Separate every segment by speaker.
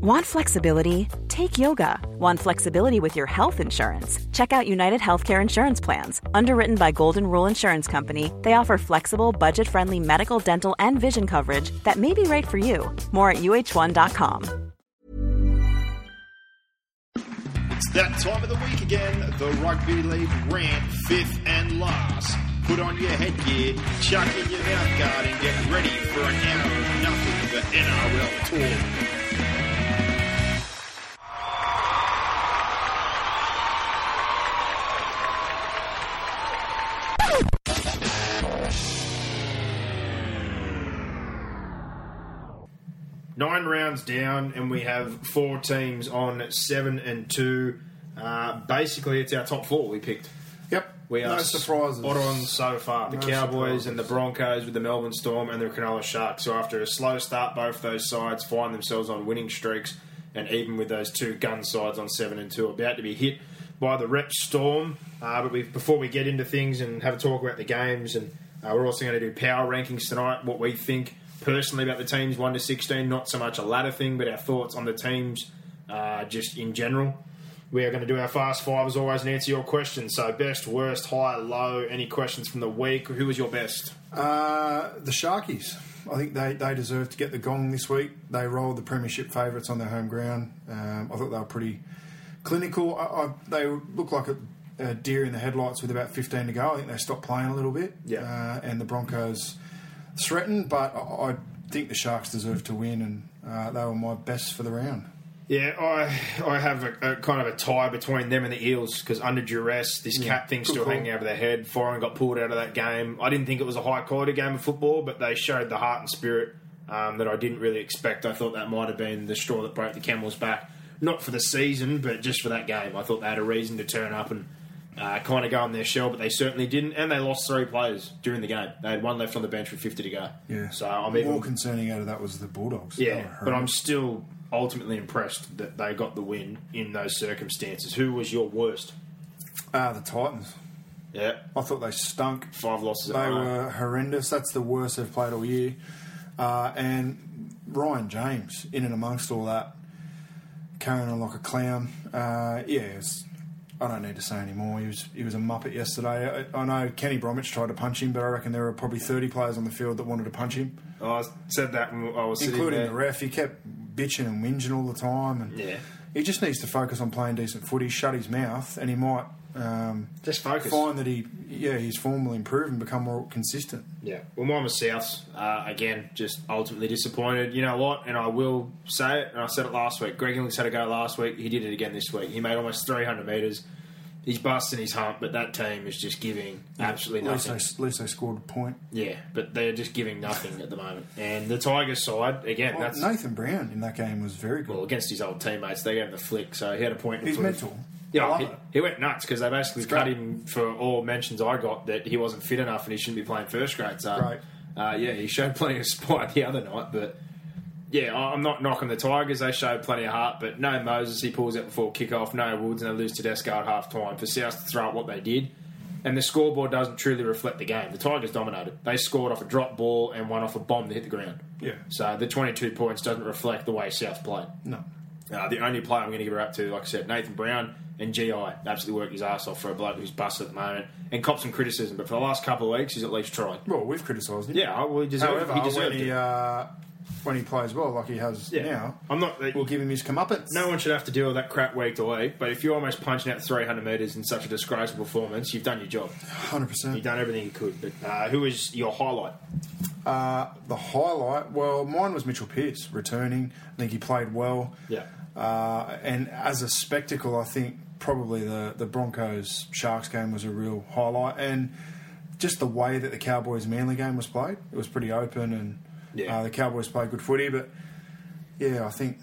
Speaker 1: Want flexibility? Take yoga. Want flexibility with your health insurance? Check out United Healthcare Insurance Plans. Underwritten by Golden Rule Insurance Company, they offer flexible, budget friendly medical, dental, and vision coverage that may be right for you. More at uh1.com.
Speaker 2: It's that time of the week again. The Rugby League rant, fifth and last. Put on your headgear, chuck in your mouthguard, and get ready for an hour of nothing but NRL talk. nine rounds down, and we have four teams on seven and two. Uh, basically, it's our top four we picked.
Speaker 3: Yep.
Speaker 2: We
Speaker 3: no
Speaker 2: are
Speaker 3: surprises.
Speaker 2: spot on so far. The
Speaker 3: No
Speaker 2: Cowboys
Speaker 3: surprises.
Speaker 2: and the Broncos with the Melbourne Storm and the Cronulla Sharks. So after a slow start, both those sides find themselves on winning streaks, and even with those two gun sides on seven and two, about to be hit by the Rep Storm. Uh, but we before we get into things and have a talk about the games, and uh, we're also going to do power rankings tonight. What we think personally about the teams one to sixteen, not so much a ladder thing, but our thoughts on the teams uh, just in general. We are going to do our fast five as always and answer your questions. So, best, worst, high, low, any questions from the week? Who was your best?
Speaker 3: Uh, the Sharkies. I think they, they deserve to get the gong this week. They rolled the Premiership favourites on their home ground. Um, I thought they were pretty clinical. I, I, they look like a, a deer in the headlights with about 15 to go. I think they stopped playing a little bit.
Speaker 2: Yeah.
Speaker 3: Uh, and the Broncos threatened, but I, I think the Sharks deserve to win, and uh, they were my best for the round.
Speaker 2: Yeah, I I have a, a kind of a tie between them and the Eels because under duress, this cat thing's
Speaker 3: good
Speaker 2: still
Speaker 3: call.
Speaker 2: hanging over their head. Foreign got pulled out of that game. I didn't think it was a high quality game of football, but they showed the heart and spirit um, that I didn't really expect. I thought that might have been the straw that broke the camel's back, not for the season, but just for that game. I thought they had a reason to turn up and uh, kind of go on their shell, but they certainly didn't, and they lost three players during the game. They had one left on the bench with fifty to go. so I'm even
Speaker 3: More concerning out of that was the Bulldogs. They
Speaker 2: yeah,
Speaker 3: were
Speaker 2: but I'm
Speaker 3: horrendous.
Speaker 2: still ultimately impressed that they got the win in those circumstances. Who was your worst?
Speaker 3: Uh, the Titans.
Speaker 2: Yeah,
Speaker 3: I thought they stunk.
Speaker 2: five losses.
Speaker 3: They
Speaker 2: at home.
Speaker 3: were horrendous. That's the worst they've played all year. Uh, and Ryan James, in and amongst all that, carrying on like a clown. Uh, yeah, it's, I don't need to say any more. He was he was a muppet yesterday. I, I know Kenny Bromwich tried to punch him, but I reckon there were probably thirty players on the field that wanted to punch him,
Speaker 2: I said that when I was sitting
Speaker 3: including
Speaker 2: there.
Speaker 3: the ref. He kept bitching and whinging all the time, and
Speaker 2: Yeah.
Speaker 3: he just needs to focus on playing decent footy. Shut his mouth, and he might. Um,
Speaker 2: Just focus.
Speaker 3: Find that he, yeah, he's form will improve and become more consistent.
Speaker 2: Yeah. Well, mine was Souths. Uh, again, just ultimately disappointed. You know what? And I will say it, and I said it last week. Greg Inglis had a go last week. He did it again this week. He made almost 300 metres. He's busting his hump, but that team is just giving absolutely
Speaker 3: At least,
Speaker 2: nothing.
Speaker 3: they, at least they scored a point.
Speaker 2: Yeah, but they're just giving nothing at the moment. And the Tigers side, again,
Speaker 3: Well,
Speaker 2: that's
Speaker 3: Nathan Brown in that game was very good.
Speaker 2: well, against his old teammates. They gave him the flick, so he had a point. to
Speaker 3: He's
Speaker 2: prove.
Speaker 3: mental. I
Speaker 2: Yeah,
Speaker 3: love
Speaker 2: he,
Speaker 3: it.
Speaker 2: he went nuts because they basically
Speaker 3: It's
Speaker 2: cut
Speaker 3: great.
Speaker 2: him for all mentions I got that he wasn't fit enough and he shouldn't be playing first grade. So,
Speaker 3: Great.
Speaker 2: uh, yeah, he showed plenty of spite the other night. But yeah, I- I'm not knocking the Tigers. They showed plenty of heart, but no Moses. He pulls out before kickoff. No Woods, and they lose Tedesco at half time for South to throw out what they did. And the scoreboard doesn't truly reflect the game. The Tigers dominated. They scored off a drop ball and one off a bomb that hit the ground.
Speaker 3: Yeah.
Speaker 2: So the 22 points doesn't reflect the way South played.
Speaker 3: No.
Speaker 2: Uh, the only player I'm going to give her up to, like I said, Nathan Brown and GI. Absolutely worked his ass off for a bloke who's busted at the moment and copped some criticism, but for the last couple of weeks, he's at least tried.
Speaker 3: Well, we've criticised him.
Speaker 2: Yeah, well, he deserved,
Speaker 3: However,
Speaker 2: he deserved
Speaker 3: when, he,
Speaker 2: it.
Speaker 3: uh, when he plays well, like he has
Speaker 2: yeah.
Speaker 3: now,
Speaker 2: I'm not.
Speaker 3: we'll give him his comeuppance.
Speaker 2: no one should have to deal with that crap week to week, but if you're almost punching out 300 metres in such a disgraceful performance, you've done your job.
Speaker 3: hundred
Speaker 2: You've
Speaker 3: percent.
Speaker 2: done everything you could. But uh, who is your highlight?
Speaker 3: The highlight, well, mine was Mitchell Pearce returning. I think he played well.
Speaker 2: Yeah.
Speaker 3: Uh, and as a spectacle, I think probably the, the Broncos Sharks game was a real highlight. And just the way that the Cowboys Manly game was played, it was pretty open, and
Speaker 2: Yeah.
Speaker 3: uh, the Cowboys played good footy. But yeah, I think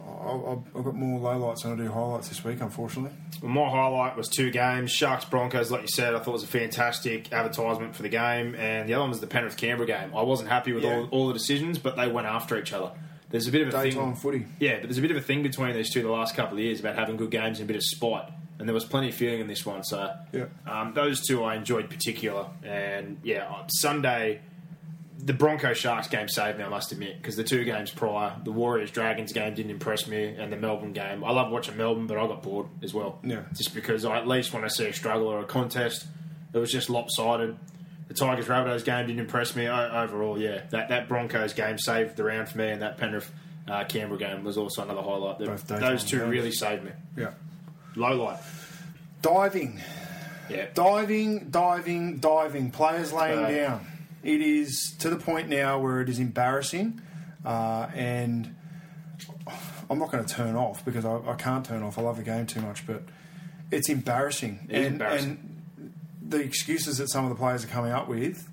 Speaker 3: I'll, I'll, I've got more lowlights than I do highlights this week, unfortunately.
Speaker 2: Well, my highlight was two games: Sharks Broncos. Like you said, I thought it was a fantastic advertisement for the game, and the other one was the Penrith Canberra game. I wasn't happy with
Speaker 3: Yeah.
Speaker 2: all, all the decisions, but they went after each other. There's a bit of a
Speaker 3: Daytime
Speaker 2: thing,
Speaker 3: footy.
Speaker 2: yeah, but there's a bit of a thing between these two the last couple of years about having good games and a bit of spite, and there was plenty of feeling in this one. So,
Speaker 3: Yeah.
Speaker 2: um, those two I enjoyed particular, and yeah, on Sunday the Bronco Sharks game saved me, I must admit, because the two games prior, the Warriors Dragons game didn't impress me, and the Melbourne game. I love watching Melbourne, but I got bored as well.
Speaker 3: Yeah.
Speaker 2: Just because I at least when I see a struggle or a contest, it was just lopsided. The Tigers Rabbitohs game didn't impress me o- overall. Yeah, that that Broncos game saved the round for me, and that Penrith uh, Canberra game was also another highlight. The-
Speaker 3: Both days
Speaker 2: those
Speaker 3: on
Speaker 2: two
Speaker 3: the
Speaker 2: really saved me.
Speaker 3: Yeah.
Speaker 2: Low light.
Speaker 3: Diving.
Speaker 2: Yeah.
Speaker 3: Diving, diving, diving. Players laying
Speaker 2: Bad.
Speaker 3: down. It is to the point now where it is embarrassing, uh, and I'm not going to turn off because I, I can't turn off. I love the game too much, but it's embarrassing.
Speaker 2: It is
Speaker 3: and,
Speaker 2: embarrassing.
Speaker 3: and the excuses that some of the players are coming up with,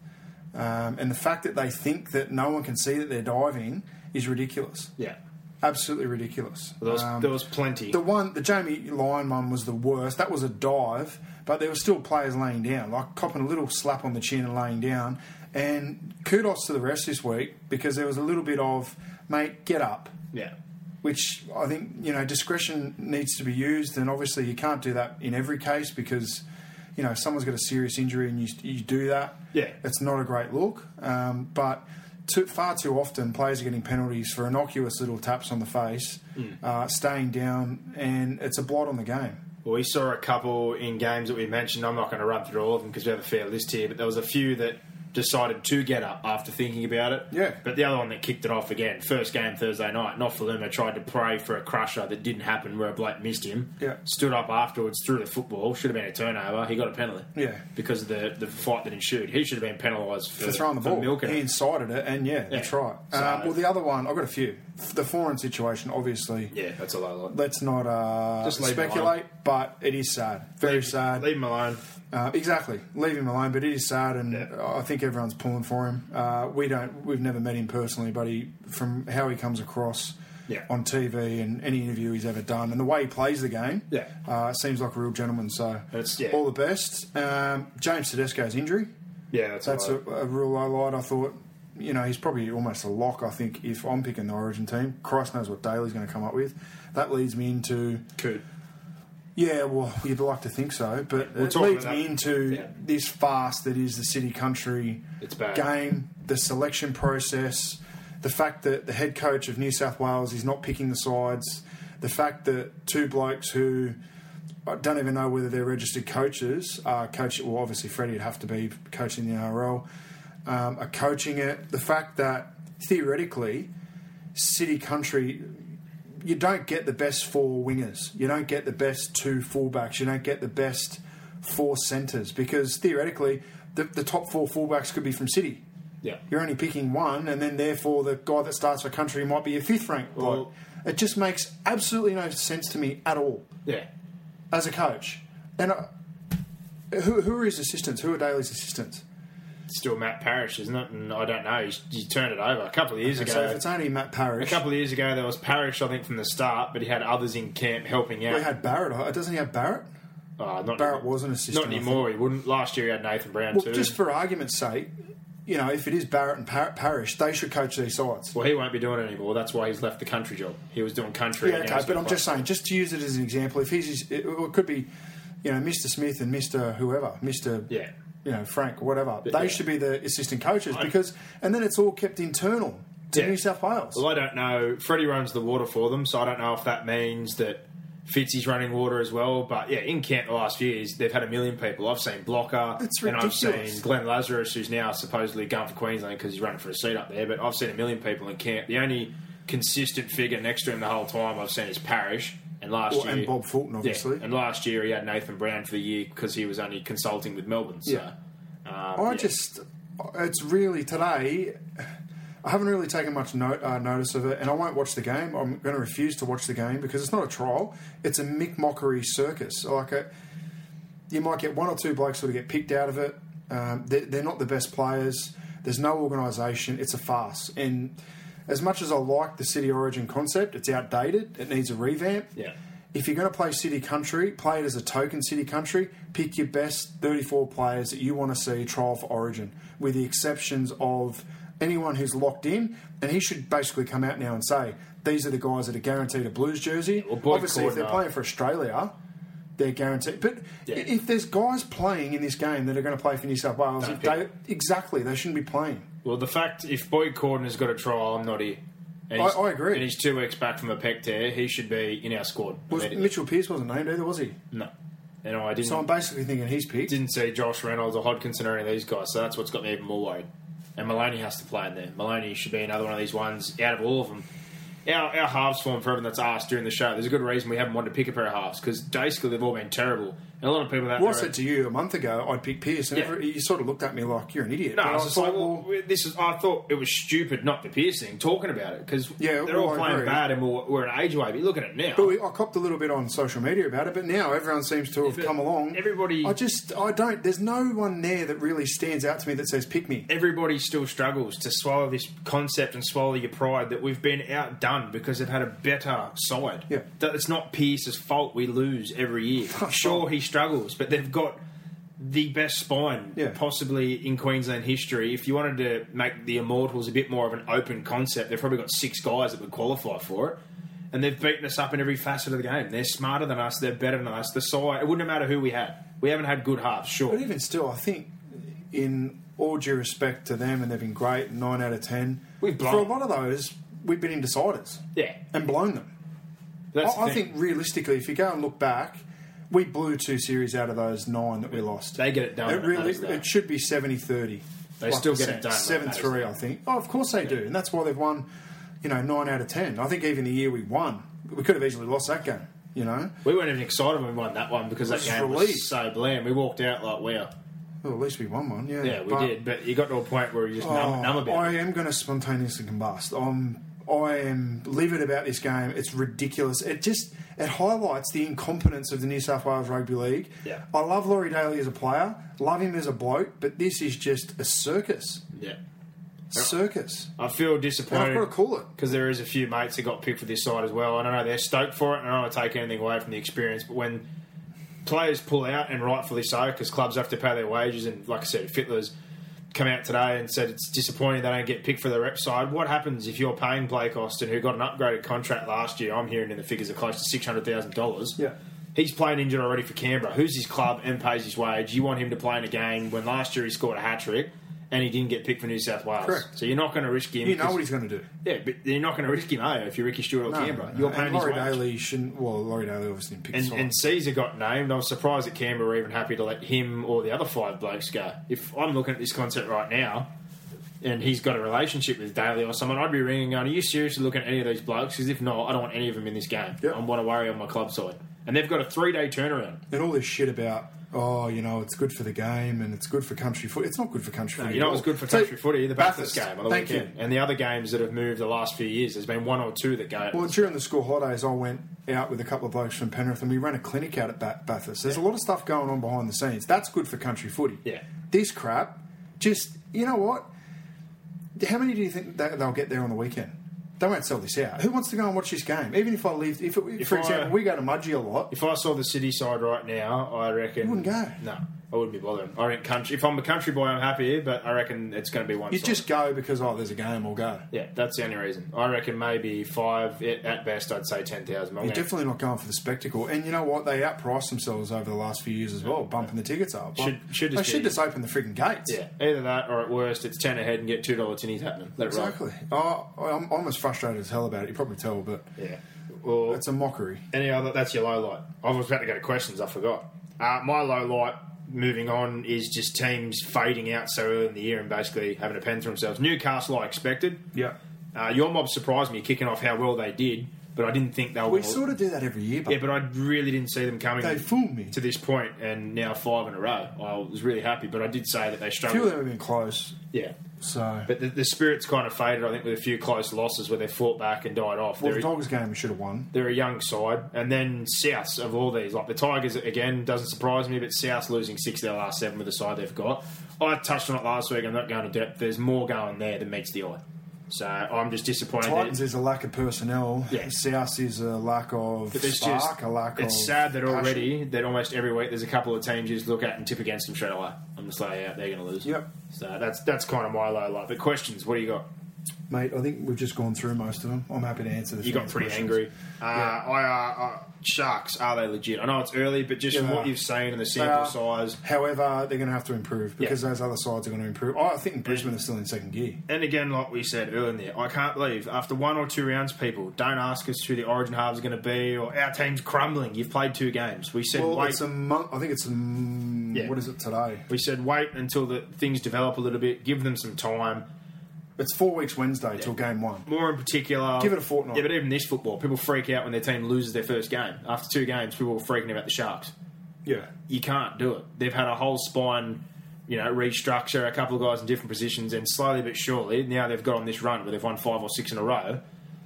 Speaker 3: um, and the fact that they think that no one can see that they're diving is ridiculous.
Speaker 2: yeah.
Speaker 3: Absolutely ridiculous.
Speaker 2: There was,
Speaker 3: Um,
Speaker 2: there was plenty.
Speaker 3: the one, the Jamie Lyon one was the worst. That was a dive, but there were still players laying down, like copping a little slap on the chin and laying down. And kudos to the rest this week because there was a little bit of, mate, get up,
Speaker 2: yeah.
Speaker 3: which I think, you know, discretion needs to be used. And obviously, you can't do that in every case because, you know, if someone's got a serious injury and you, you do that,
Speaker 2: Yeah.
Speaker 3: it's not a great look. Um, but too, far too often, players are getting penalties for innocuous little taps on the face,
Speaker 2: Mm.
Speaker 3: uh, staying down, and it's a blight on the game.
Speaker 2: Well, we saw a couple in games that we mentioned. I'm not going to run through all of them because we have a fair list here, but there was a few that decided to get up after thinking about it.
Speaker 3: Yeah.
Speaker 2: But the other one that kicked it off again, first game Thursday night, Nofaluma tried to pray for a crusher that didn't happen where Blake missed him.
Speaker 3: Yeah.
Speaker 2: Stood up afterwards, threw the football, should have been a turnover. He got a penalty.
Speaker 3: Yeah.
Speaker 2: Because of the, the fight that ensued. He should have been penalised for,
Speaker 3: for throwing the
Speaker 2: for
Speaker 3: ball.
Speaker 2: milking
Speaker 3: he
Speaker 2: it.
Speaker 3: incited it, and yeah, that's
Speaker 2: Yeah.
Speaker 3: right.
Speaker 2: So-
Speaker 3: Um, well, the other one, I've got a few. The foreign situation, obviously.
Speaker 2: Yeah, that's a low light.
Speaker 3: Let's not uh,
Speaker 2: Just leave it
Speaker 3: speculate, but it is sad. Very sad.
Speaker 2: Leave him alone.
Speaker 3: Uh, exactly. Leave him alone. But it is sad, and I think everyone's pulling for him. Uh, we don't. We've never met him personally, but he, from how he comes across
Speaker 2: Yeah.
Speaker 3: on TV and any interview he's ever done, and the way he plays the game,
Speaker 2: Yeah.
Speaker 3: uh, seems like a real gentleman. So
Speaker 2: That's- yeah.
Speaker 3: all the best. Um, James Tedesco's injury.
Speaker 2: Yeah, that's,
Speaker 3: That's
Speaker 2: a
Speaker 3: a,
Speaker 2: low light.
Speaker 3: a real low light. I thought. You know, he's probably almost a lock, I think, if I'm picking the origin team. Christ knows what Daly's going to come up with. That leads me into
Speaker 2: Coot.
Speaker 3: yeah, well, you'd like to think so, but
Speaker 2: We'll
Speaker 3: it
Speaker 2: talk
Speaker 3: leads
Speaker 2: about
Speaker 3: me
Speaker 2: that.
Speaker 3: into
Speaker 2: Yeah.
Speaker 3: this fast that is the city country
Speaker 2: It's bad.
Speaker 3: game, the selection process, the fact that the head coach of New South Wales is not picking the sides, the fact that two blokes who I don't even know whether they're registered coaches are coach. Well, obviously Freddie would have to be coaching the NRL. Um, are coaching it. The fact that theoretically, city country you don't get the best four wingers. You don't get the best two fullbacks. You don't get the best four centres because theoretically, the, the top four fullbacks could be from City.
Speaker 2: Yeah.
Speaker 3: You're only picking one, and then therefore the guy that starts for country might be a fifth ranked bloke.
Speaker 2: Well-
Speaker 3: It just makes absolutely no sense to me at all
Speaker 2: Yeah.
Speaker 3: as a coach. And I, who, who are his assistants? Who are Daly's assistants?
Speaker 2: still Matt Parrish, isn't it? And I don't know. He's, he turned it over a couple of years
Speaker 3: And
Speaker 2: ago.
Speaker 3: so if it's only Matt
Speaker 2: a
Speaker 3: Parrish,
Speaker 2: couple of years ago, there was Parrish, I think, from the start, but he had others in camp helping out.
Speaker 3: we had Barrett. Uh, Doesn't he have Barrett?
Speaker 2: Oh, not
Speaker 3: Barrett was an assistant,
Speaker 2: Not
Speaker 3: I
Speaker 2: anymore. He wouldn't. Last year, he had Nathan Brown
Speaker 3: Well,
Speaker 2: too.
Speaker 3: just for argument's sake, you know, if it is Barrett and Par- Parrish, they should coach these sides.
Speaker 2: well, he won't be doing it anymore. That's why he's left the country job. He was doing country.
Speaker 3: yeah,
Speaker 2: and now
Speaker 3: okay,
Speaker 2: he's
Speaker 3: but
Speaker 2: got
Speaker 3: I'm just saying, just to use it as an example, if he's, it, it could be, you know, Mr. Smith and Mr. whoever, Mr.
Speaker 2: Yeah.
Speaker 3: You know, Frank, whatever. They
Speaker 2: yeah.
Speaker 3: should be the assistant coaches because, and then it's all kept internal to
Speaker 2: Yeah.
Speaker 3: New South Wales.
Speaker 2: Well, I don't know. Freddie runs the water for them, so I don't know if that means that Fitzy's running water as well. But yeah, in Kent the last few years, they've had a million people. I've seen Blocker,
Speaker 3: It's
Speaker 2: and I've
Speaker 3: ridiculous.
Speaker 2: seen Glenn Lazarus, who's now supposedly going for Queensland because he's running for a seat up there. But I've seen a million people in Kent. The only consistent figure next to him the whole time I've seen is Parrish. And last
Speaker 3: Well,
Speaker 2: year,
Speaker 3: and Bob Fulton,
Speaker 2: Yeah,
Speaker 3: obviously.
Speaker 2: and last year he had Nathan Brown for the year because he was only consulting with Melbourne. So,
Speaker 3: Yeah.
Speaker 2: um,
Speaker 3: I
Speaker 2: yeah.
Speaker 3: just, it's really today. I haven't really taken much note, uh, notice of it, and I won't watch the game. I'm going to refuse to watch the game because it's not a trial; it's a mick mockery circus. Like a, you might get one or two blokes that'll get picked out of it. Um, they're, they're not the best players. There's no organisation. It's a farce. And as much as I like the city origin concept, it's outdated. It needs a revamp.
Speaker 2: Yeah.
Speaker 3: If you're going to play City Country, play it as a token City Country. Pick your best 34 players that you want to see trial for Origin, with the exceptions of anyone who's locked in. And he should basically come out now and say, these are the guys that are guaranteed a Blues jersey.
Speaker 2: well, Boyd
Speaker 3: Obviously, if they're
Speaker 2: Cordner-
Speaker 3: playing for Australia, they're guaranteed. But
Speaker 2: Yeah.
Speaker 3: if there's guys playing in this game that are going to play for New South Wales,
Speaker 2: Don't
Speaker 3: if
Speaker 2: pick.
Speaker 3: they, exactly, they shouldn't be playing.
Speaker 2: Well, the fact if Boyd Corden has got a trial, I'm not here. And
Speaker 3: I-
Speaker 2: he's-
Speaker 3: I agree.
Speaker 2: And he's two weeks back from a pec tear. He should be in our squad.
Speaker 3: Was,
Speaker 2: immediately.
Speaker 3: Mitchell Pearce wasn't named either, was he?
Speaker 2: no. And I didn't.
Speaker 3: So I'm basically thinking he's picked.
Speaker 2: didn't see Josh Reynolds or Hodkinson or any of these guys, so that's what's got me even more worried. And Maloney has to play in there. Maloney should be another one of these ones out of all of them. Our, our halves form for everyone that's asked during the show. There's a good reason we haven't wanted to pick a pair of halves because basically they've all been terrible. And a lot of people that
Speaker 3: Well, I said to you a month ago I'd pick Pearce, and
Speaker 2: Yeah.
Speaker 3: every, you sort of looked at me like you're an idiot.
Speaker 2: no,
Speaker 3: But
Speaker 2: I was just like,
Speaker 3: thought,
Speaker 2: well, this is. I thought it was stupid not the Pierce thing, talking about it because
Speaker 3: Yeah,
Speaker 2: they're all
Speaker 3: well, I
Speaker 2: playing
Speaker 3: agree.
Speaker 2: bad and we're, we're an age away. But you look at it now.
Speaker 3: But we, I copped a little bit on social media about it, but now everyone seems to have
Speaker 2: But
Speaker 3: come along.
Speaker 2: everybody-
Speaker 3: I just, I don't. There's no one there that really stands out to me that says pick me.
Speaker 2: everybody still struggles to swallow this concept and swallow your pride that we've been outdone because they've had a better side.
Speaker 3: Yeah.
Speaker 2: That it's not Pierce's fault we lose every year. sure, he struggles, but they've got the best spine
Speaker 3: Yeah.
Speaker 2: possibly in Queensland history. If you wanted to make the Immortals a bit more of an open concept, they've probably got six guys that would qualify for it. And they've beaten us up in every facet of the game. They're smarter than us. They're better than us. The side, it wouldn't matter who we had. We haven't had good halves, sure.
Speaker 3: But even still, I think in all due respect to them, and they've been great. Nine out of ten.
Speaker 2: We've blown
Speaker 3: for a
Speaker 2: them.
Speaker 3: lot of those. We've been in deciders.
Speaker 2: Yeah.
Speaker 3: and blown them.
Speaker 2: That's
Speaker 3: I,
Speaker 2: the
Speaker 3: I
Speaker 2: thing.
Speaker 3: think realistically, if you go and look back, we blew two series out of those nine that we lost.
Speaker 2: They get it done,
Speaker 3: It
Speaker 2: and it
Speaker 3: really,
Speaker 2: matters, though.
Speaker 3: it should be 70-30.
Speaker 2: They still get it done, and it
Speaker 3: Seven three, I
Speaker 2: matters.
Speaker 3: think. Oh, of course they do, and that's why they've won. You know, nine out of ten. I think even the year we won, we could have easily lost that game. You know,
Speaker 2: We weren't even excited when we won that one because that
Speaker 3: was
Speaker 2: game
Speaker 3: relief.
Speaker 2: was so bland. We walked out like, wow.
Speaker 3: well, at least we won one. Yeah,
Speaker 2: Yeah, we
Speaker 3: but-
Speaker 2: did. But you got to a point where you just numb, numb
Speaker 3: Oh,
Speaker 2: about
Speaker 3: I
Speaker 2: it.
Speaker 3: am going to spontaneously combust. I'm, I am livid about this game. It's ridiculous. It just it highlights the incompetence of the New South Wales Rugby League.
Speaker 2: Yeah.
Speaker 3: I love Laurie Daly as a player. Love him as a bloke, but this is just a circus.
Speaker 2: Yeah.
Speaker 3: Circus.
Speaker 2: I feel
Speaker 3: And I've
Speaker 2: disappointed.
Speaker 3: got to call it.
Speaker 2: because there is a few mates that got picked for this side as well. And I know they're stoked for it, and I don't want to take anything away from the experience. But when players pull out, and rightfully so, because clubs have to pay their wages, and like I said, Fitler's come out today and said it's disappointing they don't get picked for the rep side. What happens if you're paying Blake Austin, who got an upgraded contract last year? I'm hearing in the figures of close to six hundred thousand dollars.
Speaker 3: Yeah.
Speaker 2: He's playing injured already for Canberra. Who's his club and pays his wage? You want him to play in a game when last year he scored a hat trick and he didn't get picked for New South Wales.
Speaker 3: Correct.
Speaker 2: So you're not going to risk him.
Speaker 3: You know
Speaker 2: because-
Speaker 3: what he's going to do.
Speaker 2: yeah, but you're not going to risk him, are you, if you're Ricky Stewart or Canberra? You're
Speaker 3: And
Speaker 2: paying his
Speaker 3: Laurie
Speaker 2: wage.
Speaker 3: Daly shouldn't. Well, Laurie Daly obviously didn't pick
Speaker 2: And,
Speaker 3: the side.
Speaker 2: and Caesar got named. I was surprised that Canberra were even happy to let him or the other five blokes go. If I'm looking at this concept right now, and he's got a relationship with Daly or someone, I'd be ringing going, are you seriously looking at any of these blokes? Because if not, I don't want any of them in this game.
Speaker 3: Yep.
Speaker 2: I want to worry on my club side. And they've got a three-day turnaround.
Speaker 3: and all this shit about oh, you know, it's good for the game and it's good for country foot. It's not good for country foot.
Speaker 2: You know, it was good for
Speaker 3: So-
Speaker 2: country footy, the Bathurst, game on the
Speaker 3: Thank
Speaker 2: weekend.
Speaker 3: you.
Speaker 2: And the other games that have moved the last few years, there's been one or two that go.
Speaker 3: Well, during the school holidays, I went out with a couple of blokes from Penrith and we ran a clinic out at Ba- Bathurst. There's a lot of stuff going on behind the scenes. That's good for country footy.
Speaker 2: Yeah.
Speaker 3: This crap, just, you know what? How many do you think that they'll get there on the weekend? They won't sell this out. Who wants to go and watch this game? Even if I lived, if, it, for
Speaker 2: I-
Speaker 3: example, we go to Mudgee a lot.
Speaker 2: If I saw the city side right now, I reckon.
Speaker 3: wouldn't go.
Speaker 2: No, I wouldn't be bothering. I reckon country. If I'm a country boy, I'm happy here, but I reckon it's going to be one.
Speaker 3: you
Speaker 2: side.
Speaker 3: just go because, oh, there's a game, I'll go.
Speaker 2: yeah, that's the only reason. I reckon maybe five at at best. I'd say ten thousand.
Speaker 3: You're definitely not going for the spectacle. And you know what? They outpriced themselves over the last few years as well, bumping the tickets up.
Speaker 2: Should- should
Speaker 3: they
Speaker 2: just
Speaker 3: should
Speaker 2: be-
Speaker 3: just open the frigging gates.
Speaker 2: Yeah, either that or at worst, it's ten ahead and get two dollar tinnies happening. Let it roll.
Speaker 3: Exactly. Oh, I'm, I'm as frustrated as hell about it. You probably tell, but
Speaker 2: Yeah. Or
Speaker 3: it's a mockery.
Speaker 2: Any other? That's your low light. I was about to go to questions. I forgot. Uh, my low light. Moving on is just teams fading out so early in the year and basically having a pen to themselves. Newcastle, I expected.
Speaker 3: Yeah.
Speaker 2: Uh, your mob surprised me kicking off how well they did, but I didn't think they were.
Speaker 3: We sort of do that every year, but,
Speaker 2: yeah, but I really didn't see them coming.
Speaker 3: They fooled me.
Speaker 2: to this point, and now five in a row. I was really happy, but I did say that they
Speaker 3: a few of
Speaker 2: struggled.
Speaker 3: them have been close.
Speaker 2: Yeah,
Speaker 3: So,
Speaker 2: but the, the spirits kind of faded. I think with a few close losses where they fought back and died off.
Speaker 3: well,
Speaker 2: They're-
Speaker 3: the Dogs game we should have won.
Speaker 2: they're a young side, and then Souths of all these, like the Tigers again, doesn't surprise me. But Souths losing six of their last seven with the side they've got. I touched on it last week. I'm not going to depth. There's more going there than meets the eye. So I'm just disappointed. that-
Speaker 3: Titans is a lack of personnel.
Speaker 2: Yeah.
Speaker 3: South is a lack of
Speaker 2: But there's
Speaker 3: spark,
Speaker 2: just
Speaker 3: a lack of.
Speaker 2: it's sad that
Speaker 3: passion.
Speaker 2: already that almost every week there's a couple of teams you just look at and tip against them straight away. I'm just like, yeah, they're going to lose.
Speaker 3: Yep.
Speaker 2: So that's that's kind of my low light. But questions, what do you got?
Speaker 3: Mate, I think we've just gone through most of them. I'm happy to answer the
Speaker 2: You got
Speaker 3: fans'
Speaker 2: pretty
Speaker 3: questions.
Speaker 2: angry. Uh, I, uh, uh, sharks are they legit? I know it's early, but just from
Speaker 3: Yeah.
Speaker 2: what you've seen and the
Speaker 3: They
Speaker 2: sample
Speaker 3: are.
Speaker 2: size,
Speaker 3: Uh, However, they're going to have to improve because those other sides are going to improve. Oh, I think Brisbane are still in second gear.
Speaker 2: and again, like we said earlier, in there, I can't believe after one or two rounds, people don't ask us who the Origin halves are going to be, or our team's crumbling. You've played two games. We said
Speaker 3: Well,
Speaker 2: wait.
Speaker 3: it's a month. I think it's a m-
Speaker 2: Yeah.
Speaker 3: what is it today?
Speaker 2: we said wait until the things develop a little bit. Give them some time.
Speaker 3: It's four weeks Wednesday till game one.
Speaker 2: More in particular,
Speaker 3: Give it a fortnight.
Speaker 2: Yeah, but even this football, people freak out when their team loses their first game. After two games, people are freaking about the Sharks.
Speaker 3: Yeah,
Speaker 2: you can't do it. They've had a whole spine, you know, restructure, a couple of guys in different positions, and slowly but surely now they've got on this run where they've won five or six in a row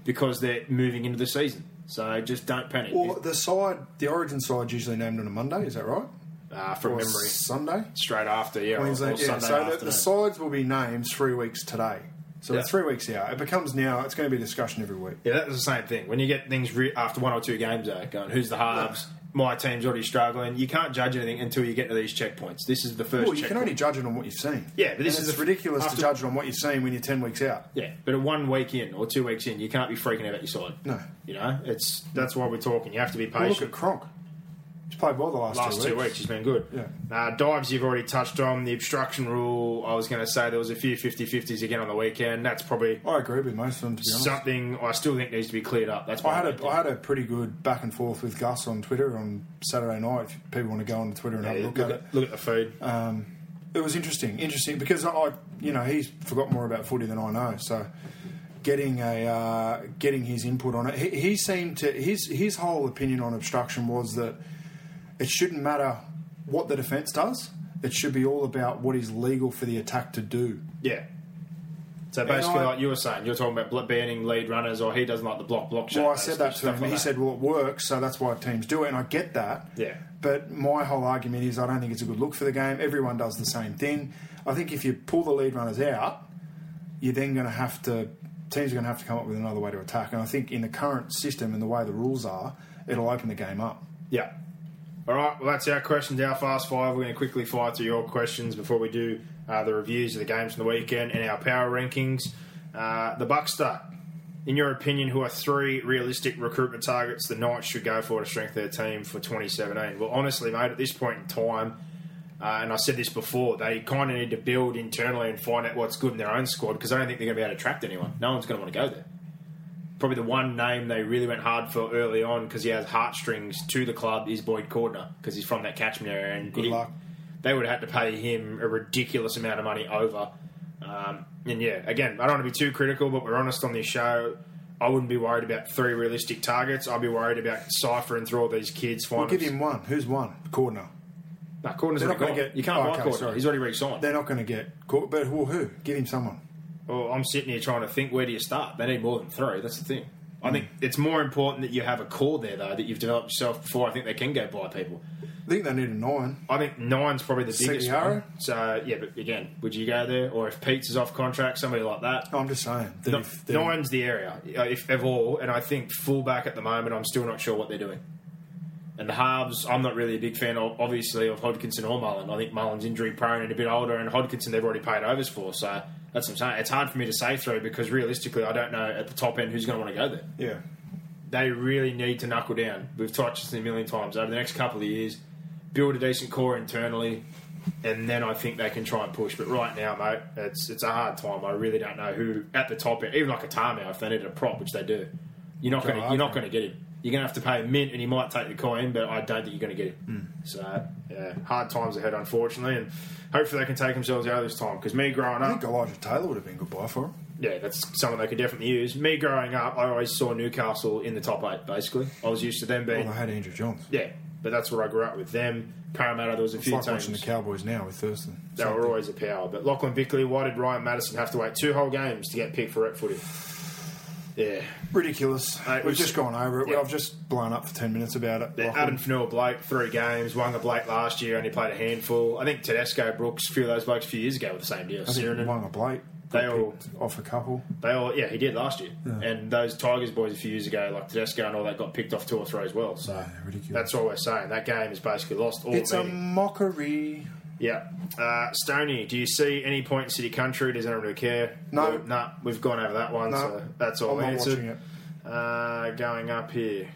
Speaker 2: because they're moving into the season. So just don't panic.
Speaker 3: Or the side, the Origin side, usually named on a Monday. Is that right?
Speaker 2: uh, from
Speaker 3: Or
Speaker 2: memory,
Speaker 3: Sunday.
Speaker 2: straight after, yeah, or-
Speaker 3: Queensland.
Speaker 2: or
Speaker 3: yeah.
Speaker 2: Sunday
Speaker 3: So the,
Speaker 2: afternoon.
Speaker 3: the sides will be named three weeks today. So
Speaker 2: Yeah.
Speaker 3: it's three weeks out. It becomes now. It's going to be a discussion every week.
Speaker 2: yeah, that was the same thing. When you get things re- after one or two games, though, going, who's the halves? My team's already struggling. You can't judge anything until you get to these checkpoints. This is the first
Speaker 3: Well, you can
Speaker 2: checkpoint.
Speaker 3: only judge it on what you've seen.
Speaker 2: Yeah, but this
Speaker 3: And
Speaker 2: is
Speaker 3: it's
Speaker 2: the-
Speaker 3: ridiculous
Speaker 2: after-
Speaker 3: to judge it on what you've seen when you're ten weeks out.
Speaker 2: Yeah, but at one week in or two weeks in, you can't be freaking out your side.
Speaker 3: No.
Speaker 2: you know it's that's why we're talking. You have to be
Speaker 3: Well,
Speaker 2: patient.
Speaker 3: look at Cronk. He's played well the last,
Speaker 2: last two weeks, he's been good.
Speaker 3: Yeah.
Speaker 2: Uh, dives, you've already touched on. The obstruction rule, I was going to say there was a few 50 50s again on the weekend. That's probably
Speaker 3: I agree with most of them. To be honest,
Speaker 2: something I still think needs to be cleared up. That's
Speaker 3: I
Speaker 2: my
Speaker 3: had a
Speaker 2: opinion.
Speaker 3: I had a pretty good back and forth with Gus on Twitter on Saturday night. If people want to go on Twitter and have a
Speaker 2: Yeah,
Speaker 3: look, at Uh, it,
Speaker 2: look at the food.
Speaker 3: it was interesting, interesting because I, I, you know, he's forgot more about footy than I know. So getting a uh, getting his input on it, he, he seemed to his his whole opinion on obstruction was that it shouldn't matter what the defence does. It should be all about what is legal for the attack to do.
Speaker 2: yeah. So basically,
Speaker 3: I-
Speaker 2: like you were saying, you're talking about bl- banning lead runners, or he doesn't like the block block. shot,
Speaker 3: Well, I
Speaker 2: those
Speaker 3: said that to
Speaker 2: stuff
Speaker 3: him.
Speaker 2: like
Speaker 3: he
Speaker 2: that.
Speaker 3: said, "Well, it works, so that's why teams do it." And I get that.
Speaker 2: Yeah.
Speaker 3: But my whole argument is, I don't think it's a good look for the game. Everyone does the same thing. I think if you pull the lead runners out, you're then going to have to teams are going to have to come up with another way to attack. And I think in the current system and the way the rules are, it'll open the game up.
Speaker 2: Yeah. All right. Well, that's our questions. Our fast five. We're going to quickly fire through your questions before we do uh, the reviews of the games from the weekend and our power rankings. Uh, the Buckster, in your opinion, who are three realistic recruitment targets the Knights should go for to strengthen their team for 2017? Well, honestly, mate, at this point in time, uh, and I said this before, they kind of need to build internally and find out what's good in their own squad because I don't think they're going to be able to attract anyone. No one's going to want to go there probably the one name they really went hard for early on because he has heartstrings to the club is Boyd Cordner because he's from that catchment area. And
Speaker 3: Good
Speaker 2: he-
Speaker 3: luck.
Speaker 2: They would have had to pay him a ridiculous amount of money over. Um, and yeah, again, I don't want to be too critical, but we're honest on this show. I wouldn't be worried about three realistic targets. I'd be worried about ciphering through all these kids.
Speaker 3: We'll
Speaker 2: Finals.
Speaker 3: give him one. Who's one? Cordner.
Speaker 2: Nah, Cordner's already
Speaker 3: They're not gonna
Speaker 2: gone.
Speaker 3: get-
Speaker 2: you can't
Speaker 3: Oh,
Speaker 2: buy
Speaker 3: okay,
Speaker 2: Cordner.
Speaker 3: sorry.
Speaker 2: He's already re-signed.
Speaker 3: They're not going to get caught. But well, who? Give him someone.
Speaker 2: Well, I'm sitting here trying to think where do you start? They need more than three. That's the thing. I think it's more important that you have a core there, though, that you've developed yourself before I think they can go buy people.
Speaker 3: I think they need a nine.
Speaker 2: I think nine's probably the biggest
Speaker 3: Seguiara?
Speaker 2: one. So, yeah, but again, would you go there? Or if Pete's is off contract, somebody like that?
Speaker 3: I'm just saying. That
Speaker 2: No,
Speaker 3: if- that if-
Speaker 2: nine's the area, uh, if of all. And I think fullback at the moment, I'm still not sure what they're doing. And the halves, I'm not really a big fan, of, obviously, of Hodkinson or Mullen. I think Mullen's injury prone and a bit older, and Hodkinson they've already paid overs for. So that's what I'm saying. It's hard for me to say through because realistically, I don't know at the top end who's going to want to go there.
Speaker 3: yeah.
Speaker 2: They really need to knuckle down. We've touched this a million times over the next couple of years. Build a decent core internally, and then I think they can try and push. But right now, mate, it's it's a hard time. I really don't know who at the top end, even like a Tarmow, if they needed a prop, which they do, you're not going to you're not going to get him. You're going to have to pay a mint, and he might take the coin, but I don't think you're going to get him. So yeah, hard times ahead, unfortunately, and hopefully they can take themselves out of this time. Because me growing
Speaker 3: I
Speaker 2: up,
Speaker 3: think Elijah Taylor would have been good buy for him.
Speaker 2: yeah, that's something they could definitely use. Me growing up, I always saw Newcastle in the top eight. Basically, I was used to them being
Speaker 3: Well, they had Andrew Johns.
Speaker 2: yeah, but that's where I grew up with them. Parramatta, there was a
Speaker 3: It's
Speaker 2: few
Speaker 3: like
Speaker 2: times
Speaker 3: watching the Cowboys now with Thurston.
Speaker 2: they were always a power. But Lachlan Bickley, why did Ryan Madison have to wait two whole games to get picked for rep footy? Yeah,
Speaker 3: Ridiculous.
Speaker 2: Mate,
Speaker 3: We've
Speaker 2: we've
Speaker 3: just
Speaker 2: seen-
Speaker 3: gone over it.
Speaker 2: Yeah.
Speaker 3: I've just blown up for 10 minutes about it.
Speaker 2: Yeah,
Speaker 3: Lachlan.
Speaker 2: Adam Fanua Blake, three games, won the Blake last year, only played a handful. I think Tedesco, Brooks, a few of those blokes a few years ago were the same deal.
Speaker 3: I think
Speaker 2: Sirenin.
Speaker 3: Wanga Blake.
Speaker 2: They
Speaker 3: got
Speaker 2: all-
Speaker 3: picked off a couple.
Speaker 2: They all, yeah, he did last year. And those Tigers boys a few years ago, like Tedesco and all that, got picked off two or three as well. So
Speaker 3: Yeah, Uh, ridiculous.
Speaker 2: that's all we're saying. That game is basically lost all
Speaker 3: it's um, a
Speaker 2: meaning.
Speaker 3: mockery.
Speaker 2: Yeah. Uh, Stony, do you see any point in City Country? Does anyone really care?
Speaker 3: No.
Speaker 2: No, nah, we've gone over that one,
Speaker 3: No.
Speaker 2: so that's all
Speaker 3: I'm not
Speaker 2: answered.
Speaker 3: watching it.
Speaker 2: Uh, going up here.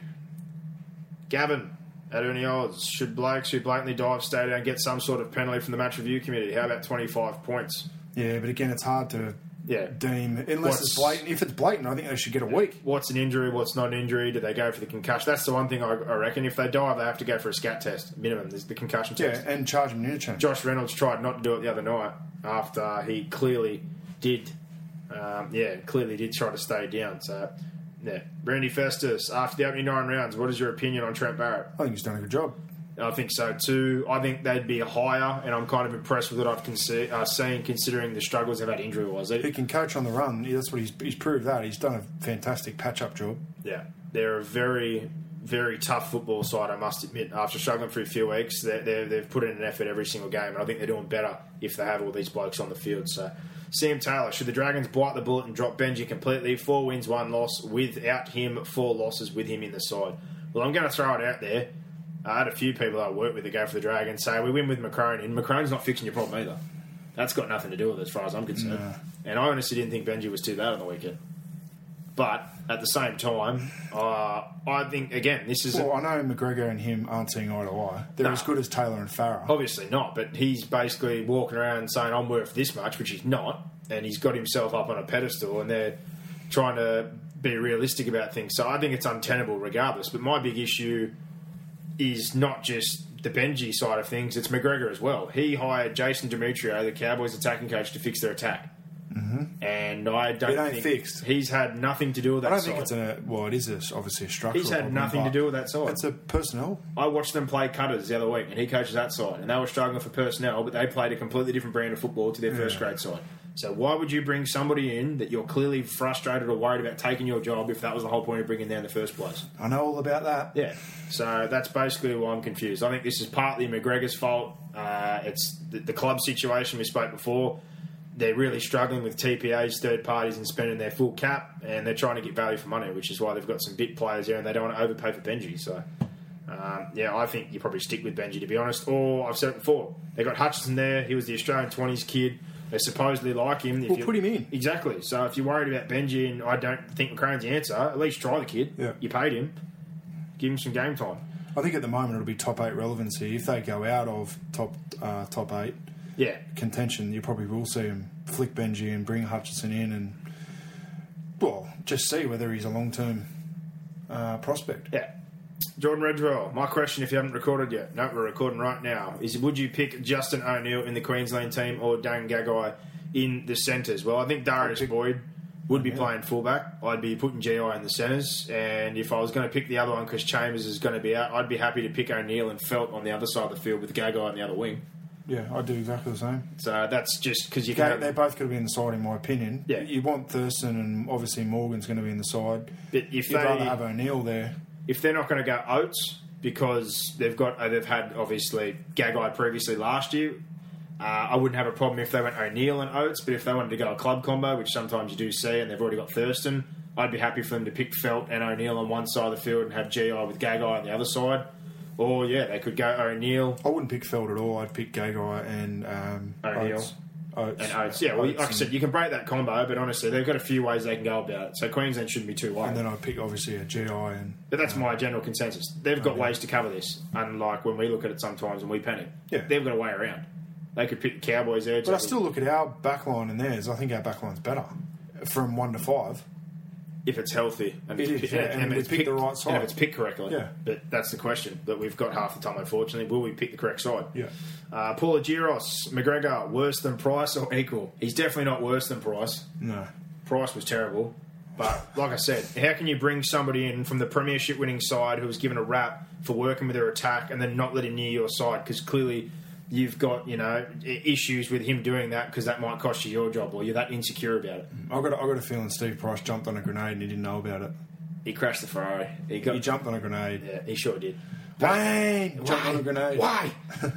Speaker 2: Gavin, at any odds, should blokes who blatantly dive stay down get some sort of penalty from the match review committee? How about 25 points?
Speaker 3: Yeah, but again, it's hard to
Speaker 2: Yeah.
Speaker 3: deem unless it's
Speaker 2: What's-
Speaker 3: blatant. If it's blatant, I think they should get a week.
Speaker 2: What's an injury? What's not an injury? Do they go for the concussion? That's the one thing I, I reckon. If they dive, they have to go for a scat test minimum. There's the concussion test.
Speaker 3: Yeah, and charge them an interchange.
Speaker 2: Josh Reynolds tried not to do it the other night after he clearly did, um, yeah, clearly did try to stay down. So, yeah. Randy Festus, after the opening nine rounds, what is your opinion on Trent Barrett?
Speaker 3: I think he's done a good job.
Speaker 2: I think so too. I think they'd be higher, and I'm kind of impressed with what I've conce- uh, seen considering the struggles they've had injury wise.
Speaker 3: He can coach on the run. Yeah, That's what he's, he's proved that. He's done a fantastic patch up job.
Speaker 2: Yeah, they're a very, very tough football side. I must admit. After struggling for a few weeks, they're, they're, they've put in an effort every single game, and I think they're doing better if they have all these blokes on the field. So, Sam Taylor, should the Dragons bite the bullet and drop Benji completely? Four wins, one loss without him. Four losses with him in the side. Well, I'm going to throw it out there. I had a few people I work with that go for the Dragons say we win with McCronin. McCronin's not fixing your problem either. That's got nothing to do with it, as far as I'm concerned. And I honestly didn't think Benji was too bad on the weekend. But at the same time, uh, I think again this is
Speaker 3: Well, I know McGregor and him aren't seeing eye to eye. They're
Speaker 2: Nah.
Speaker 3: as good as Taylor and Farah.
Speaker 2: obviously not. But he's basically walking around saying I'm worth this much, which he's not, and he's got himself up on a pedestal, and they're trying to be realistic about things. So I think it's untenable regardless. But my big issue is not just the Benji side of things; it's McGregor as well. He hired Jason Demetrio, the Cowboys' attacking coach, to fix their attack. Mm-hmm. And I don't
Speaker 3: It ain't
Speaker 2: think
Speaker 3: fixed.
Speaker 2: he's had nothing to do with
Speaker 3: I
Speaker 2: that.
Speaker 3: don't
Speaker 2: side.
Speaker 3: think it's a well. It is a, obviously a structural.
Speaker 2: He's had
Speaker 3: problem,
Speaker 2: nothing to
Speaker 3: but
Speaker 2: do with that side.
Speaker 3: It's a personnel.
Speaker 2: I watched them play Cutters the other week, and he coaches that side, and they were struggling for personnel, but they played a completely different brand of football to their first grade side. So why would you bring somebody in that you're clearly frustrated or worried about taking your job if that was the whole point of bringing there in the first place?
Speaker 3: I know all about that.
Speaker 2: Yeah. So that's basically why I'm confused. I think this is partly McGregor's fault. Uh, it's the, the club situation we spoke before. They're really struggling with TPAs, third parties, and spending their full cap, and they're trying to get value for money, which is why they've got some bit players there, and they don't want to overpay for Benji. So, um, yeah, I think you probably stick with Benji to be honest. Or I've said it before, they got Hutchinson there. He was the Australian twenties kid. They supposedly like him. If
Speaker 3: Well,
Speaker 2: you-
Speaker 3: put him in.
Speaker 2: exactly. So if you're worried about Benji, and I don't think McCrane's the answer, at least try the kid.
Speaker 3: Yeah.
Speaker 2: You paid him, give him some game time.
Speaker 3: I think at the moment it'll be top eight relevancy. If they go out of top uh, top eight
Speaker 2: Yeah,
Speaker 3: contention, you probably will see him flick Benji and bring Hutchinson in, and well, just see whether he's a long term uh, prospect.
Speaker 2: yeah. Jordan Redwell, my question, if you haven't recorded yet, no, we're recording right now, is would you pick Justin O'Neill in the Queensland team or Dan Gagai in the centres? Well, I think Darius Boyd would be playing fullback. I'd be putting GI in the centres, and if I was going to pick the other one because Chambers is going to be out, I'd be happy to pick O'Neill and Felt on the other side of the field with Gagai on the other wing.
Speaker 3: Yeah, I do exactly the same.
Speaker 2: So that's just because you
Speaker 3: They,
Speaker 2: can't.
Speaker 3: they're both going to be in the side, in my opinion.
Speaker 2: Yeah.
Speaker 3: you want Thurston, and obviously Morgan's going to be in the side.
Speaker 2: But if
Speaker 3: You'd
Speaker 2: they-
Speaker 3: rather have O'Neill there.
Speaker 2: if they're not going to go Oates because they've got uh, they've had obviously Gagai previously last year. Uh, I wouldn't have a problem if they went O'Neill and Oates, but if they wanted to go a club combo, which sometimes you do see, and they've already got Thurston, I'd be happy for them to pick Felt and O'Neill on one side of the field and have GI with Gagai on the other side. Or yeah, they could go O'Neill
Speaker 3: I wouldn't pick Feld at all. I'd pick Gagai and um,
Speaker 2: O'Neill.
Speaker 3: Oates. Oates.
Speaker 2: and Oates. Yeah, well, like I
Speaker 3: and-
Speaker 2: said, you can break that combo, but honestly, they've got a few ways they can go about it. So Queensland shouldn't be too
Speaker 3: and
Speaker 2: wide.
Speaker 3: then I'd pick obviously a GI and
Speaker 2: But that's my general consensus. They've got ways to cover this, unlike when we look at it sometimes and we panic.
Speaker 3: Yeah.
Speaker 2: They've got a way around. They could pick the Cowboys edge.
Speaker 3: But I still look at our back line and theirs. I think our back line's better from one to five.
Speaker 2: if it's healthy and,
Speaker 3: It
Speaker 2: it's
Speaker 3: is,
Speaker 2: pi-
Speaker 3: yeah, and we
Speaker 2: it's
Speaker 3: pick the right
Speaker 2: And
Speaker 3: side.
Speaker 2: if it's picked correctly.
Speaker 3: Yeah.
Speaker 2: But that's the question that we've got half the time, unfortunately. Will we pick the correct side?
Speaker 3: Yeah.
Speaker 2: Uh, Paula Giros, McGregor, worse than Price or equal? He's definitely not worse than Price.
Speaker 3: No.
Speaker 2: Price was terrible. But like I said, how can you bring somebody in from the Premiership winning side who was given a rap for working with their attack and then not let him near your side? Because clearly you've got you know i- issues with him doing that because that might cost you your job or you're that insecure about it.
Speaker 3: I got a, I got a feeling Steve Price jumped on a grenade and he didn't know about it.
Speaker 2: He crashed the Ferrari. He got
Speaker 3: He jumped on a grenade.
Speaker 2: Yeah, he sure did.
Speaker 3: Wayne jumped on a grenade.
Speaker 2: Why?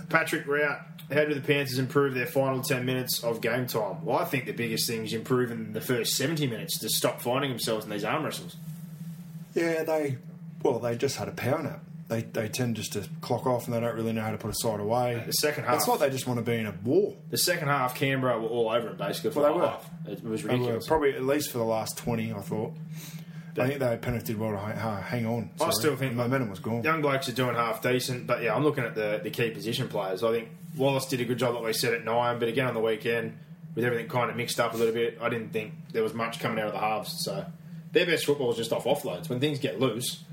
Speaker 2: Patrick Rout, how do the Panthers improve their final 10 minutes of game time? Well, I think the biggest thing is improving the first 70 minutes to stop finding themselves in these arm wrestles.
Speaker 3: Yeah, they well they just had a power nap. They they, they tend just to clock off and they don't really know how to put a side away.
Speaker 2: The second
Speaker 3: That's
Speaker 2: half-
Speaker 3: like they just want to be in a war.
Speaker 2: The second half, Canberra were all over it basically for
Speaker 3: Well,
Speaker 2: the
Speaker 3: they were.
Speaker 2: half. It was
Speaker 3: They were
Speaker 2: ridiculous.
Speaker 3: probably at least for the last 20, I thought. I think they penetted well to hang, uh, hang on.
Speaker 2: I
Speaker 3: sorry.
Speaker 2: still think
Speaker 3: the momentum was gone.
Speaker 2: Young blokes are doing half decent, but yeah, I'm looking at the, the key position players. I think Wallace did a good job, like we said, at nine, but again on the weekend, with everything kind of mixed up a little bit, I didn't think there was much coming out of the halves. So their best football is just off offloads. When things get loose,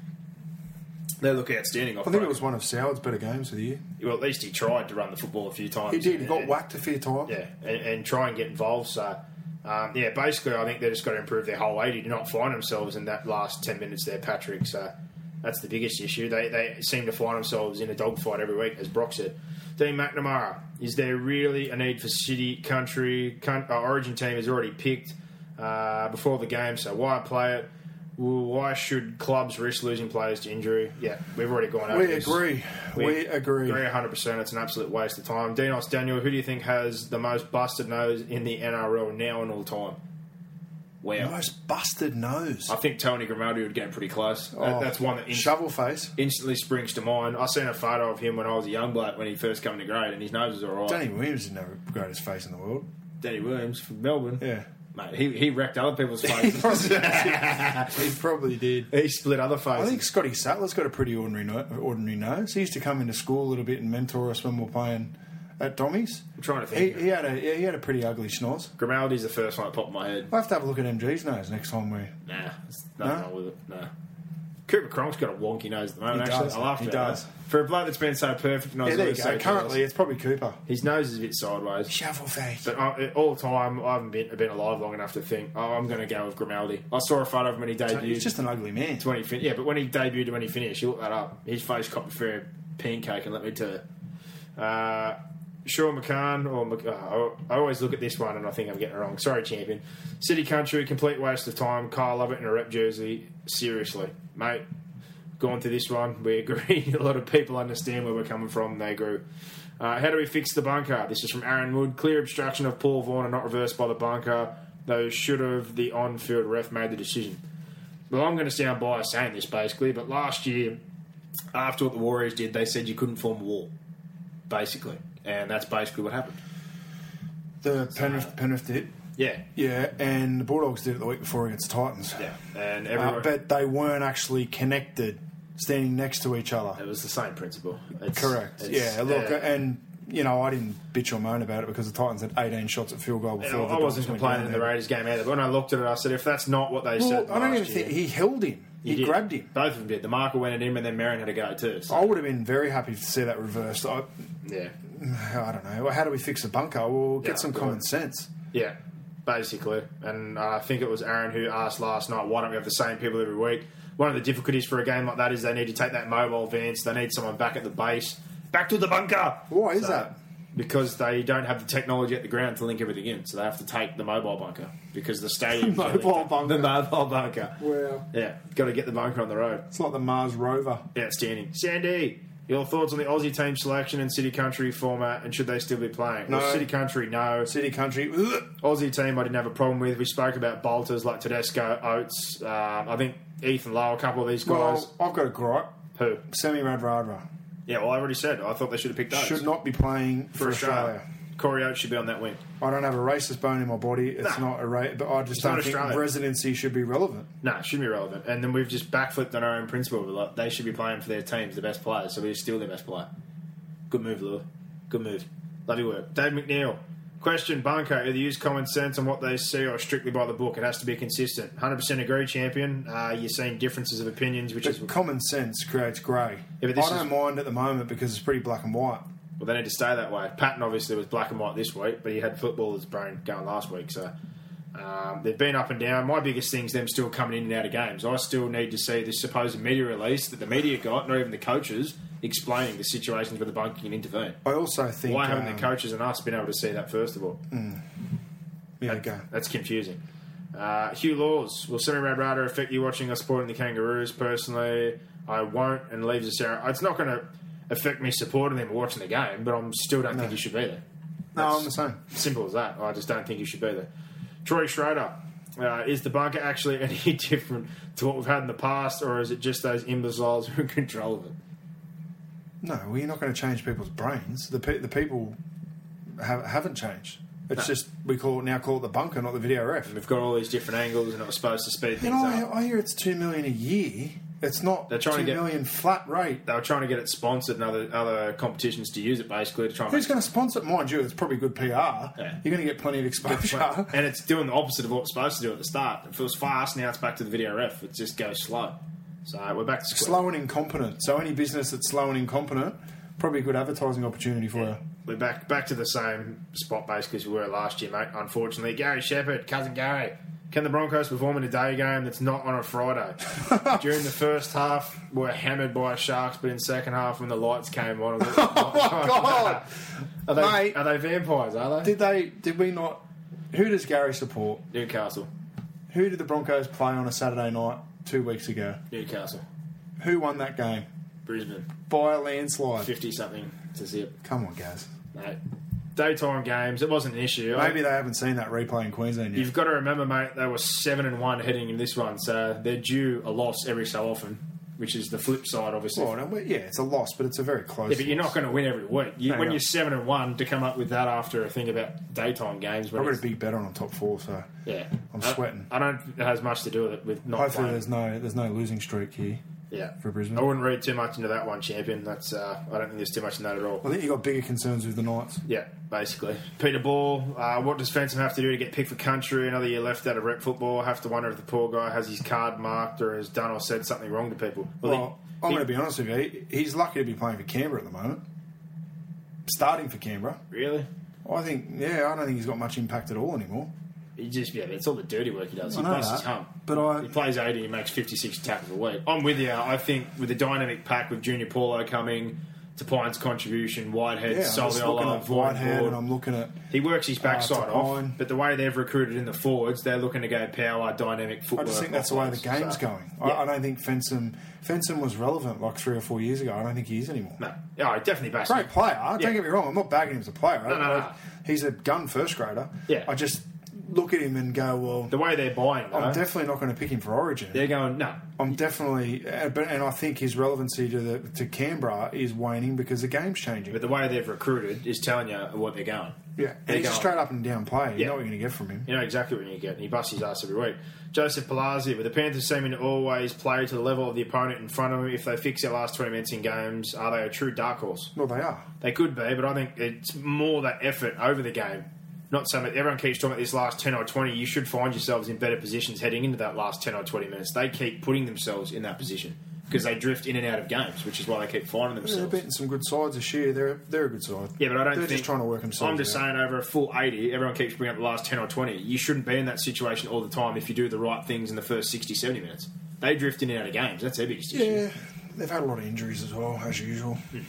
Speaker 2: they look outstanding off
Speaker 3: I think
Speaker 2: break.
Speaker 3: it was one of Soward's better games of the year.
Speaker 2: Well, at least he tried to run the football a few times.
Speaker 3: He did. He got
Speaker 2: And-
Speaker 3: whacked a fair time.
Speaker 2: Yeah, and, and try and get involved. So, um, yeah, basically, I think they just got to improve their whole 80 to not find themselves in that last 10 minutes there, Patrick. So that's the biggest issue. They, they seem to find themselves in a dogfight every week, as Brock said. Dean McNamara, is there really a need for City, country, coun- uh, origin team is already picked uh, before the game, so why play it? Well, Why should clubs risk losing players to injury? Yeah, we've already gone over
Speaker 3: We
Speaker 2: this.
Speaker 3: agree. We, agree.
Speaker 2: Agree 100%. It's an absolute waste of time. Dinos Daniel, who do you think has the most busted nose in the NRL now and all time? Wow.
Speaker 3: Most busted nose.
Speaker 2: I think Tony Grimaldi would get pretty close. That-
Speaker 3: Oh,
Speaker 2: that's one that inst-
Speaker 3: shovel face.
Speaker 2: instantly springs to mind. I seen a photo of him when I was a young bloke when he first came to grade, and his nose was all right.
Speaker 3: Danny Williams didn't have the greatest face in the world.
Speaker 2: Danny Williams from Melbourne.
Speaker 3: Yeah.
Speaker 2: Mate, he, he wrecked other people's faces.
Speaker 3: He probably did.
Speaker 2: he split other
Speaker 3: I
Speaker 2: faces.
Speaker 3: think Scotty Sattler's got a pretty ordinary no- ordinary nose. He used to come into school a little bit and mentor us when we were playing at Tommy's.
Speaker 2: I'm trying to
Speaker 3: He,
Speaker 2: think.
Speaker 3: he had a yeah, he had a pretty ugly schnoz.
Speaker 2: Grimaldi's the first one that popped in my head.
Speaker 3: I have to have a look at MG's nose next time we.
Speaker 2: Nah, there's nothing wrong with it. Nah. Cooper Cronk's got a wonky nose at the moment.
Speaker 3: He
Speaker 2: actually,
Speaker 3: does.
Speaker 2: I laughed
Speaker 3: He
Speaker 2: at that.
Speaker 3: does.
Speaker 2: For a bloke that's been so perfect, and I was
Speaker 3: Yeah, there you
Speaker 2: always
Speaker 3: go.
Speaker 2: so
Speaker 3: Currently,
Speaker 2: jealous,
Speaker 3: it's probably Cooper.
Speaker 2: his nose is a bit sideways.
Speaker 3: Shovel face.
Speaker 2: But I, all the time, I haven't been, been alive long enough to think, oh, I'm going to go with Grimaldi. I saw a photo of him when he debuted.
Speaker 3: He's just an ugly man.
Speaker 2: when he fin- yeah, but when he debuted and when he finished, you look that up. His face copped a fair pancake, and let me tell you. Uh, Sean McCann, or Mc- uh, I I always look at this one and I think I'm getting it wrong. Sorry, champion. City Country, complete waste of time. Kyle Lovett in a rep jersey. Seriously, mate. Going through this one, we agree. a lot of people understand where we're coming from. They agree. Uh, how do we fix the bunker? This is from Aaron Wood. Clear obstruction of Paul Vaughan and not reversed by the bunker. Though should have the on-field ref made the decision. Well, I'm going to sound biased saying this basically, but last year, after what the Warriors did, they said you couldn't form a wall, basically, and that's basically what happened.
Speaker 3: The Penrith, Penrith did.
Speaker 2: Yeah,
Speaker 3: Yeah, and the Bulldogs did it the week before against Titans.
Speaker 2: yeah, and
Speaker 3: Uh,
Speaker 2: everyone.
Speaker 3: but they weren't actually connected, standing next to each other.
Speaker 2: it was the same principle. It's,
Speaker 3: Correct.
Speaker 2: it's-
Speaker 3: Yeah. Look,
Speaker 2: uh,
Speaker 3: and you know, I didn't bitch or moan about it because the Titans had 18 shots at field goal
Speaker 2: and
Speaker 3: before. the
Speaker 2: I wasn't
Speaker 3: Dogs went
Speaker 2: complaining in
Speaker 3: down
Speaker 2: the
Speaker 3: there.
Speaker 2: Raiders game either. But when I looked at it, I said, if that's not what they said,
Speaker 3: Well, I don't
Speaker 2: last
Speaker 3: even
Speaker 2: year,
Speaker 3: think he held him. He,
Speaker 2: did.
Speaker 3: grabbed him.
Speaker 2: Both of them did. The marker went at him, and then Marion had a go too. So,
Speaker 3: I would have been very happy to see that reversed. I,
Speaker 2: yeah,
Speaker 3: I don't know. How do we fix the bunker? Well, get
Speaker 2: Yeah,
Speaker 3: some
Speaker 2: good.
Speaker 3: common sense.
Speaker 2: yeah, basically. And uh, I think it was Aaron who asked last night, why don't we have the same people every week? One of the difficulties for a game like that is they need to take that mobile Vance. They need someone back at the base, back to the bunker.
Speaker 3: Why is that?
Speaker 2: Because they don't have the technology at the ground to link everything in, so they have to take the mobile bunker because the stadium
Speaker 3: Mobile bunker.
Speaker 2: the mobile bunker.
Speaker 3: Wow.
Speaker 2: Yeah, got to get the bunker on the road.
Speaker 3: It's like the Mars rover.
Speaker 2: Outstanding. Sandy, your thoughts on the Aussie team selection and City Country format, and should they still be playing?
Speaker 3: No.
Speaker 2: Well, City Country, no.
Speaker 3: City country.
Speaker 2: Aussie team, I didn't have a problem with. We spoke about bolters like Tedesco, Oates. Um, I think Ethan Lowe, a couple of these guys.
Speaker 3: Well, I've got a gripe.
Speaker 2: Who?
Speaker 3: Semi Radradra
Speaker 2: Yeah, well, I already said. I thought they should have picked those.
Speaker 3: should not be playing for,
Speaker 2: for
Speaker 3: Australia.
Speaker 2: Australia. Corey Oates should be on that wing.
Speaker 3: I don't have a racist bone in my body. It's not a race, but I just
Speaker 2: not
Speaker 3: don't think
Speaker 2: Australian.
Speaker 3: residency should be relevant.
Speaker 2: Nah, it shouldn't be relevant. And then we've just backflipped on our own principle. We're like, they should be playing for their teams, the best players, so we just steal their best player. Good move, Lou. Good move. Love your work. Dave McNeil. Question Bunker, either use common sense on what they see or strictly by the book. It has to be consistent. 100% agree, champion. Uh, you're seeing differences of opinions, which is.
Speaker 3: But common sense creates grey.
Speaker 2: Yeah,
Speaker 3: I
Speaker 2: but this
Speaker 3: don't
Speaker 2: is-
Speaker 3: mind at the moment because it's pretty black and white.
Speaker 2: Well, they need to stay that way. Patton obviously was black and white this week, but he had footballer's brain going last week. So um, they've been up and down. My biggest thing's them still coming in and out of games. I still need to see this supposed media release that the media got, not even the coaches, explaining the situations where the bunker can intervene.
Speaker 3: I also think
Speaker 2: Why haven't
Speaker 3: um,
Speaker 2: the coaches and us been able to see that first of all?
Speaker 3: Yeah, go.
Speaker 2: That's confusing. Uh, Hugh Laws, will Semi Rad Rider affect you watching us supporting the Kangaroos? Personally, I won't and leaves us out. It's not going to affect me supporting them or watching the game, but I am still don't think he should be there.
Speaker 3: No, I'm the same.
Speaker 2: Simple as that. I just don't think you should be there. Troy Schrader. Uh, is the bunker actually any different to what we've had in the past, or is it just those imbeciles who are in control of it?
Speaker 3: No, well, you're not going to change people's brains. The pe- the people have, haven't changed. It's just we call it now call it the bunker, not the video ref.
Speaker 2: We've got all these different angles, and it was supposed to speed
Speaker 3: You
Speaker 2: things
Speaker 3: know,
Speaker 2: up.
Speaker 3: I, I hear it's two million a year. It's not
Speaker 2: They're trying to
Speaker 3: two
Speaker 2: get-
Speaker 3: million flat rate.
Speaker 2: They were trying to get it sponsored and other other competitions to use it basically to try and
Speaker 3: Who's going to sponsor it? Mind you, it's probably good PR. You're going to get plenty of exposure.
Speaker 2: and it's doing the opposite of what it's supposed to do at the start. If It was fast, now it's back to the video ref. It just goes slow. So we're back to square.
Speaker 3: slow and incompetent. So any business that's slow and incompetent, probably a good advertising opportunity for you.
Speaker 2: We're back back to the same spot basically as we were last year, mate. Unfortunately, Gary Shepherd, cousin Gary, can the Broncos perform in a day game that's not on a Friday? During the first half, we were hammered by Sharks, but in second half, when the lights came on, it was-
Speaker 3: Oh my God.
Speaker 2: are they
Speaker 3: Mate.
Speaker 2: are they vampires? Are they
Speaker 3: Did they? Did we not? Who does Gary support?
Speaker 2: Newcastle?
Speaker 3: Who did the Broncos play on a Saturday night two weeks ago?
Speaker 2: Newcastle,
Speaker 3: Who won that game
Speaker 2: Brisbane,
Speaker 3: by a landslide?
Speaker 2: fifty something to zip,
Speaker 3: Come on, guys.
Speaker 2: mate. Daytime games, it wasn't an issue. I-
Speaker 3: Maybe they haven't seen that replay in Queensland yet.
Speaker 2: You've got to remember, mate, they were seven and one heading in this one, so they're due a loss every so often, which is the flip side, obviously.
Speaker 3: Well, no, well, yeah, it's a loss, but it's a very close.
Speaker 2: yeah, but you're not going to win every week. You,
Speaker 3: No,
Speaker 2: when
Speaker 3: no.
Speaker 2: you're seven and one, to come up with that after a thing about daytime games, when
Speaker 3: I've got
Speaker 2: it's-
Speaker 3: a big bet on on top four, so
Speaker 2: yeah,
Speaker 3: I'm
Speaker 2: I-
Speaker 3: sweating.
Speaker 2: I don't. think It has much to do with it. With not
Speaker 3: hopefully
Speaker 2: playing.
Speaker 3: there's no there's no losing streak here.
Speaker 2: yeah
Speaker 3: for Brisbane.
Speaker 2: I wouldn't read too much into that one, champion. That's uh, I don't think there's too much in that at all.
Speaker 3: I think you have got bigger concerns with the Knights.
Speaker 2: Yeah, basically. Peter Ball, uh, what does Fenton have to do to get picked for country? Another year left out of rep football. I have to wonder if the poor guy has his card marked or has done or said something wrong to people. Well, he-
Speaker 3: Well, I'm going to be honest with you. he- He's lucky to be playing for Canberra at the moment. Starting for Canberra,
Speaker 2: really?
Speaker 3: I think. Yeah, I don't think he's got much impact at all anymore.
Speaker 2: He just, yeah, it's all the dirty work he does. He
Speaker 3: I know
Speaker 2: busts his
Speaker 3: that,
Speaker 2: hump.
Speaker 3: but I-
Speaker 2: He plays 80, he makes 56 tackles a week. I'm with you. I think with the dynamic pack with Junior Paulo coming, to Pine's contribution, Whitehead,
Speaker 3: Yeah, I'm just looking
Speaker 2: Soliola,
Speaker 3: at Whitehead, and
Speaker 2: Voidboard.
Speaker 3: I'm Ah, looking at
Speaker 2: He works his backside off,
Speaker 3: Tapine.
Speaker 2: but the way they've recruited in the forwards, they're looking to go power, dynamic football.
Speaker 3: I just think that's the way the game's going. I, I don't think Fenson Fenson was relevant like three or four years ago. I don't think he is anymore.
Speaker 2: No, yeah, he definitely bashes
Speaker 3: Great player.
Speaker 2: Yeah.
Speaker 3: Don't get me wrong. I'm not bagging him as a player.
Speaker 2: no, no.
Speaker 3: He's a gun first grader.
Speaker 2: Yeah.
Speaker 3: I just look at him and go, well,
Speaker 2: the way they're buying, though,
Speaker 3: I'm definitely not going to pick him for Origin.
Speaker 2: they're going no.
Speaker 3: I'm definitely, uh, but and I think his relevancy to the to Canberra is waning because the game's changing.
Speaker 2: But the way they've recruited is telling you what they're going.
Speaker 3: yeah,
Speaker 2: they're
Speaker 3: and he's a
Speaker 2: going.
Speaker 3: straight up and down player. You
Speaker 2: Yeah.
Speaker 3: know what you're going to get from him.
Speaker 2: You know exactly what you get, and he busts his ass every week. Joseph Palazzi, with the Panthers seeming to always play to the level of the opponent in front of them. If they fix their last twenty minutes in games, are they a true dark horse?
Speaker 3: Well, they are.
Speaker 2: They could be, but I think it's more that effort over the game. Not so much. Everyone keeps talking about this last ten or twenty. You should find yourselves in better positions heading into that last ten or twenty minutes. They keep putting themselves in that position because they drift in and out of games, which is why they keep finding
Speaker 3: They're
Speaker 2: themselves.
Speaker 3: beating some good sides this year. They're they're a good side.
Speaker 2: Yeah, but I don't
Speaker 3: They're
Speaker 2: think
Speaker 3: just trying to work themselves.
Speaker 2: I'm just
Speaker 3: out.
Speaker 2: saying, over a full 80, everyone keeps bringing up the last 10 or 20. You shouldn't be in that situation all the time if you do the right things in the first 60, 70 minutes. They drift in and out of games. That's their biggest issue.
Speaker 3: Yeah, they've had a lot of injuries as well as usual.
Speaker 2: Mm.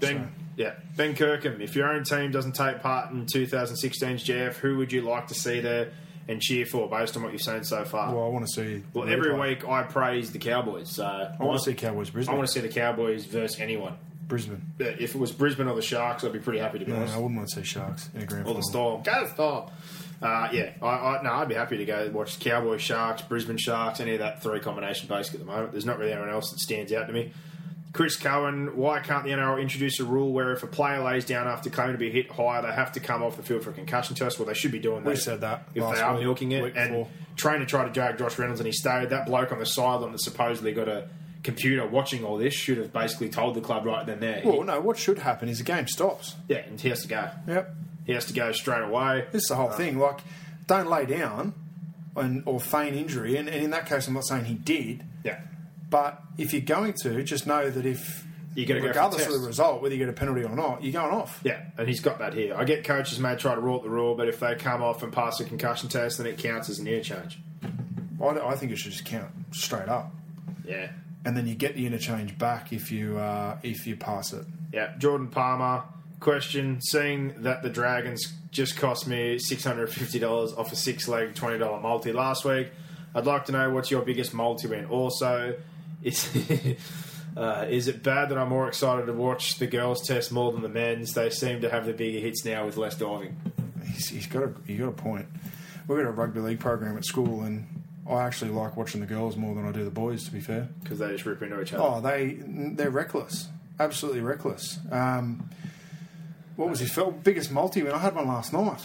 Speaker 2: Ben, yeah, Ben Kirkham. If your own team doesn't take part in 2016's JF, who would you like to see there and cheer for, based on what you've seen so far?
Speaker 3: Well,
Speaker 2: Well,
Speaker 3: I want to see.
Speaker 2: every
Speaker 3: replay.
Speaker 2: week I praise the Cowboys. So
Speaker 3: I want to see Cowboys Brisbane.
Speaker 2: I want to see the Cowboys versus anyone.
Speaker 3: Brisbane.
Speaker 2: Yeah, If it was Brisbane or the Sharks, I'd be pretty happy to be
Speaker 3: No,
Speaker 2: honest.
Speaker 3: I wouldn't want to see Sharks in a grand
Speaker 2: Or the
Speaker 3: final.
Speaker 2: Storm. Go the Storm. Uh, yeah, I, I, no, I'd be happy to go watch Cowboy Sharks, Brisbane Sharks, any of that three combination basically at the moment. There's not really anyone else that stands out to me. Chris Cohen, why can't the NRL introduce a rule where if a player lays down after claiming to be hit high, they have to come off the field for a concussion test? Well, they should be doing that.
Speaker 3: We said that
Speaker 2: If
Speaker 3: last
Speaker 2: they are
Speaker 3: week,
Speaker 2: milking it.
Speaker 3: week
Speaker 2: And
Speaker 3: before.
Speaker 2: Trainer tried to drag Josh Reynolds and he stayed. That bloke on the sideline that supposedly got a computer watching all this should have basically told the club right then there.
Speaker 3: Well, no. What should happen is the game stops.
Speaker 2: yeah, and he has to go.
Speaker 3: Yep. Uh,
Speaker 2: He has to go straight away.
Speaker 3: This is the whole thing. Like, don't lay down and or feign injury. And, and in that case, I'm not saying he did.
Speaker 2: Yeah.
Speaker 3: But if you're going to, just know that if
Speaker 2: You gotta go for
Speaker 3: regardless
Speaker 2: the
Speaker 3: of
Speaker 2: test.
Speaker 3: the result, whether you get a penalty or not, you're going off.
Speaker 2: Yeah, and he's got that here. I get coaches may try to rule out the rule, but if they come off and pass a concussion test, then it counts as an interchange.
Speaker 3: I, I think it should just count straight up,
Speaker 2: Yeah.
Speaker 3: and then you get the interchange back if you uh, if you pass it.
Speaker 2: Yeah. Jordan Palmer, question seeing that the Dragons just cost me $650 off a six leg $20 multi last week, I'd like to know what's your biggest multi win. Also, is, uh, is it bad that I'm more excited to watch the girls' test more than the men's? They seem to have the bigger hits now with less diving.
Speaker 3: He's, he's got a he got a point. We got a rugby league program at school, and I actually like watching the girls more than I do the boys. To be fair,
Speaker 2: Because they just rip into each other.
Speaker 3: oh they Oh, they're reckless. absolutely reckless. Um, what was his fel- biggest multi win? I had one last night.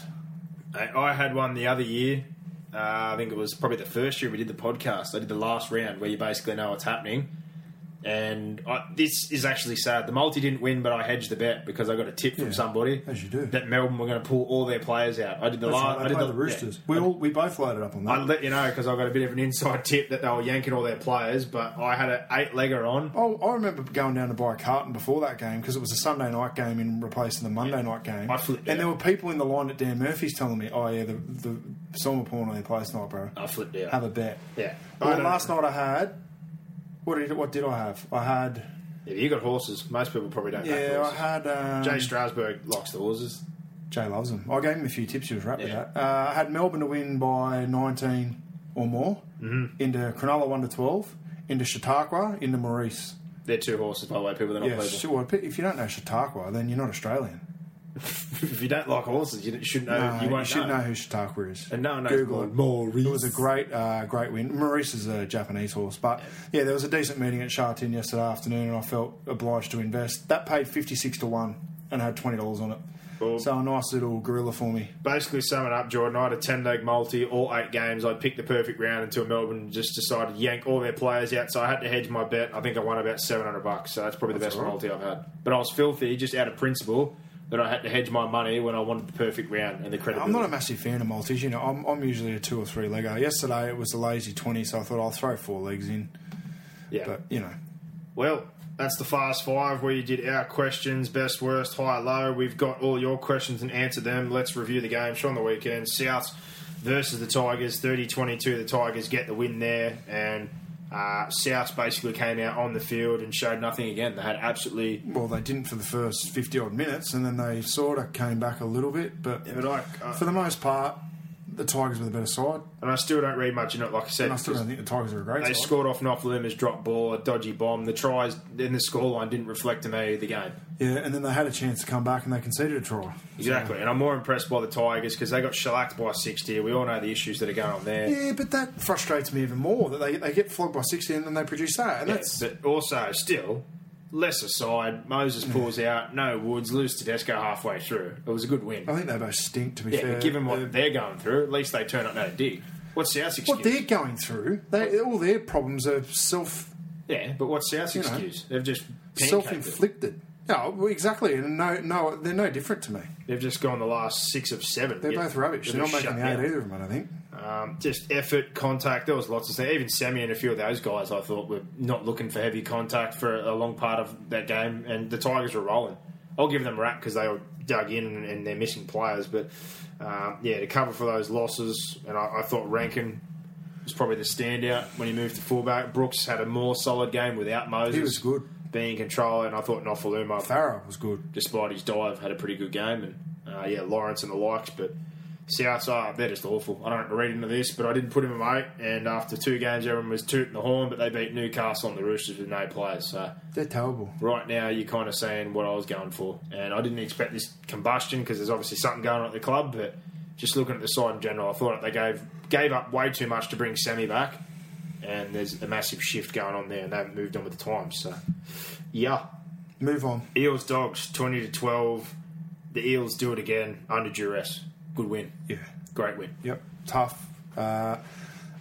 Speaker 2: I I had one the other year. Uh, I think it was probably the first year we did the podcast. I did the last round where you basically know what's happening. And I, this is actually sad. The multi didn't win, but I hedged the bet because I got a tip from
Speaker 3: Yeah,
Speaker 2: somebody
Speaker 3: as you do.
Speaker 2: that Melbourne were going to pull all their players out. I did the
Speaker 3: That's
Speaker 2: last.
Speaker 3: right,
Speaker 2: I
Speaker 3: they
Speaker 2: did
Speaker 3: played the Roosters.
Speaker 2: yeah.
Speaker 3: We all we both loaded up on
Speaker 2: I'd
Speaker 3: that.
Speaker 2: let you know because I got a bit of an inside tip that they were yanking all their players, but I had an eight legger on.
Speaker 3: Oh, I remember going down to buy a carton before that game because it was a Sunday night game in replacing the Monday night game.
Speaker 2: I flipped
Speaker 3: and there were
Speaker 2: out.
Speaker 3: people in the line at Dan Murphy's telling me, "Oh yeah, the the Selma Porn on their play tonight, bro.
Speaker 2: I flipped out.
Speaker 3: Have a bet."
Speaker 2: yeah. I
Speaker 3: Well,
Speaker 2: don't-
Speaker 3: last night I had. What did what did I have? I had
Speaker 2: Yeah, you got horses. Most people probably don't.
Speaker 3: yeah,
Speaker 2: know
Speaker 3: I had um,
Speaker 2: Jay Strasburg likes the horses.
Speaker 3: Jay loves him. I gave him a few tips. He was right
Speaker 2: Yeah.
Speaker 3: with that. Uh, I had Melbourne to win by 19 or more. Mm-hmm. Into Cronulla 1 to 12. Into Chautauqua. Into Maurice.
Speaker 2: They're two horses, by the way. People that are
Speaker 3: Yeah,
Speaker 2: not
Speaker 3: sh-
Speaker 2: pleasant.
Speaker 3: well, if you don't know Chautauqua, then you're not Australian.
Speaker 2: if you don't like horses, you shouldn't know.
Speaker 3: Uh,
Speaker 2: you won't
Speaker 3: should
Speaker 2: know.
Speaker 3: know who Chautauqua is.
Speaker 2: And no one knows
Speaker 3: Google it.
Speaker 2: Maurice.
Speaker 3: It was a great, uh, great win. Maurice is a Japanese horse, but yeah. there was a decent meeting at Chartin yesterday afternoon, and I felt obliged to invest. That paid fifty six to one, and I had twenty dollars on it.
Speaker 2: Cool.
Speaker 3: So a nice little gorilla for me.
Speaker 2: Basically, sum it up, Jordan. I had a ten leg multi, all eight games. I picked the perfect round until Melbourne just decided to yank all their players out. So I had to hedge my bet. I think I won about seven hundred bucks. So that's probably the best multi I've had. But I was filthy, just out of principle, that I had to hedge my money when I wanted the perfect round and the credit.
Speaker 3: I'm not a massive fan of multis. You know, I'm, I'm usually a two or three legger. Yesterday it was a lazy twenty, so I thought I'll throw four legs in.
Speaker 2: yeah.
Speaker 3: But you know,
Speaker 2: Well, that's the Fast Five where you did our questions, best, worst, high, low. We've got all your questions and answered them. Let's review the game from the weekend. South versus the Tigers, 30 22. The Tigers get the win there, and uh, South basically came out on the field and showed nothing again. They had absolutely
Speaker 3: well they didn't for the first fifty odd minutes, and then they sort of came back a little bit. But,
Speaker 2: but I- uh, I-
Speaker 3: for the most part, the Tigers were the better side.
Speaker 2: And I still don't read much in it, like I said.
Speaker 3: And I still
Speaker 2: because
Speaker 3: don't think the Tigers are a great
Speaker 2: They
Speaker 3: side.
Speaker 2: scored off Nofluma's drop ball, a dodgy bomb. The tries in the scoreline didn't reflect to me the game.
Speaker 3: Yeah, and then they had a chance to come back and they conceded a try.
Speaker 2: Exactly. And I'm more impressed by the Tigers because they got shellacked by 60. We all know the issues that are going on there.
Speaker 3: Yeah, but that frustrates me even more that they, they get flogged by sixty and then they produce that, and that's
Speaker 2: But also, still, lesser side. Moses pulls out, no Woods, lose Tedesco halfway through. It was a good win.
Speaker 3: I think they both stink to be
Speaker 2: Yeah,
Speaker 3: fair.
Speaker 2: but given what
Speaker 3: Uh,
Speaker 2: they're going through, at least they turn up no dig. What's South's excuse?
Speaker 3: what they're going through, they, all their problems are self
Speaker 2: yeah, but what's South's
Speaker 3: know,
Speaker 2: excuse? They've just
Speaker 3: self
Speaker 2: pancaked it.
Speaker 3: inflicted. No, well, exactly, and no, no, they're no different to me.
Speaker 2: They've just gone the last six of seven.
Speaker 3: They're
Speaker 2: Yeah,
Speaker 3: both rubbish. They're not
Speaker 2: just
Speaker 3: making the
Speaker 2: shut
Speaker 3: eight
Speaker 2: down.
Speaker 3: either of them. I don't think.
Speaker 2: Um, just effort, contact. There was lots of things. Even Sammy and a few of those guys, I thought, were not looking for heavy contact for a long part of that game. And the Tigers were rolling. I'll give them rap because they were dug in and, and they're missing players. But um, yeah, to cover for those losses, and I, I thought Rankin was probably the standout when he moved to fullback. Brooks had a more solid game without Moses.
Speaker 3: He was good.
Speaker 2: being in control, and I thought Nofaluma
Speaker 3: Farah was good.
Speaker 2: despite his dive, had a pretty good game. And uh, yeah, Lawrence and the likes, but Souths are they're just awful. I don't read into this, but I didn't put him in eight. And after two games, everyone was tooting the horn, but they beat Newcastle and the Roosters with no players. So
Speaker 3: They're terrible.
Speaker 2: right now, you're kind of seeing what I was going for, and I didn't expect this combustion because there's obviously something going on at the club. But just looking at the side in general, I thought they gave gave up way too much to bring Sammy back. And there's a massive shift going on there, and they haven't moved on with the times. So, yeah,
Speaker 3: Move on.
Speaker 2: Eels Dogs twenty to twelve. The Eels do it again under duress. Good win.
Speaker 3: Yeah.
Speaker 2: Great win.
Speaker 3: Yep. Tough. Uh, I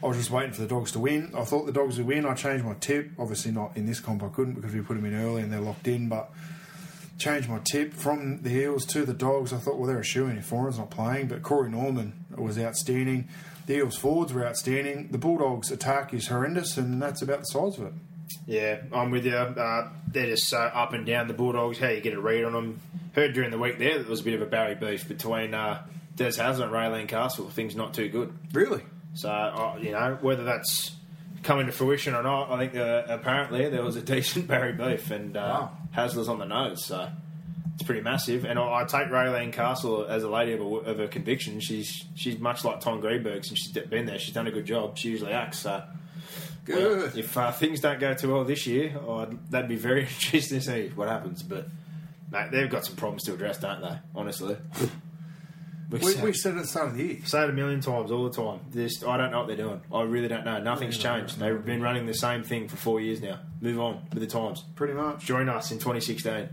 Speaker 3: was just waiting for the dogs to win. I thought the dogs would win. I changed my tip. Obviously, not in this comp. I couldn't because we put them in early and they're locked in. But changed my tip from the Eels to the Dogs. I thought, well, they're a shoe in if Foreign's not playing. But Corey Norman was outstanding. The Eels forwards were outstanding. The Bulldogs' attack is horrendous, and that's about the size of it.
Speaker 2: Yeah, I'm with you. Uh, they're just so up and down. The Bulldogs. How you get a read on them? Heard during the week there that there was a bit of a Barry beef between uh, Des Hasler and Raylene Castle. Things not too good.
Speaker 3: Really?
Speaker 2: So uh, you know whether that's coming to fruition or not. I think uh, apparently there was a decent Barry beef, and uh,
Speaker 3: Wow.
Speaker 2: Hasler's on the nose. So. It's pretty massive, and I, I take Raylene Castle as a lady of a, of a conviction. She's she's much like Tom Greenberg since she's been there. She's done a good job. She usually acts. So well,
Speaker 3: Good.
Speaker 2: if uh, things don't go too well this year, I'd, that'd be very interesting to see what happens. But mate, they've got some problems to address, don't they? Honestly, We've
Speaker 3: We,
Speaker 2: said-
Speaker 3: we said it at the start of the year.
Speaker 2: say it a million times all the time. This I don't know what they're doing. I really don't know. Nothing's changed. They've been running the same thing for four years now. Move on with the times.
Speaker 3: Pretty much.
Speaker 2: Join us in 2016.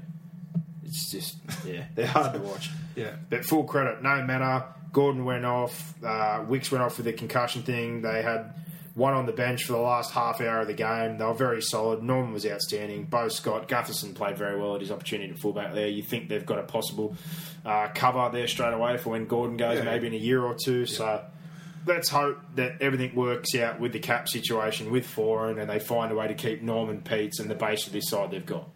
Speaker 2: It's just yeah, they're hard to watch.
Speaker 3: Yeah.
Speaker 2: But full credit, no matter. Gordon went off. Uh, Wicks went off with the concussion thing. They had one on the bench for the last half hour of the game. They were very solid. Norman was outstanding. Bo Scott, Gutherson played very well at his opportunity to fullback there. You think they've got a possible uh, cover there straight away for when Gordon goes,
Speaker 3: Yeah.
Speaker 2: maybe in a year or two. So let's hope that everything works out with the cap situation with Foreign and they find a way to keep Norman Peets and the base of this side they've got.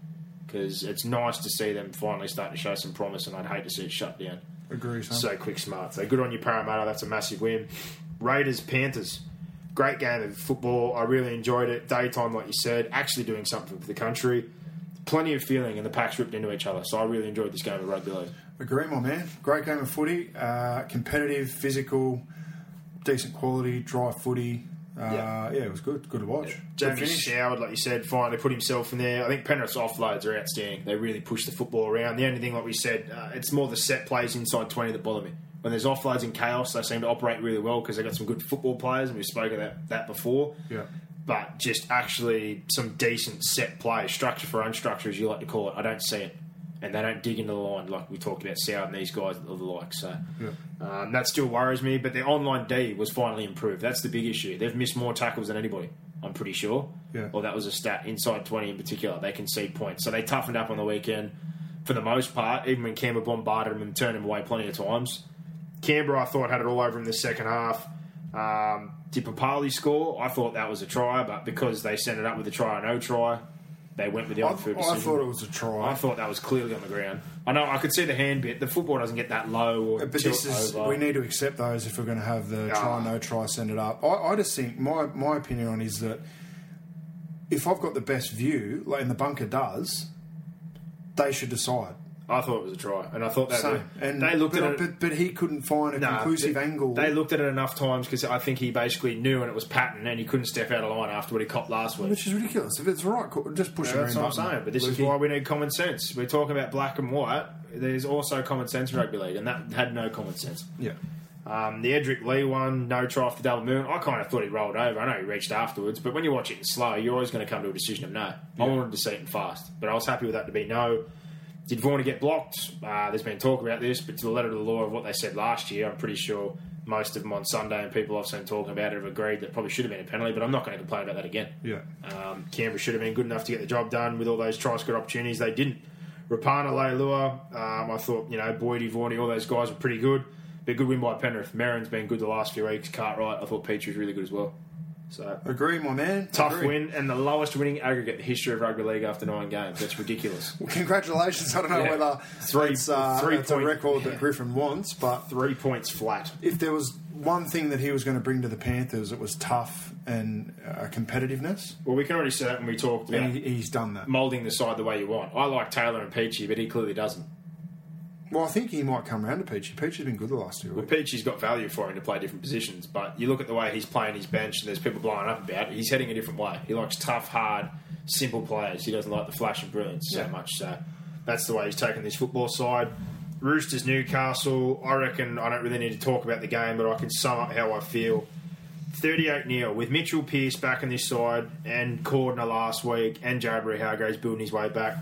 Speaker 2: Because it's nice to see them finally start to show some promise, and I'd hate to see it shut down.
Speaker 3: Agree, son.
Speaker 2: So quick smart. So good on you, Parramatta. That's a massive win. Raiders, Panthers. Great game of football. I really enjoyed it. Daytime, like you said, actually doing something for the country. Plenty of feeling, and the packs ripped into each other. So I really enjoyed this game of rugby league.
Speaker 3: Agree, my man. Great game of footy. Uh, competitive, physical, decent quality, dry footy. Uh,
Speaker 2: Yeah.
Speaker 3: yeah. it was good. Good to watch. Good
Speaker 2: Jamie
Speaker 3: finish.
Speaker 2: Soward, like you said, finally put himself in there. I think Penrith's offloads are outstanding. They really push the football around. The only thing, like we said, uh, it's more the set plays inside 20 that bother me. When there's offloads and chaos, they seem to operate really well because they've got some good football players, and we've spoken about that before.
Speaker 3: Yeah.
Speaker 2: But just actually some decent set play, structure for unstructure, as you like to call it. I don't see it. And they don't dig into the line like we talked about Soward and these guys of the like. So um, that still worries me. But their online D was finally improved. That's the big issue. They've missed more tackles than anybody. I'm pretty sure.
Speaker 3: Yeah.
Speaker 2: Or that was a stat inside 20 in particular. They concede points, so they toughened up on the weekend for the most part. Even when Canberra bombarded them and turned them away plenty of times, Canberra I thought had it all over in the second half. Um, did Papali score? I thought that was a try, but because they sent it up with a try or no try, they went with the
Speaker 3: I,
Speaker 2: on foot decision.
Speaker 3: I thought it was a try.
Speaker 2: I thought that was clearly on the ground. I know I could see the hand bit. The football doesn't get that low or
Speaker 3: But
Speaker 2: tilt
Speaker 3: this is
Speaker 2: over.
Speaker 3: we need to accept those if we're going to have the
Speaker 2: Ah.
Speaker 3: try no try send it up. I, I just think my my opinion on is that if I've got the best view, like and the bunker does, they should decide.
Speaker 2: I thought it was a try, and I thought that
Speaker 3: So and
Speaker 2: they looked
Speaker 3: but, uh,
Speaker 2: at it.
Speaker 3: but, but he couldn't find a
Speaker 2: Nah,
Speaker 3: conclusive
Speaker 2: they,
Speaker 3: angle.
Speaker 2: They looked at it enough times because I think he basically knew, and it was Patton, and he couldn't step out of line after what he copped last week.
Speaker 3: which is ridiculous. If it's right, cool, just push
Speaker 2: Yeah,
Speaker 3: the
Speaker 2: that's
Speaker 3: green
Speaker 2: what I'm
Speaker 3: button.
Speaker 2: saying. But this is
Speaker 3: Lucky.
Speaker 2: why we need common sense. We're talking about black and white. There's also common sense in rugby league, and that had no common sense.
Speaker 3: Yeah.
Speaker 2: Um, the Edric Lee one, no try off the double moon. I kind of thought he rolled over. I know he reached afterwards, but when you watch it in slow, you're always going to come to a decision of no. I wanted to see it in fast, but I was happy with that to be no. Did Vaughan get blocked? Uh, there's been talk about this, but to the letter of the law of what they said last year, I'm pretty sure most of them on Sunday and people I've seen talking about it have agreed that probably should have been a penalty, but I'm not going to complain about that again.
Speaker 3: Yeah.
Speaker 2: Um, Canberra should have been good enough to get the job done with all those try scored opportunities. They didn't. Rapana, Leilua, um, I thought, you know, Boydie, Vaughan, all those guys were pretty good. But a good win by Penrith. Merrin's been good the last few weeks. Cartwright, I thought Petrie was really good as well. So,
Speaker 3: Agree, my man.
Speaker 2: tough
Speaker 3: Agree.
Speaker 2: win and the lowest winning aggregate in the history of rugby league after nine games. That's ridiculous.
Speaker 3: Well, congratulations. I don't know
Speaker 2: Yeah.
Speaker 3: whether
Speaker 2: Three-
Speaker 3: it's, uh,
Speaker 2: three
Speaker 3: it's
Speaker 2: point-
Speaker 3: a record
Speaker 2: yeah.
Speaker 3: that Griffin wants, but
Speaker 2: Three points flat.
Speaker 3: if there was one thing that he was going to bring to the Panthers, it was tough and uh, competitiveness,
Speaker 2: Well, we can already see that when we talked about
Speaker 3: and he, he's done that.
Speaker 2: moulding the side the way you want. I like Taylor and Peachy, but he clearly doesn't.
Speaker 3: Well, I think he might come round to Peachy. Peachy's been good the last two
Speaker 2: Well,
Speaker 3: weeks.
Speaker 2: Peachy's got value for him to play different positions, but you look at the way he's playing his bench and there's people blowing up about it. He's heading a different way. He likes tough, hard, simple players. He doesn't like the flash and brilliance so
Speaker 3: Yeah.
Speaker 2: much. So that's the way he's taken this football side. Roosters, Newcastle. I reckon I don't really need to talk about the game, but I can sum up how I feel. 38 0 with Mitchell Pearce back in this side and Cordner last week and Jarberry Hargraves building his way back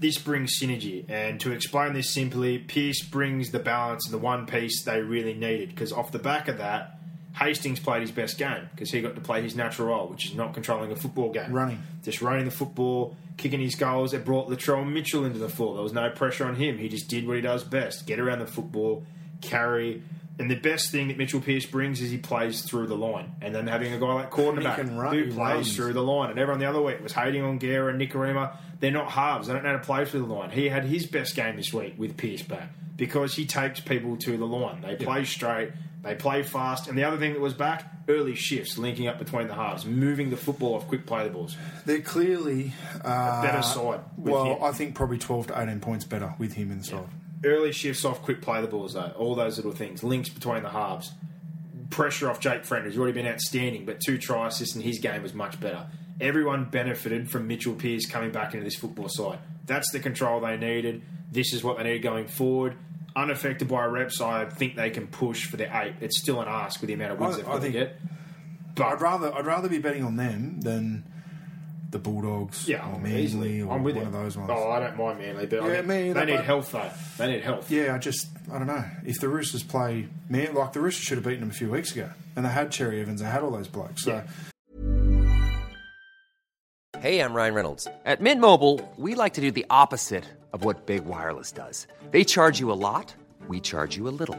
Speaker 2: this brings synergy. And to explain this simply, Pierce brings the balance and the one piece they really needed. Because off the back of that, Hastings played his best game because he got to play his natural role, which is not controlling a football game.
Speaker 3: Running.
Speaker 2: Just running the football, kicking his goals. It brought Latrell Mitchell into the fore. There was no pressure on him. He just did what he does best get around the football, carry. And the best thing that Mitchell Pierce brings is he plays through the line. And then having a guy like quarterback
Speaker 3: can run-
Speaker 2: who
Speaker 3: he
Speaker 2: plays
Speaker 3: runs.
Speaker 2: through the line. And everyone the other week was hating on Guerra and Nicarima. They're not halves. They don't know how to play through the line. He had his best game this week with Pierce back because he takes people to the line. They play straight. They play fast. And the other thing that was back, early shifts, linking up between the halves, moving the football off quick play the balls.
Speaker 3: They're clearly uh,
Speaker 2: Better side. With
Speaker 3: Well,
Speaker 2: him.
Speaker 3: I think probably twelve to eighteen points better with him inside.
Speaker 2: early shifts off quick play the balls though all those little things links between the halves pressure off Jake Friend who's already been outstanding but two try assists and his game was much better everyone benefited from Mitchell Pearce coming back into this football side that's the control they needed this is what they need going forward unaffected by reps, I think they can push for the eight. It's still an ask with the amount of wins
Speaker 3: I-
Speaker 2: they've
Speaker 3: I
Speaker 2: got to
Speaker 3: think-
Speaker 2: get. But
Speaker 3: I'd rather I'd rather be betting on them than the Bulldogs
Speaker 2: yeah,
Speaker 3: or
Speaker 2: I'm
Speaker 3: Manly
Speaker 2: easily,
Speaker 3: or
Speaker 2: I'm with
Speaker 3: one
Speaker 2: you.
Speaker 3: of those ones.
Speaker 2: Oh, I don't mind Manly, but I
Speaker 3: Yeah,
Speaker 2: think
Speaker 3: me either,
Speaker 2: they need
Speaker 3: but-
Speaker 2: health though. They need health.
Speaker 3: Yeah, I just I don't know. If the Roosters play man like the Roosters should have beaten them a few weeks ago. And they had Cherry Evans, they had all those blokes. So
Speaker 2: Yeah.
Speaker 4: Hey, I'm Ryan Reynolds. At Mint Mobile, we like to do the opposite of what Big Wireless does. They charge you a lot, we charge you a little.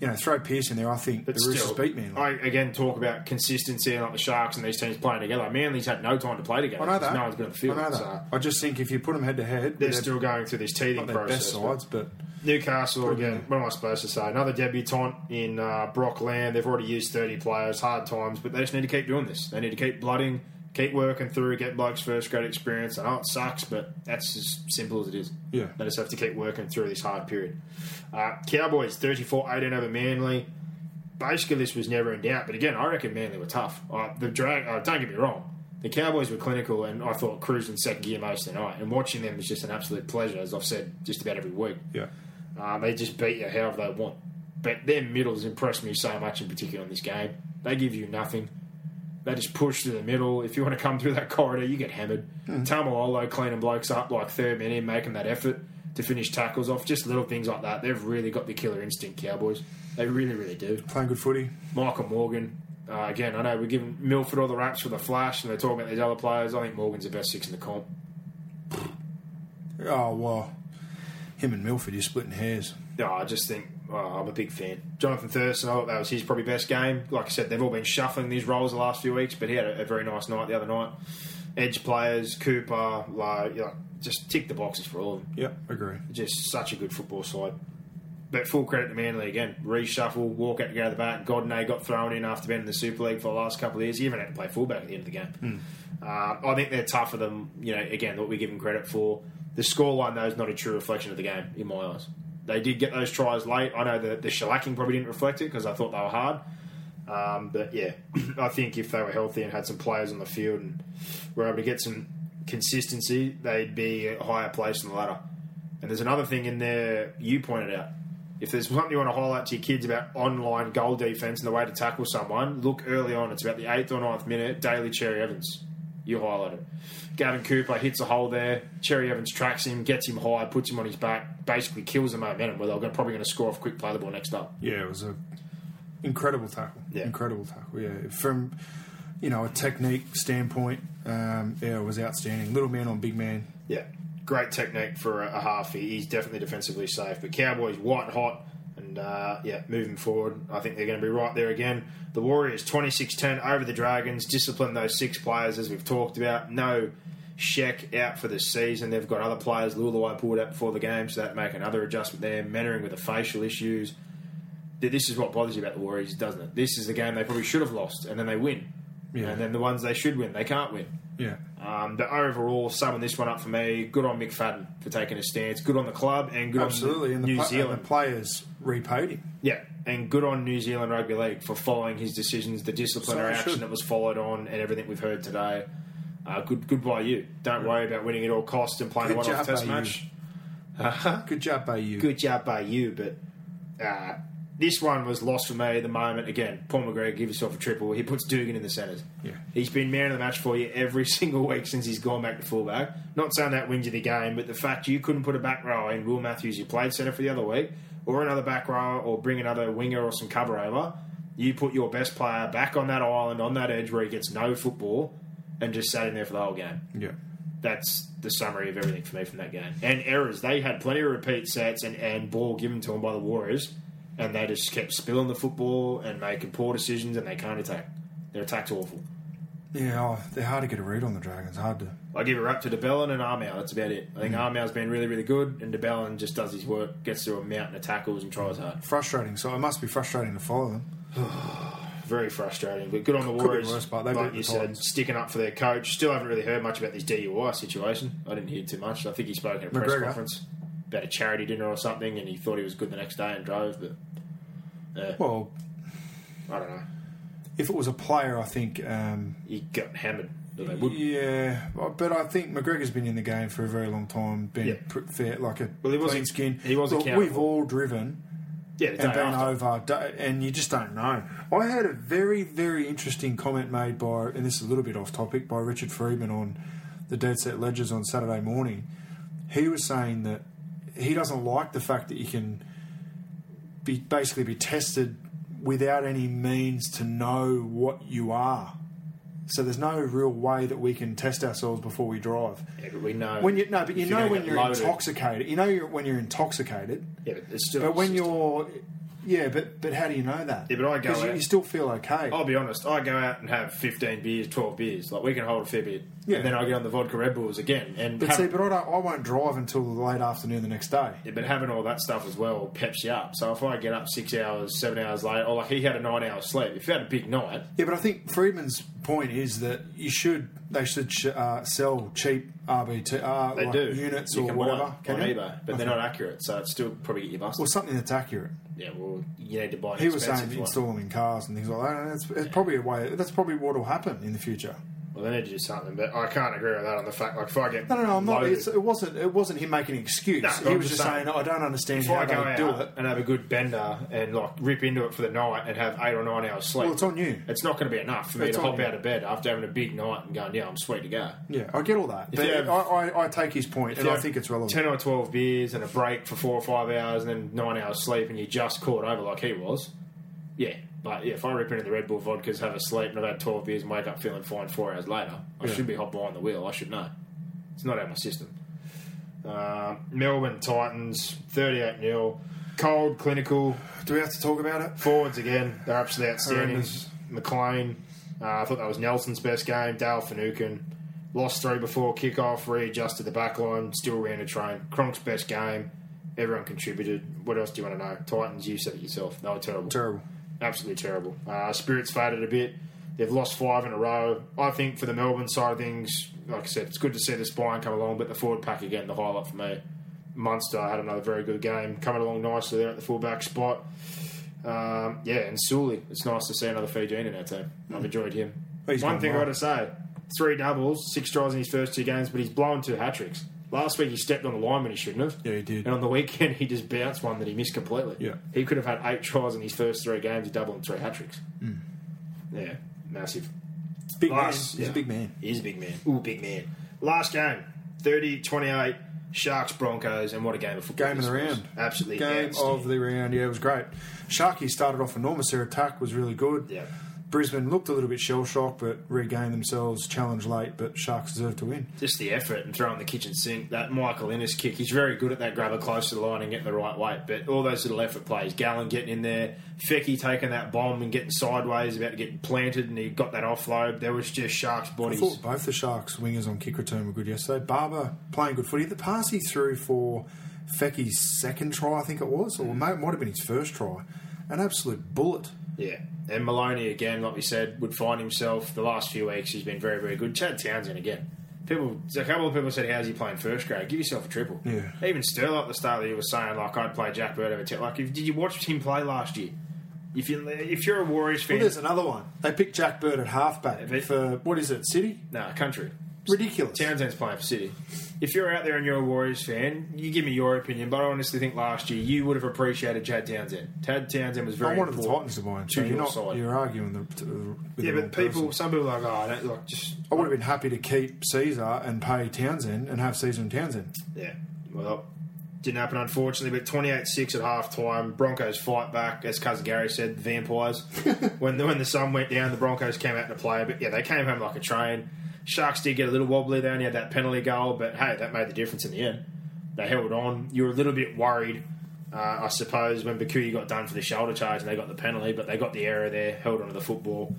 Speaker 3: you know, throw Pierce in there, I think
Speaker 2: But
Speaker 3: the Roosters
Speaker 2: still,
Speaker 3: beat Manly.
Speaker 2: I again talk about consistency and like the Sharks and these teams playing together. Manly's had no time to play together.
Speaker 3: I know
Speaker 2: because
Speaker 3: that.
Speaker 2: No one's been on the field.
Speaker 3: I know that.
Speaker 2: So
Speaker 3: I just think if you put them head to head,
Speaker 2: they're still going through this teething
Speaker 3: not their
Speaker 2: process.
Speaker 3: best sides, but
Speaker 2: Newcastle
Speaker 3: Pretty
Speaker 2: again.
Speaker 3: good.
Speaker 2: What am I supposed to say? Another debutant in uh, Brock Lamb. They've already used thirty players. Hard times, but they just need to keep doing this. They need to keep blooding, keep working through, get blokes first grade experience. I know it sucks, but that's as simple as it is.
Speaker 3: Yeah.
Speaker 2: they just have to keep working through this hard period. Uh, Cowboys 34-18 over Manly. Basically, this was never in doubt. But again, I reckon Manly were tough. Uh, the drag. Uh, don't get me wrong. The Cowboys were clinical, and I thought Cruz in second gear most of the night. And watching them is just an absolute pleasure, as I've said just about every week.
Speaker 3: yeah.
Speaker 2: Um, they just beat you however they want. But their middles impressed me so much, in particular in this game. They give you nothing. They just push through the middle. If you want to come through that corridor, you get hammered. Tamalolo cleaning blokes up like third man in, making that effort to finish tackles off. Just little things like that. They've really got the killer instinct, Cowboys. They really, really do.
Speaker 3: Playing good footy.
Speaker 2: Michael Morgan. Uh, again, I know we're giving Milford all the raps for the flash, and they're talking about these other players. I think Morgan's the best six in the comp.
Speaker 3: Oh well. Him and Milford, you're splitting hairs.
Speaker 2: No, I just think uh, I'm a big fan. Jonathan Thurston, I thought that was his probably best game. Like I said, they've all been shuffling these roles the last few weeks, but he had a, a very nice night the other night. Edge players, Cooper, Lowe, you know, just tick the boxes for all of them.
Speaker 3: Yep, agree.
Speaker 2: Just such a good football side. But full credit to Manly again. Reshuffle, walk out to go to the back. Godinay got thrown in after being in the Super League for the last couple of years. He even had to play fullback at the end of the game. Uh, I think they're tougher than, you know, again, what we give them credit for. The scoreline, though, is not a true reflection of the game, in my eyes. They did get those tries late. I know the, the shellacking probably didn't reflect it because I thought they were hard. Um, but yeah, I think if they were healthy and had some players on the field and were able to get some consistency, they'd be a higher place in the ladder. And there's another thing in there you pointed out. If there's something you want to highlight to your kids about online goal defense and the way to tackle someone, look early on. It's about the eighth or ninth minute. Daily Cherry Evans, you highlight it. Gavin Cooper hits a hole there. Cherry Evans tracks him, gets him high, puts him on his back, basically kills the momentum. Where they're gonna- probably going to score off quick play the ball next up.
Speaker 3: Yeah, it was a incredible tackle.
Speaker 2: Yeah.
Speaker 3: Incredible tackle. Yeah, from you know a technique standpoint, um, yeah, it was outstanding. Little man on big man.
Speaker 2: Yeah, great technique for a, a half. He- He's definitely defensively safe. But Cowboys white hot, and uh, yeah, moving forward, I think they're going to be right there again. The Warriors 26-10 over the Dragons. Discipline those six players as we've talked about. No Sheck out for the season. They've got other players. Lulawai pulled out before the game, so that make another adjustment there. Mannering with the facial issues. Th- This is what bothers you about the Warriors, doesn't it? This is the game they probably should have lost, and then they win.
Speaker 3: Yeah.
Speaker 2: And then the ones they should win, they can't win.
Speaker 3: Yeah,
Speaker 2: Um, but overall, summing this one up for me, good on McFadden for taking a stance, good on the club, and good
Speaker 3: absolutely.
Speaker 2: on
Speaker 3: And the,
Speaker 2: New
Speaker 3: pla- and
Speaker 2: Zealand.
Speaker 3: the players repaid him.
Speaker 2: yeah, and good on New Zealand Rugby League for following his decisions, the disciplinary
Speaker 3: So they
Speaker 2: action
Speaker 3: should.
Speaker 2: that was followed on, and everything we've heard today. Uh, good, good by you. Don't worry about winning at all costs and playing
Speaker 3: Good
Speaker 2: a one-off
Speaker 3: job
Speaker 2: test
Speaker 3: by you.
Speaker 2: match.
Speaker 3: Good job, Bayou.
Speaker 2: Good job by you, but uh, this one was lost for me at the moment. Again, Paul McGregor, give yourself a triple. He puts Dugan in the centres.
Speaker 3: Yeah.
Speaker 2: He's been man of the match for you every single week since he's gone back to fullback. Not saying that wins you the game, but the fact you couldn't put a back row in Will Matthews, you played centre for the other week, or another back row, or bring another winger or some cover over, you put your best player back on that island, on that edge where he gets no football, and just sat in there for the whole game
Speaker 3: Yeah,
Speaker 2: that's the summary of everything for me from that game. And errors. They had plenty of repeat sets and, and ball given to them by the Warriors, and they just kept spilling the football and making poor decisions, and they can't attack. Their attack's awful.
Speaker 3: yeah. Oh, they're hard to get a read on the Dragons. Hard to.
Speaker 2: I give it up to DeBellin and Armour. That's about it. I think Armour's been really, really good, and DeBellin just does his work, gets through a mountain of tackles, and tries hard.
Speaker 3: Frustrating. So it must be frustrating to follow them.
Speaker 2: very frustrating. But good on the
Speaker 3: be
Speaker 2: Warriors,
Speaker 3: worse, but they beat
Speaker 2: like
Speaker 3: the
Speaker 2: you said,
Speaker 3: Titans.
Speaker 2: sticking up for their coach. Still haven't really heard much about this DUI situation. I didn't hear too much. I think he spoke at a press
Speaker 3: McGregor.
Speaker 2: conference about a charity dinner or something, and he thought he was good the next day and drove. But
Speaker 3: Well,
Speaker 2: I don't know.
Speaker 3: if it was a player, I think. Um,
Speaker 2: He got hammered. Or They would.
Speaker 3: yeah, uh, but I think McGregor's been in the game for a very long time. Been
Speaker 2: Yeah.
Speaker 3: pr- fair, like a
Speaker 2: Well, he wasn't-
Speaker 3: clean skin.
Speaker 2: he was
Speaker 3: Look,
Speaker 2: accountable.
Speaker 3: We've all driven
Speaker 2: Yeah, the day
Speaker 3: and been
Speaker 2: after.
Speaker 3: over, d- and you just don't know. I heard a very, very interesting comment made by, and this is a little bit off topic, by Richard Friedman on the Dead Set Ledgers on Saturday morning. He was saying that he doesn't like the fact that you can be basically be tested without any means to know what you are. So there's no real way that we can test ourselves before we drive.
Speaker 2: Yeah, but we know
Speaker 3: When you no, but you
Speaker 2: if
Speaker 3: know
Speaker 2: gonna
Speaker 3: when
Speaker 2: get
Speaker 3: you're
Speaker 2: loaded-
Speaker 3: intoxicated. You know you're, when you're intoxicated.
Speaker 2: Yeah, but it's still.
Speaker 3: But when
Speaker 2: it's just-
Speaker 3: you're, yeah, but but how do you know that?
Speaker 2: Yeah, but I go
Speaker 3: 'Cause you,
Speaker 2: out- Oh,
Speaker 3: you still feel okay.
Speaker 2: I'll be honest. I go out and have fifteen beers, twelve beers. Like we can hold a fair bit.
Speaker 3: Yeah.
Speaker 2: And then I get on the vodka Red Bulls again. And
Speaker 3: but
Speaker 2: have-
Speaker 3: see, but I don't, I won't drive until the late afternoon the next day.
Speaker 2: Yeah, but having all that stuff as well peps you up. So if I get up six hours, seven hours later, or like he had a nine hour sleep, if you had a big night,
Speaker 3: Yeah, but I think Friedman's point is that you should they should ch- uh, sell cheap RBT uh,
Speaker 2: they
Speaker 3: like
Speaker 2: do
Speaker 3: units
Speaker 2: You
Speaker 3: or
Speaker 2: can buy
Speaker 3: whatever.
Speaker 2: it
Speaker 3: Can
Speaker 2: on
Speaker 3: you?
Speaker 2: eBay, but they're not accurate, so it's still probably get you busted.
Speaker 3: Well, something that's accurate.
Speaker 2: yeah, well, you need to buy. An
Speaker 3: He was saying
Speaker 2: expensive one.
Speaker 3: install them in cars and things like that. And that's it's probably a way. That's probably what will happen in the future.
Speaker 2: Well, they need to do something, but I can't agree with that on the fact. Like if I get
Speaker 3: No, no, no. I'm not,
Speaker 2: loaded-
Speaker 3: it's, it wasn't. It wasn't him making an excuse.
Speaker 2: No,
Speaker 3: he
Speaker 2: but I'm
Speaker 3: was
Speaker 2: just
Speaker 3: just saying,
Speaker 2: saying,
Speaker 3: I don't understand
Speaker 2: if
Speaker 3: how
Speaker 2: I
Speaker 3: they
Speaker 2: go out
Speaker 3: do it.
Speaker 2: and have a good bender and like rip into it for the night and have eight or nine hours sleep,
Speaker 3: Well, it's on you.
Speaker 2: It's not going to be enough for me
Speaker 3: It's
Speaker 2: to
Speaker 3: on
Speaker 2: hop
Speaker 3: you.
Speaker 2: out of bed after having a big night and going, yeah, I'm sweet to go.
Speaker 3: Yeah, I get all that.
Speaker 2: If
Speaker 3: But
Speaker 2: you have-
Speaker 3: I, I, I take his point, and
Speaker 2: Yeah,
Speaker 3: I think it's relevant.
Speaker 2: Ten or twelve beers and a break for four or five hours, and then nine hours sleep, and you just caught over like he was. Yeah, but yeah, if I rip into the Red Bull vodkas, have a sleep, and I've had twelve beers, and wake up feeling fine four hours later, I should be hot behind the wheel. I should know. It's not out of my system. Uh, Melbourne Titans, thirty-eight 0 cold, clinical.
Speaker 3: Do we have to talk about it?
Speaker 2: Forwards again, they're absolutely outstanding.
Speaker 3: Horrendous.
Speaker 2: McLean, uh, I thought that was Nelson's best game. Dale Finucane lost three before kickoff, readjusted the back line, still ran a train. Cronk's best game. Everyone contributed. What else do you want to know? Titans, you said it yourself. They were terrible.
Speaker 3: Terrible.
Speaker 2: Absolutely terrible. Uh, spirits faded a bit. They've lost five in a row. I think for the Melbourne side of things, like I said, it's good to see the spine come along, but the forward pack again, the highlight for me. Munster had another very good game, coming along nicely there at the fullback spot. Um, yeah, and Suli, it's nice to see another Fijian in our team. I've enjoyed him.
Speaker 3: He's
Speaker 2: One
Speaker 3: gone
Speaker 2: thing
Speaker 3: Hmm. well.
Speaker 2: I've got to say three doubles, six tries in his first two games, but he's blown two hat tricks. Last week he stepped on the line when he shouldn't have.
Speaker 3: Yeah, he did.
Speaker 2: And on the weekend he just bounced one that he missed completely.
Speaker 3: Yeah.
Speaker 2: He could have had eight tries in his first three games, a double and three hat tricks.
Speaker 3: Hmm.
Speaker 2: Yeah, massive.
Speaker 3: Big
Speaker 2: Last-
Speaker 3: man. He's
Speaker 2: yeah.
Speaker 3: a big man.
Speaker 2: He is a big man. Ooh, big man. Last game 30 28, Sharks Broncos, and what a game of football.
Speaker 3: Game of
Speaker 2: this
Speaker 3: the
Speaker 2: was.
Speaker 3: round.
Speaker 2: Absolutely.
Speaker 3: Game
Speaker 2: outstanding.
Speaker 3: of the round. Yeah, it was great. Sharky started off enormous. Their attack was really good.
Speaker 2: Yeah.
Speaker 3: Brisbane looked a little bit shell shocked, but regained themselves. Challenged late, but Sharks deserved to win.
Speaker 2: just the effort and throwing the kitchen sink. That Michael Innes kick, he's very good at that grabber close to the line and getting the right weight. But all those little effort plays, Gallon getting in there, Fecky taking that bomb and getting sideways, about to get planted, and he got that offload. There was just Sharks'
Speaker 3: I
Speaker 2: bodies.
Speaker 3: thought both the Sharks wingers on kick return were good yesterday. Barber playing good footy. The pass he threw for Fecky's second try, I think it was,
Speaker 2: Mm.
Speaker 3: or may- it might have been his first try. An absolute bullet.
Speaker 2: Yeah. And Maloney, again, like we said, would find himself the last few weeks. He's been very, very good. Chad Townsend, again. People, a couple of people said, "How's he playing first grade? Give yourself a triple."
Speaker 3: Yeah.
Speaker 2: Even Sterling at the start of the year was saying, "Like I'd play Jack Bird over Ted." Like, if, did you watch him play last year? If you if you're a Warriors fan,
Speaker 3: Well, there's another one. They picked Jack Bird at halfback
Speaker 2: but-
Speaker 3: for what is it? City?
Speaker 2: No, country.
Speaker 3: Ridiculous.
Speaker 2: Townsend's playing for City. If you're out there and you're a Warriors fan, you give me your opinion. But I honestly think last year you would have appreciated Chad Townsend. Tad Townsend was very
Speaker 3: I wanted the
Speaker 2: important
Speaker 3: Titans to buy him.
Speaker 2: to
Speaker 3: So you're
Speaker 2: your
Speaker 3: not.
Speaker 2: side.
Speaker 3: You're arguing the. To, with
Speaker 2: yeah,
Speaker 3: the
Speaker 2: but
Speaker 3: wrong
Speaker 2: people,
Speaker 3: person.
Speaker 2: some people are like, oh, I don't like just
Speaker 3: I would have been happy to keep Caesar and pay Townsend and have Caesar and Townsend.
Speaker 2: Yeah. Well, didn't happen, unfortunately. But 28 6 at half time. Broncos fight back, as Cousin Gary said, the vampires. when, the, when the sun went down, the Broncos came out to play. But yeah, they came home like a train. Sharks did get a little wobbly. They only had that penalty goal, but hey, that made the difference in the end. They held on. You were a little bit worried, uh, I suppose, when Bakuya got done for the shoulder charge and they got the penalty, but they got the error there, held onto the football.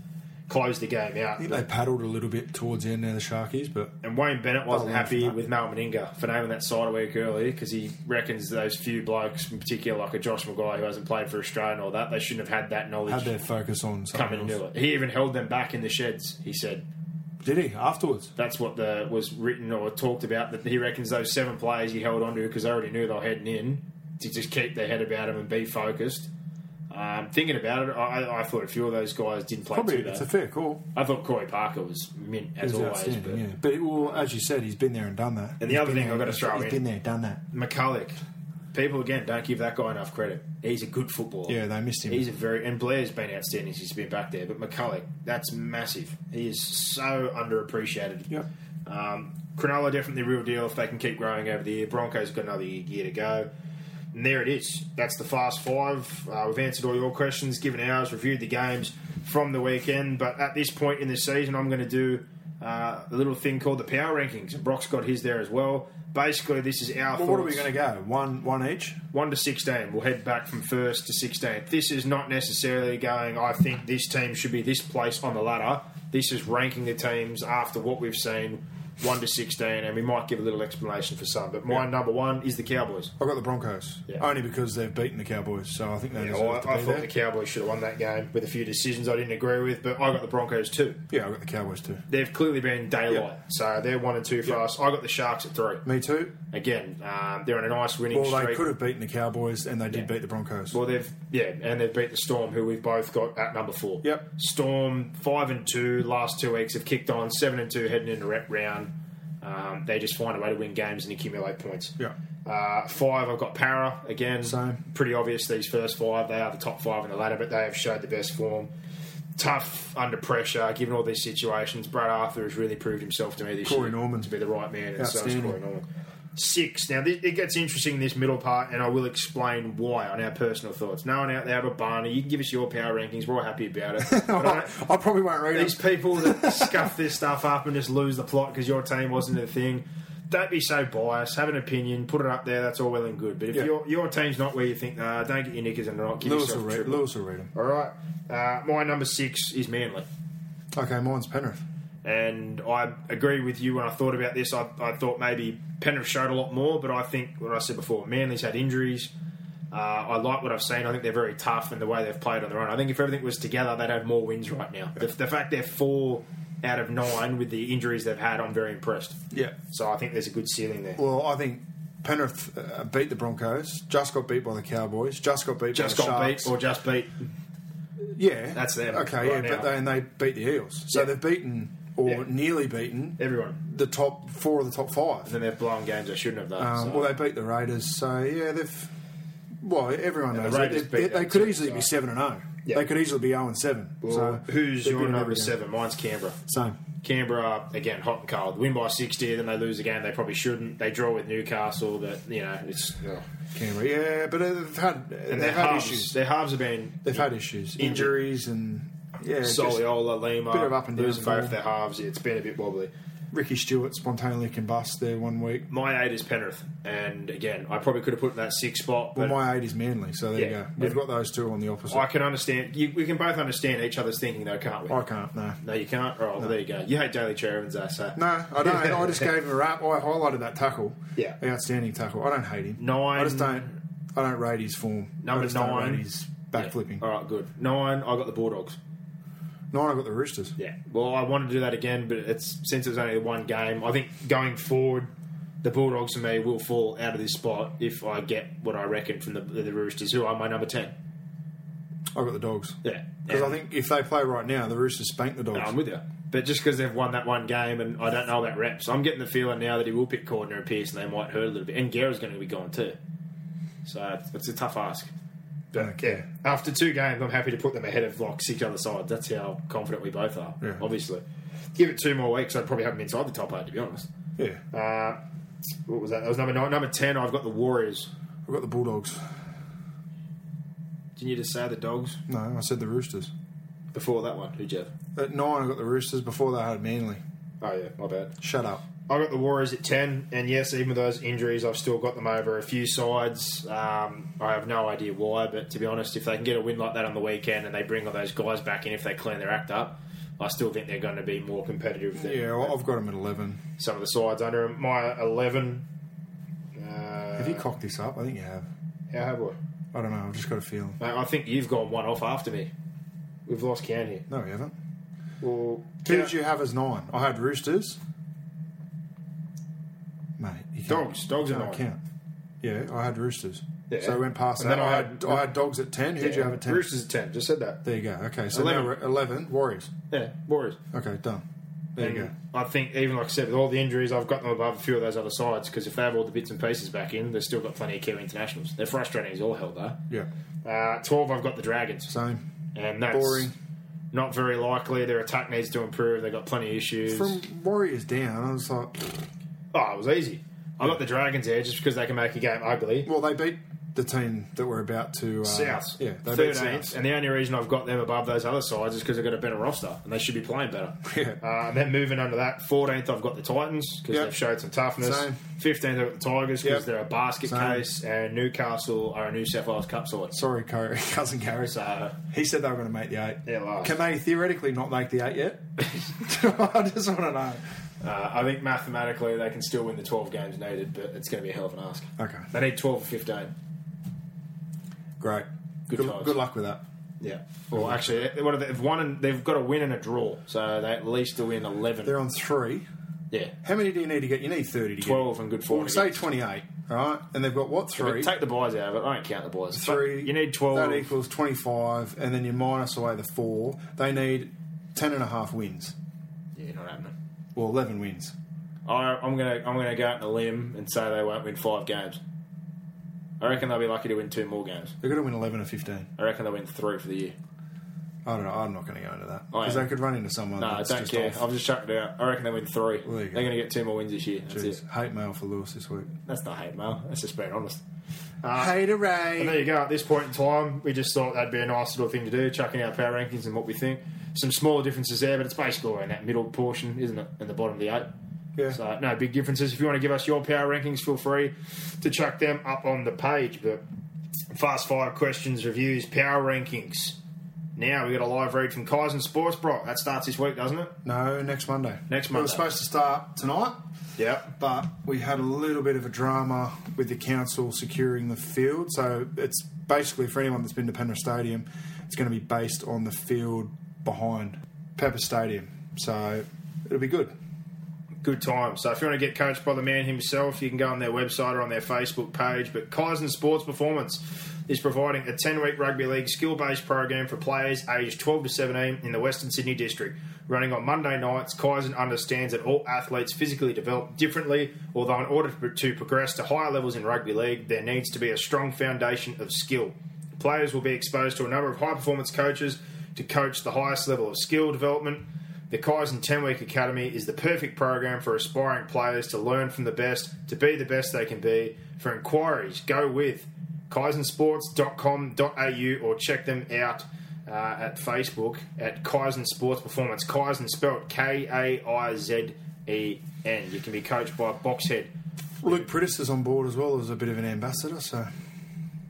Speaker 2: close the game out.
Speaker 3: think they paddled a little bit towards the end there, the Sharkies, but
Speaker 2: And Wayne Bennett wasn't
Speaker 3: Well,
Speaker 2: happy
Speaker 3: Oh, no.
Speaker 2: with Mal Meninga for naming that side a week earlier because he reckons those few blokes, in particular like a Josh Maguire who hasn't played for Australia and all that, they shouldn't have had that
Speaker 3: had
Speaker 2: knowledge
Speaker 3: their focus
Speaker 2: coming
Speaker 3: on something
Speaker 2: into
Speaker 3: else.
Speaker 2: it. He even held them back in the sheds, he said.
Speaker 3: Did he afterwards?
Speaker 2: That's what the was written or talked about that he reckons those seven players he held onto because they already knew they were heading in to just keep their head about them and be focused. Um, thinking about it, I, I thought a few of those guys didn't play
Speaker 3: Probably
Speaker 2: too
Speaker 3: it's
Speaker 2: bad.
Speaker 3: a fair call.
Speaker 2: I thought Corey Parker was mint as
Speaker 3: He's
Speaker 2: always,
Speaker 3: outstanding,
Speaker 2: but
Speaker 3: yeah. But it, well, as you said, he's been there and done that.
Speaker 2: the
Speaker 3: He's
Speaker 2: other
Speaker 3: been
Speaker 2: thing I've
Speaker 3: there-
Speaker 2: got to throw
Speaker 3: he's
Speaker 2: in-
Speaker 3: been there, done that.
Speaker 2: McCulloch. People again don't give that guy enough credit. He's a good footballer.
Speaker 3: Yeah, they missed him.
Speaker 2: He's a very and Blair's been outstanding since he's been back there. But McCulloch, that's massive. He is so underappreciated.
Speaker 3: Yep.
Speaker 2: Um, Cronulla definitely real deal if they can keep growing over the year. Broncos got another year to go. And there it is. That's the fast five. Uh, we've answered all your questions, given ours, reviewed the games from the weekend. But at this point in the season, I'm going to do uh, a little thing called the power rankings. And Brock's got his there as well. Basically, this is our
Speaker 3: Well,
Speaker 2: thoughts.
Speaker 3: what are we going to go? One, one each.
Speaker 2: 1 to 16. We'll head back from 1st to 16th. This is not necessarily going, I think this team should be this place on the ladder. This is ranking the teams after what we've seen 1 to 16, and we might give a little explanation for some. But my number one is the Cowboys.
Speaker 3: I've got the Broncos
Speaker 2: Yeah.
Speaker 3: only because they've beaten the Cowboys, so I think they
Speaker 2: Yeah,
Speaker 3: deserve
Speaker 2: I,
Speaker 3: to be
Speaker 2: I thought
Speaker 3: there.
Speaker 2: the Cowboys should have won that game with a few decisions I didn't agree with, but I got the Broncos too.
Speaker 3: yeah, I've got the Cowboys too.
Speaker 2: They've clearly been daylight,
Speaker 3: Yeah.
Speaker 2: so they're one and two for us. I got the Sharks at three.
Speaker 3: Me too.
Speaker 2: Again, um, they're on a nice winning
Speaker 3: Well,
Speaker 2: streak.
Speaker 3: they could have beaten the Cowboys, and they did beat the Broncos.
Speaker 2: Well, they've yeah, and they've beat the Storm, who we've both got at number four.
Speaker 3: Yep.
Speaker 2: Storm five and two last two weeks have kicked on seven and two heading into rep round. Um, they just find a way to win games and accumulate points.
Speaker 3: Yeah.
Speaker 2: Uh, five, I've got Para again.
Speaker 3: Same.
Speaker 2: Pretty obvious these first five. They are the top five in the ladder, but they have showed the best form. Tough under pressure, given all these situations. Brad Arthur has really proved himself to me this
Speaker 3: Corey
Speaker 2: year
Speaker 3: Norman.
Speaker 2: to be the right man, and so is
Speaker 3: Outstanding.
Speaker 2: Corey Norman. Six. Now thi- it gets interesting in this middle part, and I will explain why on our personal thoughts. No one out there have a barney. You can give us your power rankings. We're all happy about it. But I
Speaker 3: I,
Speaker 2: don't-
Speaker 3: I probably won't read
Speaker 2: these
Speaker 3: it.
Speaker 2: people that scuff this stuff up and just lose the plot because your team wasn't the thing. Don't be so biased. Have an opinion. Put it up there. That's all well and good. But if
Speaker 3: Yeah.
Speaker 2: your your team's not where you think, nah, don't get your knickers in a knot. Give
Speaker 3: Lewis will
Speaker 2: yourself a
Speaker 3: read.
Speaker 2: triple.
Speaker 3: Lewis will read them.
Speaker 2: All right. Uh, my number six is Manly,
Speaker 3: Okay, mine's Penrith.
Speaker 2: and I agree with you. When I thought about this, I, I thought maybe Penrith showed a lot more, but I think what I said before, Manly's had injuries. Uh, I like what I've seen. I think they're very tough and the way they've played on their own. I think if everything was together, they'd have more wins right now. The, the fact they're four out of nine with the injuries they've had, I'm very impressed.
Speaker 3: Yeah.
Speaker 2: So I think there's a good ceiling there.
Speaker 3: Well, I think Penrith uh, beat the Broncos. Just got beat by the Cowboys. Just got beat.
Speaker 2: just
Speaker 3: by the
Speaker 2: got
Speaker 3: Sharks.
Speaker 2: beat or just beat.
Speaker 3: yeah,
Speaker 2: That's them
Speaker 3: Okay,
Speaker 2: right
Speaker 3: yeah,
Speaker 2: now.
Speaker 3: but they, and they beat the Eels, so
Speaker 2: Yeah.
Speaker 3: they've beaten or
Speaker 2: Yeah.
Speaker 3: nearly beaten
Speaker 2: Everyone.
Speaker 3: the top four of the top five.
Speaker 2: Then they've blown games they shouldn't have done.
Speaker 3: Um,
Speaker 2: so.
Speaker 3: Well, they beat the Raiders, so yeah, they've. Well, everyone
Speaker 2: And the
Speaker 3: knows that.
Speaker 2: Raiders
Speaker 3: they,
Speaker 2: beat
Speaker 3: they,
Speaker 2: them
Speaker 3: could
Speaker 2: too,
Speaker 3: easily
Speaker 2: so.
Speaker 3: be seven and zero.
Speaker 2: Yeah.
Speaker 3: They could easily be zero and seven.
Speaker 2: Well,
Speaker 3: so
Speaker 2: who's
Speaker 3: they've
Speaker 2: your
Speaker 3: been in
Speaker 2: number
Speaker 3: every game.
Speaker 2: seven? Mine's Canberra.
Speaker 3: Same.
Speaker 2: Canberra again, hot and cold. Win by sixty, then they lose again. They probably shouldn't. They draw with Newcastle. That you know, it's
Speaker 3: Canberra, yeah, but uh, they've had
Speaker 2: and
Speaker 3: they've
Speaker 2: their
Speaker 3: had
Speaker 2: halves,
Speaker 3: issues.
Speaker 2: their halves have been
Speaker 3: They've had issues, injuries, and yeah, just-
Speaker 2: Soliola, Lima,
Speaker 3: bit of up and down
Speaker 2: losing
Speaker 3: form.
Speaker 2: both their halves. It's been a bit wobbly.
Speaker 3: Ricky Stewart spontaneously combust there one week.
Speaker 2: My eight is Penrith, and again, I probably could have put in that six spot.
Speaker 3: Well,
Speaker 2: But
Speaker 3: my eight is Manly, so there you
Speaker 2: Yeah.
Speaker 3: go. We've got those two on the opposite.
Speaker 2: I can understand. You, we can both understand each other's thinking, though, can't we?
Speaker 3: I can't, no.
Speaker 2: No, you can't. All right, well, there you go. You hate Daily Chair Evans, I say.
Speaker 3: No, I don't. I just gave him a rap. I highlighted that tackle.
Speaker 2: Yeah.
Speaker 3: The outstanding tackle. I don't hate him.
Speaker 2: Nine-
Speaker 3: I just don't. I don't rate his form. I
Speaker 2: Number
Speaker 3: just don't
Speaker 2: nine.
Speaker 3: rate his backflipping.
Speaker 2: All right, good. Nine. I got the Bulldogs.
Speaker 3: Nine. I got the Roosters.
Speaker 2: Yeah. Well, I want to do that again, but it's since it was only one game. I think going forward, the Bulldogs for me will fall out of this spot if I get what I reckon from the, the Roosters, who are my number ten.
Speaker 3: I got the Dogs.
Speaker 2: Yeah.
Speaker 3: Because
Speaker 2: And-
Speaker 3: I think if they play right now, the Roosters spank the Dogs.
Speaker 2: No, I'm with you. But just because they've won that one game, and I don't know about reps, I'm getting the feeling now that he will pick Cordner and Pearce, and they might hurt a little bit. And Guerra's going to be gone too, so it's- it's a tough ask.
Speaker 3: Don't
Speaker 2: Yeah.
Speaker 3: care.
Speaker 2: After two games, I'm happy to put them ahead of like six other sides. That's how confident we both are.
Speaker 3: Yeah.
Speaker 2: Obviously, give it two more weeks, I'd probably have them inside the top eight. To be honest,
Speaker 3: Yeah.
Speaker 2: what was that? That was number nine. Number ten, I've got the Warriors.
Speaker 3: I got the Bulldogs.
Speaker 2: Didn't you just say the Dogs
Speaker 3: No, I said the Roosters.
Speaker 2: before that one? Who'd you have?
Speaker 3: At nine, I got the Roosters. Before they had Manly.
Speaker 2: Oh yeah, my bad.
Speaker 3: Shut up.
Speaker 2: I got the Warriors at 10, and yes, even with those injuries, I've still got them over a few sides. Um, I have no idea why, but to be honest, if they can get a win like that on the weekend and they bring all those guys back in, if they clean their act up, I still think they're going to be more competitive than
Speaker 3: Yeah, well, I've got him at 11.
Speaker 2: some of the sides under 'em. My 11,
Speaker 3: have you cocked this up? I think you have.
Speaker 2: how have I?
Speaker 3: I don't know. I've just got a feeling.
Speaker 2: Mate, I think you've gone one off after me. We've lost count here.
Speaker 3: No, you haven't.
Speaker 2: Well,
Speaker 3: Who did you have as nine? I had Roosters. Mate, you can't-
Speaker 2: Dogs. Dogs
Speaker 3: you
Speaker 2: are
Speaker 3: can't
Speaker 2: nine.
Speaker 3: count. Yeah, I had Roosters.
Speaker 2: Yeah.
Speaker 3: So I went past
Speaker 2: And
Speaker 3: that.
Speaker 2: then
Speaker 3: I
Speaker 2: I
Speaker 3: had,
Speaker 2: had-
Speaker 3: I had Dogs at 10. Who did you have at 10?
Speaker 2: Roosters at 10. Just said that.
Speaker 3: There you go. Okay, so 11.
Speaker 2: Eleven.
Speaker 3: now we're at 11. Warriors.
Speaker 2: Yeah, Warriors.
Speaker 3: Okay, done. There you go.
Speaker 2: And I think, even like I said, with all the injuries, I've got them above a few of those other sides because if they have all the bits and pieces back in, they've still got plenty of Kiwi internationals. They're frustrating as all hell, though.
Speaker 3: Yeah.
Speaker 2: Uh, 12, I've got the Dragons.
Speaker 3: Same.
Speaker 2: and that's
Speaker 3: boring.
Speaker 2: not very likely. Their attack needs to improve. They've got plenty of issues.
Speaker 3: From Warriors down, I was like,
Speaker 2: oh, it was easy. I got the Dragons there just because they can make a game ugly.
Speaker 3: well, they beat the team that we're about to. Uh,
Speaker 2: South,
Speaker 3: Yeah, they beat
Speaker 2: 13th.
Speaker 3: South.
Speaker 2: And the only reason I've got them above those other sides is because they've got a better roster and they should be playing better.
Speaker 3: Yeah.
Speaker 2: Uh, and then moving under that, 14th, I've got the Titans because
Speaker 3: Yep.
Speaker 2: they've showed some toughness.
Speaker 3: Same.
Speaker 2: 15th, I've got the Tigers because
Speaker 3: Yep.
Speaker 2: they're a basket
Speaker 3: Same.
Speaker 2: case, and Newcastle are a New South Wales Cup side.
Speaker 3: Sorry, Cor- cousin Gary.
Speaker 2: So, uh,
Speaker 3: He said they were going to make the eight.
Speaker 2: They're last.
Speaker 3: Can they theoretically not make the eight yet? I just want to know.
Speaker 2: uh, I think mathematically they can still win the 12 games needed, but it's going to be a hell of an ask.
Speaker 3: Okay.
Speaker 2: They need 12 or 15.
Speaker 3: Great.
Speaker 2: Good
Speaker 3: good,
Speaker 2: times.
Speaker 3: good luck with that.
Speaker 2: Yeah. Well, actually, eh, what are they, they've won and they've got a win and a draw, so they at least to win 11.
Speaker 3: They're on three.
Speaker 2: yeah.
Speaker 3: How many do you need to get? You need 30 to get.
Speaker 2: 12 and good form
Speaker 3: Well,
Speaker 2: to
Speaker 3: say
Speaker 2: get.
Speaker 3: 28, all right? And they've got what?
Speaker 2: But
Speaker 3: Three?
Speaker 2: take the buys out of it. I don't count the buys.
Speaker 3: three.
Speaker 2: You need 12.
Speaker 3: That equals 25, and then you minus away the four. They need 10 and a half wins.
Speaker 2: yeah, not happening.
Speaker 3: Well, 11 wins.
Speaker 2: I, I'm gonna I'm gonna go out on a limb and say they won't win five games. I reckon they'll be lucky to win two more games.
Speaker 3: They're going to win 11 or 15.
Speaker 2: I reckon they'll win three for the year.
Speaker 3: I don't know. I'm not going to go into that.
Speaker 2: I
Speaker 3: Because
Speaker 2: am.
Speaker 3: they could run into someone.
Speaker 2: No, I
Speaker 3: that's
Speaker 2: Oh, don't
Speaker 3: just
Speaker 2: care.
Speaker 3: off.
Speaker 2: I've just chucked it out. I reckon they win three.
Speaker 3: Well, there you
Speaker 2: They're
Speaker 3: go.
Speaker 2: gonna get two more wins this year. That's
Speaker 3: Jeez.
Speaker 2: it.
Speaker 3: Hate mail for Lewis this week.
Speaker 2: That's not hate mail. That's just being honest.
Speaker 3: Hate a
Speaker 2: And
Speaker 3: raid.
Speaker 2: there you go. At this point in time, we just thought that'd be a nice little thing to do, chucking out power rankings and what we think. Some smaller differences there, but it's basically all in that middle portion, isn't it? In the bottom of the eight.
Speaker 3: Yeah.
Speaker 2: So no big differences. If you want to give us your power rankings, feel free to chuck them up on the page. But fast fire questions, reviews, power rankings. Now we got a live read from Kaizen Sports Bro. That starts this week, doesn't it?
Speaker 3: No, next Monday.
Speaker 2: Next
Speaker 3: It
Speaker 2: Monday.
Speaker 3: was supposed to start tonight,
Speaker 2: Yep.
Speaker 3: but we had a little bit of a drama with the council securing the field. So it's basically for anyone that's been to Penrith Stadium, it's going to be based on the field behind Pepper Stadium. So it'll be good.
Speaker 2: good time. So if you want to get coached by the man himself, you can go on their website or on their Facebook page. But Kaizen Sports Performance is providing a 10 week rugby league skill based program for players aged 12 to 17 in the Western Sydney district. Running on Monday nights, Kaizen understands that all athletes physically develop differently, although in order to to progress to higher levels in rugby league, there needs to be a strong foundation of skill. Players will be exposed to a number of high performance coaches to coach the highest level of skill development. The Kaizen 10 Week Academy is the perfect program for aspiring players to learn from the best, to be the best they can be. For inquiries, go with kaizensports.com.au or check them out uh, at Facebook at Kaizen Sports Performance. Kaizen spelled K A I Z E N. You can be coached by Boxhead.
Speaker 3: Luke Prittis is on board as well as a bit of an ambassador. So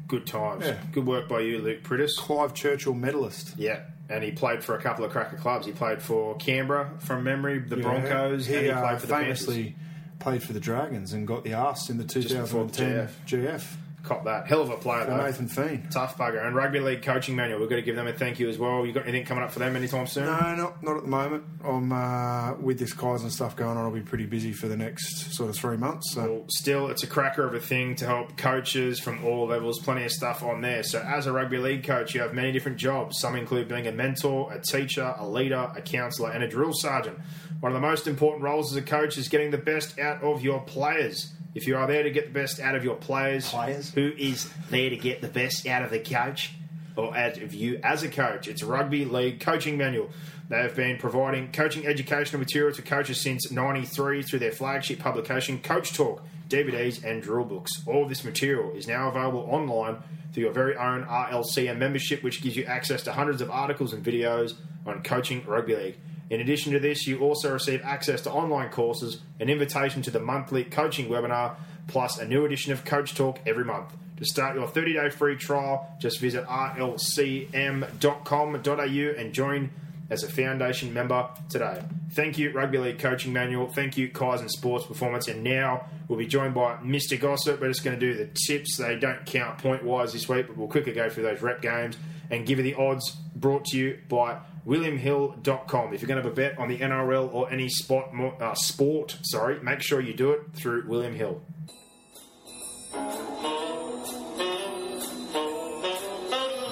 Speaker 2: Good times.
Speaker 3: Yeah.
Speaker 2: Good work by you, Luke Prittis.
Speaker 3: Clive Churchill medalist.
Speaker 2: Yeah, and he played for a couple of cracker clubs. He played for Canberra from memory, the Broncos,
Speaker 3: He,
Speaker 2: and he
Speaker 3: uh,
Speaker 2: played for the
Speaker 3: famously
Speaker 2: Panthers.
Speaker 3: played for the Dragons and got the arse in the
Speaker 2: before Uh, the
Speaker 3: 2010 GF.
Speaker 2: Cop that. Hell of a player,
Speaker 3: for
Speaker 2: though.
Speaker 3: Nathan Feen.
Speaker 2: Tough bugger. And Rugby League Coaching Manual, we've got to give them a thank you as well. You got anything coming up for them anytime soon?
Speaker 3: No, not not at the moment. I'm uh, with this guys and stuff going on. I'll be pretty busy for the next sort of three months. So
Speaker 2: Well, Still, it's a cracker of a thing to help coaches from all levels. Plenty of stuff on there. So, as a rugby league coach, you have many different jobs. Some include being a mentor, a teacher, a leader, a counsellor, and a drill sergeant. One of the most important roles as a coach is getting the best out of your players. If you are there to get the best out of your players,
Speaker 3: Players?
Speaker 2: who is there to get the best out of the coach? or out of you as a coach. It's Rugby League Coaching Manual. They have been providing coaching educational material to coaches since 93 through their flagship publication, Coach Talk, DVDs, and drill books. All of this material is now available online through your very own RLCM membership, which gives you access to hundreds of articles and videos on coaching rugby league. In addition to this, you also receive access to online courses, an invitation to the monthly coaching webinar, plus a new edition of Coach Talk every month. To start your 30 day free trial, just visit rlcm.com.au and join as a foundation member today. Thank you, Rugby League Coaching Manual. Thank you, Kaizen Sports Performance. And now we'll be joined by Mr. Gossip. We're just going to do the tips. They don't count point wise this week, but we'll quickly go through those rep games and give you the odds brought to you by williamhill.com. If you're going to have a bet on the NRL or any spot, mo- uh, sport, sorry, make sure you do it through William Hill.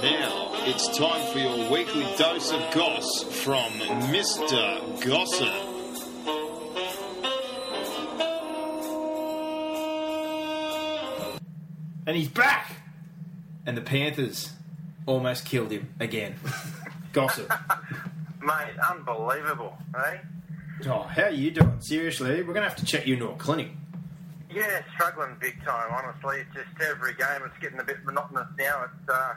Speaker 5: Now it's time for your weekly dose of goss from Mr. Gossip.
Speaker 2: And he's back! And the Panthers almost killed him again. Gossip.
Speaker 6: Mate, unbelievable, eh?
Speaker 2: Oh, how are you doing? Seriously, we're going to have to check you into a clinic.
Speaker 6: Yeah, struggling big time, honestly. It's just every game, it's getting a bit monotonous now. It's uh,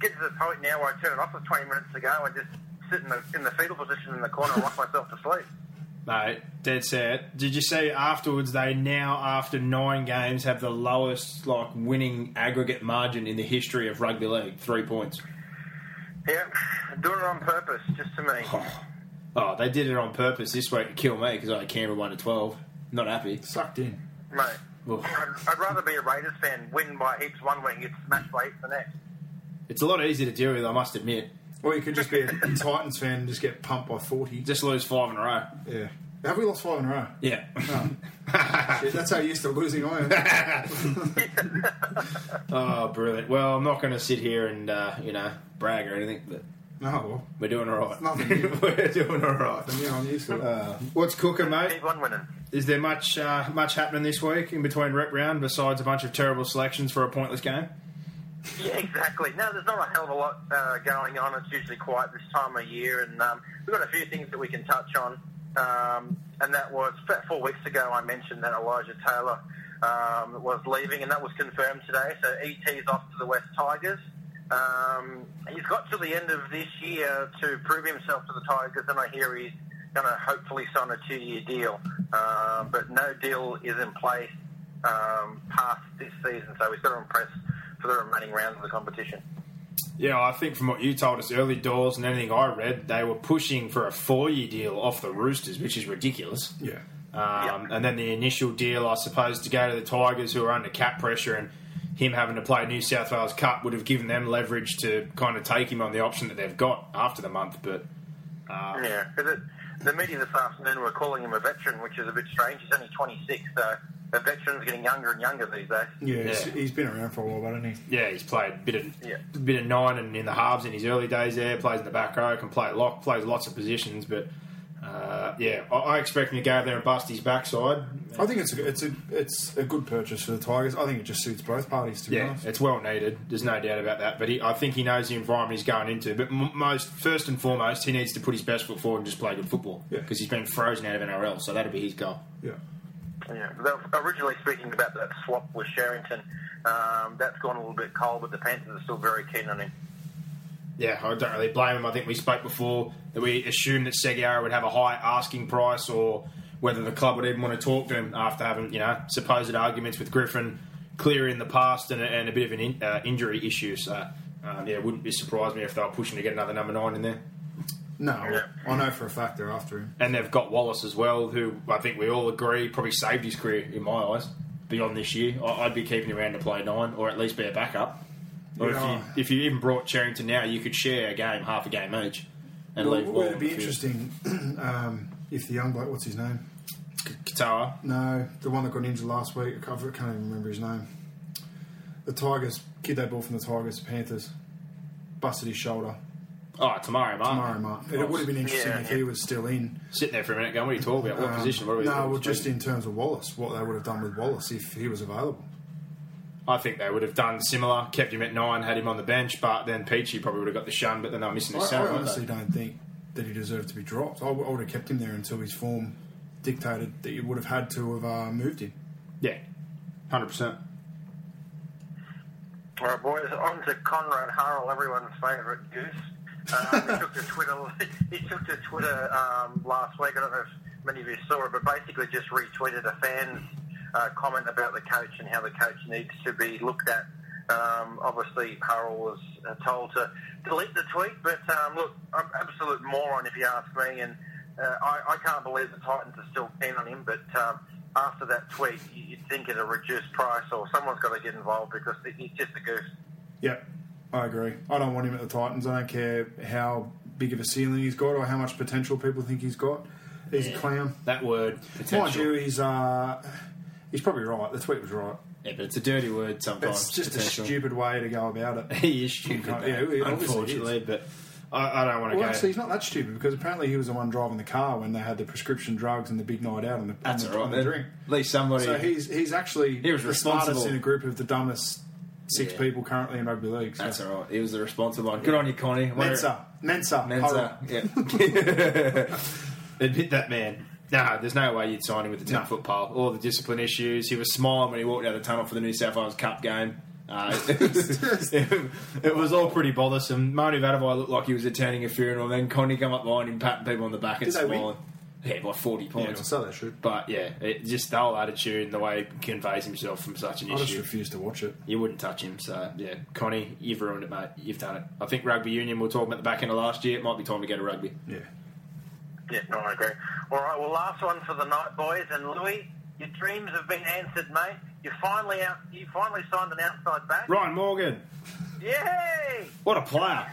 Speaker 6: getting to the point now where I turn it off was 20 minutes ago. I just sit in the, in the fetal position in the corner and lock myself to sleep.
Speaker 2: Mate, dead set. Did you see afterwards they now, after nine games, have the lowest like winning aggregate margin in the history of rugby league? Three points.
Speaker 6: Yeah, doing it on purpose, just to me.
Speaker 2: Oh, they did it on purpose this week to kill me because I had Canberra 1 to 12. Not happy.
Speaker 3: Sucked in.
Speaker 6: Mate,
Speaker 2: Oof.
Speaker 6: I'd, I'd rather be a Raiders fan, win by heaps one week and get smashed by heaps the next.
Speaker 2: It's a lot easier to deal with, I must admit.
Speaker 3: Or you could just be a Titans fan and just get pumped by 40.
Speaker 2: Just lose five in a row.
Speaker 3: yeah. Have we lost five in a row?
Speaker 2: Yeah.
Speaker 3: Shit, that's how used to losing I am.
Speaker 2: oh, brilliant. Well, I'm not going to sit here and, uh, you know, brag or anything, but
Speaker 3: no, well,
Speaker 2: we're doing all right.
Speaker 3: Nothing new.
Speaker 2: we're doing all right.
Speaker 3: yeah, I'm used to it. Uh,
Speaker 2: What's cooking, mate?
Speaker 6: Keep on winning.
Speaker 2: Is there much uh, much happening this week in between rep round besides a bunch of terrible selections for a pointless game?
Speaker 6: Yeah, exactly. No, there's not a hell of a lot uh, going on. It's usually quiet this time of year, and um, we've got a few things that we can touch on. Um, and that was about four weeks ago. I mentioned that Elijah Taylor um, was leaving, and that was confirmed today. So ET's off to the West Tigers. Um, he's got to the end of this year to prove himself to the Tigers, and I hear he's going to hopefully sign a two-year deal. Uh, but no deal is in place um, past this season, so he's got to impress for the remaining rounds of the competition.
Speaker 2: Yeah, I think from what you told us early doors and anything I read, they were pushing for a four year deal off the Roosters, which is ridiculous.
Speaker 3: yeah.
Speaker 2: Um, And then the initial deal, I suppose, to go to the Tigers, who are under cap pressure, and him having to play New South Wales Cup would have given them leverage to kind of take him on the option that they've got after the month. But
Speaker 6: Yeah, because the media this afternoon were calling him a veteran, which is a bit strange. He's only 26, so a veteran's getting younger and younger these days.
Speaker 3: Yeah, he's-
Speaker 2: Yeah.
Speaker 3: he's been around for a while, but hasn't he?
Speaker 2: yeah, he's played a bit of
Speaker 6: Yeah.
Speaker 2: bit of nine and in the halves in his early days. There plays in the back row, can play lock, plays lots of positions. But uh, yeah, I, I expect him to go out there and bust his backside.
Speaker 3: I think it's a, it's a it's a good purchase for the Tigers. I think it just suits both parties to be
Speaker 2: Yeah,
Speaker 3: honest.
Speaker 2: it's well needed. There's no doubt about that. But he, I think he knows the environment he's going into. But m- most, first and foremost, he needs to put his best foot forward and just play good football
Speaker 3: Yeah.
Speaker 2: because he's been frozen out of NRL. So that'll be his goal.
Speaker 3: Yeah,
Speaker 6: Yeah, they were originally speaking about that swap with Sherrington. Um, that's gone a little bit cold, but the Panthers are still very keen on him.
Speaker 2: Yeah, I don't really blame him. I think we spoke before that we assumed that Seguiara would have a high asking price, or whether the club would even want to talk to him after having you know supposed arguments with Griffin, clear in the past, and a, and a bit of an in, uh, injury issue. So um, yeah, it wouldn't be surprised me if they were pushing to get another number nine in there.
Speaker 3: no,
Speaker 6: Yeah.
Speaker 3: I know for a fact they're after him.
Speaker 2: And they've got Wallace as well, who I think we all agree probably saved his career in my eyes beyond this year. I- I'd be keeping him around to play nine, or at least be a backup. Or
Speaker 3: Yeah.
Speaker 2: if you if you even brought Cherrington now, you could share a game, half a game each, and
Speaker 3: Well,
Speaker 2: leave.
Speaker 3: well,
Speaker 2: Wallace
Speaker 3: it'd be
Speaker 2: on the field.
Speaker 3: interesting um, if the young bloke, what's his name?
Speaker 2: Katoa.
Speaker 3: No, the one that got injured last week. I can't, I can't even remember his name. The Tigers kid they bought from the Tigers, Panthers, busted his shoulder.
Speaker 2: Oh, tomorrow, Mark.
Speaker 3: Mario Martin. It would have been interesting
Speaker 6: Yeah,
Speaker 3: if
Speaker 6: yeah.
Speaker 3: he was still in.
Speaker 2: Sitting there for a minute going, what are you talking about? What position? What are we
Speaker 3: Um, no,
Speaker 2: what
Speaker 3: well,
Speaker 2: are we
Speaker 3: just in terms of Wallace, what they would have done with Wallace if he was available.
Speaker 2: I think they would have done similar, kept him at nine, had him on the bench, but then Peachy probably would have got the shun, but then they're missing
Speaker 3: I,
Speaker 2: his
Speaker 3: I
Speaker 2: salary.
Speaker 3: honestly don't think that he deserved to be dropped. I, would have kept him there until his form dictated that you would have had to have uh, moved him.
Speaker 2: Yeah, 100%.
Speaker 6: All right, boys, on to Conrad Harrell, everyone's favourite goose. Um, he took to Twitter. He took to Twitter um, last week. I don't know if many of you saw it, but basically just retweeted a fan's uh, comment about the coach and how the coach needs to be looked at. Um, obviously, Harrell was uh, told to delete the tweet, but um, look, I'm an absolute moron if you ask me, and uh, I, I can't believe the Titans are still keen on him. But um, after that tweet, you- you'd think at a reduced price, or someone's got to get involved because he- he's just a goose.
Speaker 3: Yep, I agree. I don't want him at the Titans. I don't care how big of a ceiling he's got or how much potential people think he's got. He's a clown.
Speaker 2: That word,
Speaker 3: Mind
Speaker 2: potential.
Speaker 3: you, he's uh, he's probably right. The tweet was right.
Speaker 2: Yeah, but it's a dirty word sometimes.
Speaker 3: It's just
Speaker 2: potential.
Speaker 3: a stupid way to go about it.
Speaker 2: He is stupid,
Speaker 3: Yeah,
Speaker 2: though,
Speaker 3: he obviously
Speaker 2: unfortunately, but I, I don't want to
Speaker 3: Well,
Speaker 2: go.
Speaker 3: actually, he's not that stupid because apparently he was the one driving the car when they had the prescription drugs and the big night out on the, on
Speaker 2: That's
Speaker 3: the-
Speaker 2: all
Speaker 3: on
Speaker 2: right.
Speaker 3: the
Speaker 2: Then.
Speaker 3: drink.
Speaker 2: At least somebody.
Speaker 3: So he's he's actually
Speaker 2: He was
Speaker 3: the smartest
Speaker 2: responsible.
Speaker 3: in a group of the dumbest six
Speaker 2: Yeah.
Speaker 3: people currently in rugby league. So.
Speaker 2: that's all right. He was the responsible one. Good on you, Connie. Where-
Speaker 3: Mensa, Mensa,
Speaker 2: Mensa.
Speaker 3: hurry.
Speaker 2: Yeah. Admit that man. Nah, there's no way you'd sign him with the 10 foot pole. All the discipline issues. He was smiling when he walked out the tunnel for the New South Wales Cup game. Uh, it, was, it was all pretty bothersome. Manu Vadavai looked like he was attending a funeral. Then Connie come up behind him, patting people on the back and
Speaker 3: Did they win?
Speaker 2: smiling. Yeah, by 40
Speaker 3: Yeah,
Speaker 2: points.
Speaker 3: so they should.
Speaker 2: But yeah, it, just the whole attitude and the way he conveys himself from such an
Speaker 3: I just
Speaker 2: issue.
Speaker 3: refuse to watch it.
Speaker 2: You wouldn't touch him, so yeah, Connie, you've ruined it, mate. You've done it. I think rugby union. We'll talk about the back end of last year. It might be time to go to rugby.
Speaker 3: Yeah.
Speaker 6: Yeah, no, I agree. All right, well, last one for the night, boys. And Louis, your dreams have been answered, mate. You finally out. You finally signed an outside back.
Speaker 2: Ryan Morgan,
Speaker 6: Yay!
Speaker 2: what a player!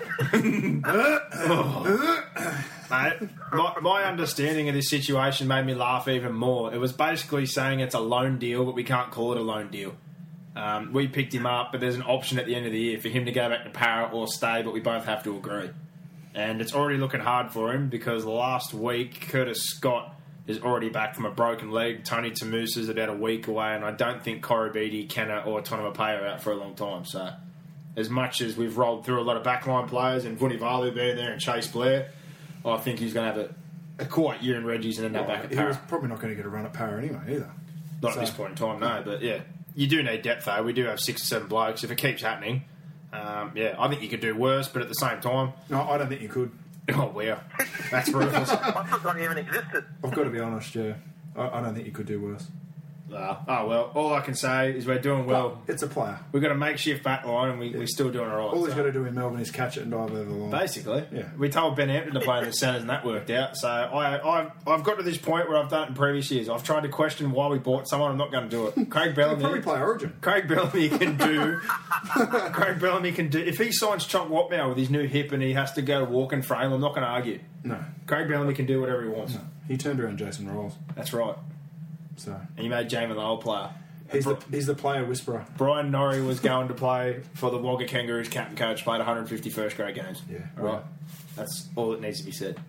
Speaker 2: Oh. mate, my, my understanding of this situation made me laugh even more. It was basically saying it's a loan deal, but we can't call it a loan deal. Um, we picked him up, but there's an option at the end of the year for him to go back to Para or stay, but we both have to agree. and it's already looking hard for him because last week Curtis Scott is already back from a broken leg. Tony Tamus is about a week away, and I don't think Corabidi, Kenna, or Tonamapay are out for a long time. So, as much as we've rolled through a lot of backline players and Vunivalu being there and Chase Blair, I think he's going to have a, a quiet year in Reggie's and end up back at
Speaker 3: Oh, he
Speaker 2: Para.
Speaker 3: was probably not going to get a run at power anyway either.
Speaker 2: Not
Speaker 3: So-
Speaker 2: at this point in time, no. But yeah, you do need depth though. We do have six or seven blokes. If it keeps happening, um, yeah, I think you could do worse. But at the same time,
Speaker 3: No, I don't think you could.
Speaker 2: oh wow, that's ruthless.
Speaker 6: I forgot he even existed.
Speaker 3: I've got to be honest. Yeah, I, I don't think you could do worse.
Speaker 2: Uh, oh well, all I can say is we're doing well.
Speaker 3: But it's a player.
Speaker 2: We've got a makeshift back line, and we, we're still doing all right.
Speaker 3: All he's
Speaker 2: so-
Speaker 3: got to do in Melbourne is catch it and dive over the line.
Speaker 2: basically,
Speaker 3: Yeah.
Speaker 2: We told Ben Hampton to play in the centres, and that worked out. So I, I've, I've got to this point where I've done it in previous years. I've tried to question why we bought someone. I'm not going to do it. Craig
Speaker 3: He'll probably
Speaker 2: Bellamy.
Speaker 3: play Origin.
Speaker 2: Craig Bellamy can do. Craig Bellamy can do. If he signs Chunk Watt now with his new hip and he has to go to walk and frame, I'm not going to argue.
Speaker 3: No,
Speaker 2: Craig Bellamy can do whatever he wants.
Speaker 3: he turned around Jason Rolls.
Speaker 2: That's right.
Speaker 3: So
Speaker 2: And you made Jamie Lowell player.
Speaker 3: he's
Speaker 2: Bro-
Speaker 3: the he's the player whisperer.
Speaker 2: Brian Norrie was going to play for the Wagga Kangaroos captain coach, played 150 first grade games.
Speaker 3: Yeah.
Speaker 2: All right. Mm. That's all that needs to be said.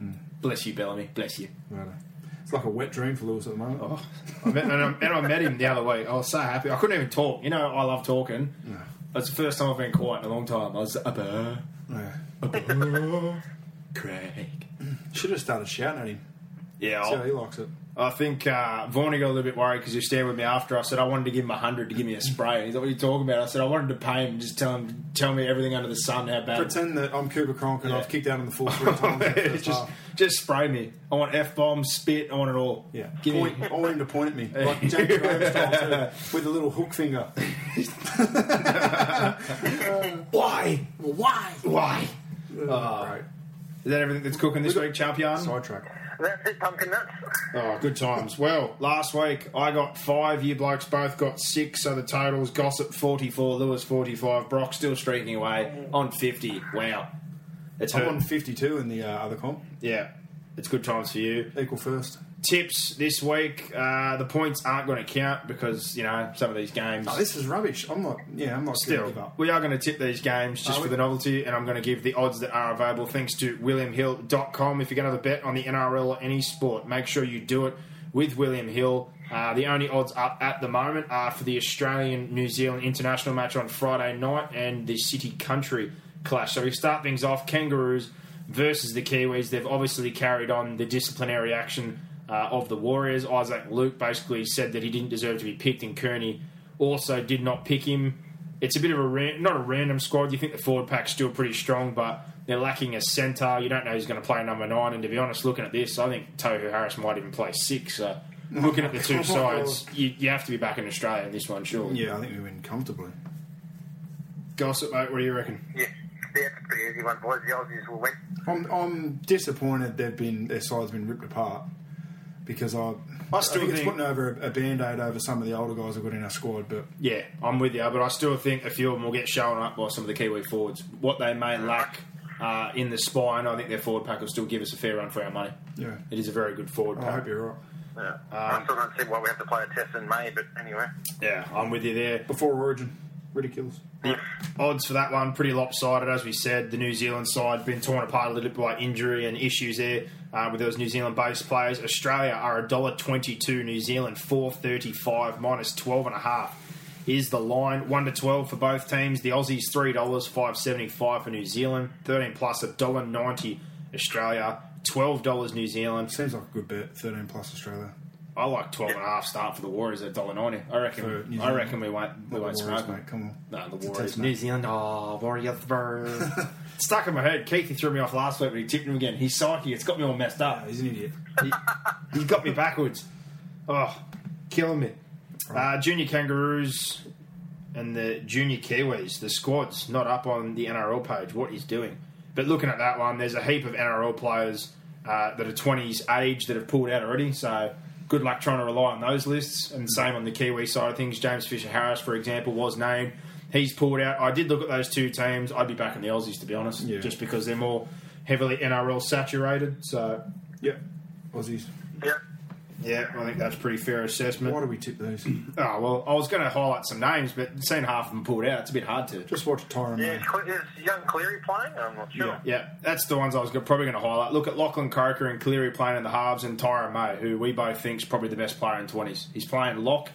Speaker 2: Bless you, Bellamy. Bless you.
Speaker 3: Righto. It's like a wet dream for Lewis at the moment.
Speaker 2: Oh. I met, and, I, and I met him the other week. I was so happy. I couldn't even talk. You know, I love talking. That's the first time I've been quiet in a long time. I was up uh,
Speaker 3: Yeah.
Speaker 2: up, uh, Craig.
Speaker 3: Should have started shouting at him.
Speaker 2: Yeah,
Speaker 3: See how he
Speaker 2: I'll-
Speaker 3: likes it.
Speaker 2: I think uh, Vaughan got a little bit worried because he was staring with me after. I said I wanted to give him a hundred to give me a spray. He's like, "What are you talking about?" I said I wanted to pay him, just tell him, tell me everything under the sun, how bad. it was."
Speaker 3: Pretend that I'm Cooper Cronk and
Speaker 2: Yeah.
Speaker 3: I've kicked out on the full three times. in the first
Speaker 2: just,
Speaker 3: half.
Speaker 2: just spray me. I want f bombs, spit. I want it all.
Speaker 3: Yeah,
Speaker 2: Give
Speaker 3: point,
Speaker 2: me.
Speaker 3: I want him to point at me like James Graham style too, with a little hook finger.
Speaker 2: Why?
Speaker 3: Why?
Speaker 2: Why?
Speaker 3: Uh,
Speaker 2: Uh,
Speaker 3: Right.
Speaker 2: Is that everything that's cooking this
Speaker 3: Look at-
Speaker 2: week, champion?
Speaker 3: Sidetrack.
Speaker 6: That's it, pumpkin nuts.
Speaker 2: Oh, good times. Well, last week I got five. You blokes both got six. So the totals: Gossip forty-four, Lewis forty-five, Brock still streaking away on fifty. Wow, it's
Speaker 3: I'm on
Speaker 2: hurting.
Speaker 3: 52 in the uh, other comp.
Speaker 2: Yeah, it's good times for you.
Speaker 3: Equal first.
Speaker 2: Tips this week: uh, the points aren't going to count because you know some of these games.
Speaker 3: Oh, this is rubbish. I'm not. Yeah, I'm not. gonna
Speaker 2: Still,
Speaker 3: give up.
Speaker 2: we are going to tip these games just for
Speaker 3: Are we?
Speaker 2: the novelty, and I'm going to give the odds that are available thanks to WilliamHill.com. If you're going to have a bet on the NRL or any sport, make sure you do it with William Hill. Uh, the only odds up at the moment are for the Australian New Zealand international match on Friday night and the City Country clash. So we start things off Kangaroos versus the Kiwis. They've obviously carried on the disciplinary action uh, of the Warriors. Isaac Luke basically said that he didn't deserve to be picked, and Kearney also did not pick him it's a bit of a ran- not a random squad. You think the forward pack's still pretty strong, but They're lacking a centre. You don't know who's going to play number nine. And to be honest, looking at this, I think Tohu Harris might even play six. So looking at the two sides, you, you have to be back in Australia in this one, surely.
Speaker 3: Yeah, I think we win comfortably.
Speaker 2: Gossip, mate, what do you reckon?
Speaker 6: Yeah, yeah, it's a pretty easy one, boys. The Aussies will win.
Speaker 3: I'm, I'm disappointed they've been their side's been ripped apart because I
Speaker 2: I still
Speaker 3: think, it's
Speaker 2: think-
Speaker 3: putting over a, a band aid over some of the older guys we've got in our squad, but
Speaker 2: Yeah, I'm with you, but I still think a few of them will get shown up by some of the Kiwi forwards. What they may lack uh, in the spine, I think their forward pack will still give us a fair run for our money.
Speaker 3: Yeah.
Speaker 2: It is a very good forward
Speaker 3: I
Speaker 2: pack.
Speaker 3: hope you're right.
Speaker 6: Yeah. I still don't see why we have to play a test in May, but anyway.
Speaker 2: Yeah, I'm with you there.
Speaker 3: Before Origin, ridiculous.
Speaker 2: The odds for that one pretty lopsided, as we said. The New Zealand side been torn apart a little bit by injury and issues there uh, with those New Zealand-based players. Australia are a dollar twenty-two. New Zealand four thirty-five minus twelve and a half is the line one to twelve for both teams. The Aussies three dollars five seventy-five for New Zealand. Thirteen plus a dollar ninety Australia. Twelve dollars New Zealand.
Speaker 3: Seems like a good bet. Thirteen plus Australia.
Speaker 2: I like twelve and a half start for the Warriors at dollar ninety. I
Speaker 3: For
Speaker 2: reckon.
Speaker 3: New
Speaker 2: I
Speaker 3: Zealand.
Speaker 2: reckon we won't. We
Speaker 3: Not
Speaker 2: won't
Speaker 3: the Warriors,
Speaker 2: smoke them.
Speaker 3: mate. Come on.
Speaker 2: No, the
Speaker 3: It's a
Speaker 2: Warriors.
Speaker 3: test
Speaker 2: New
Speaker 3: match.
Speaker 2: Zealand. Oh, Warriors. brr. Stuck in my head. Keithy threw me off last week, but he tipped him again. His psyche, it's got me all messed up.
Speaker 3: He's an idiot.
Speaker 2: He, he got me backwards. Oh, killing me. Uh, junior Kangaroos and the Junior Kiwis, the squad's not up on the NRL page, what he's doing. But looking at that one, there's a heap of NRL players uh, that are 20s age that have pulled out already, so good luck trying to rely on those lists. And same on the Kiwi side of things. James Fisher Harris, for example, was named. He's pulled out. I did look at those two teams. I'd be back in the Aussies, to be honest,
Speaker 3: Yeah.
Speaker 2: just because they're more heavily NRL saturated. So
Speaker 3: Yep. Aussies.
Speaker 6: Yeah.
Speaker 2: yeah, I think that's a pretty fair assessment.
Speaker 3: Why do we tip these?
Speaker 2: Oh, well, I was going to highlight some names, but seeing half of them pulled out, it's a bit hard to.
Speaker 3: Just watch Tyron
Speaker 6: Yeah,
Speaker 3: May.
Speaker 6: is, Cle- is young Cleary playing? I'm not sure.
Speaker 2: Yeah, that's the ones I was go- probably going to highlight. Look at Lachlan Croker and Cleary playing in the halves, and Tyron May, who we both think is probably the best player in 20s. He's playing lock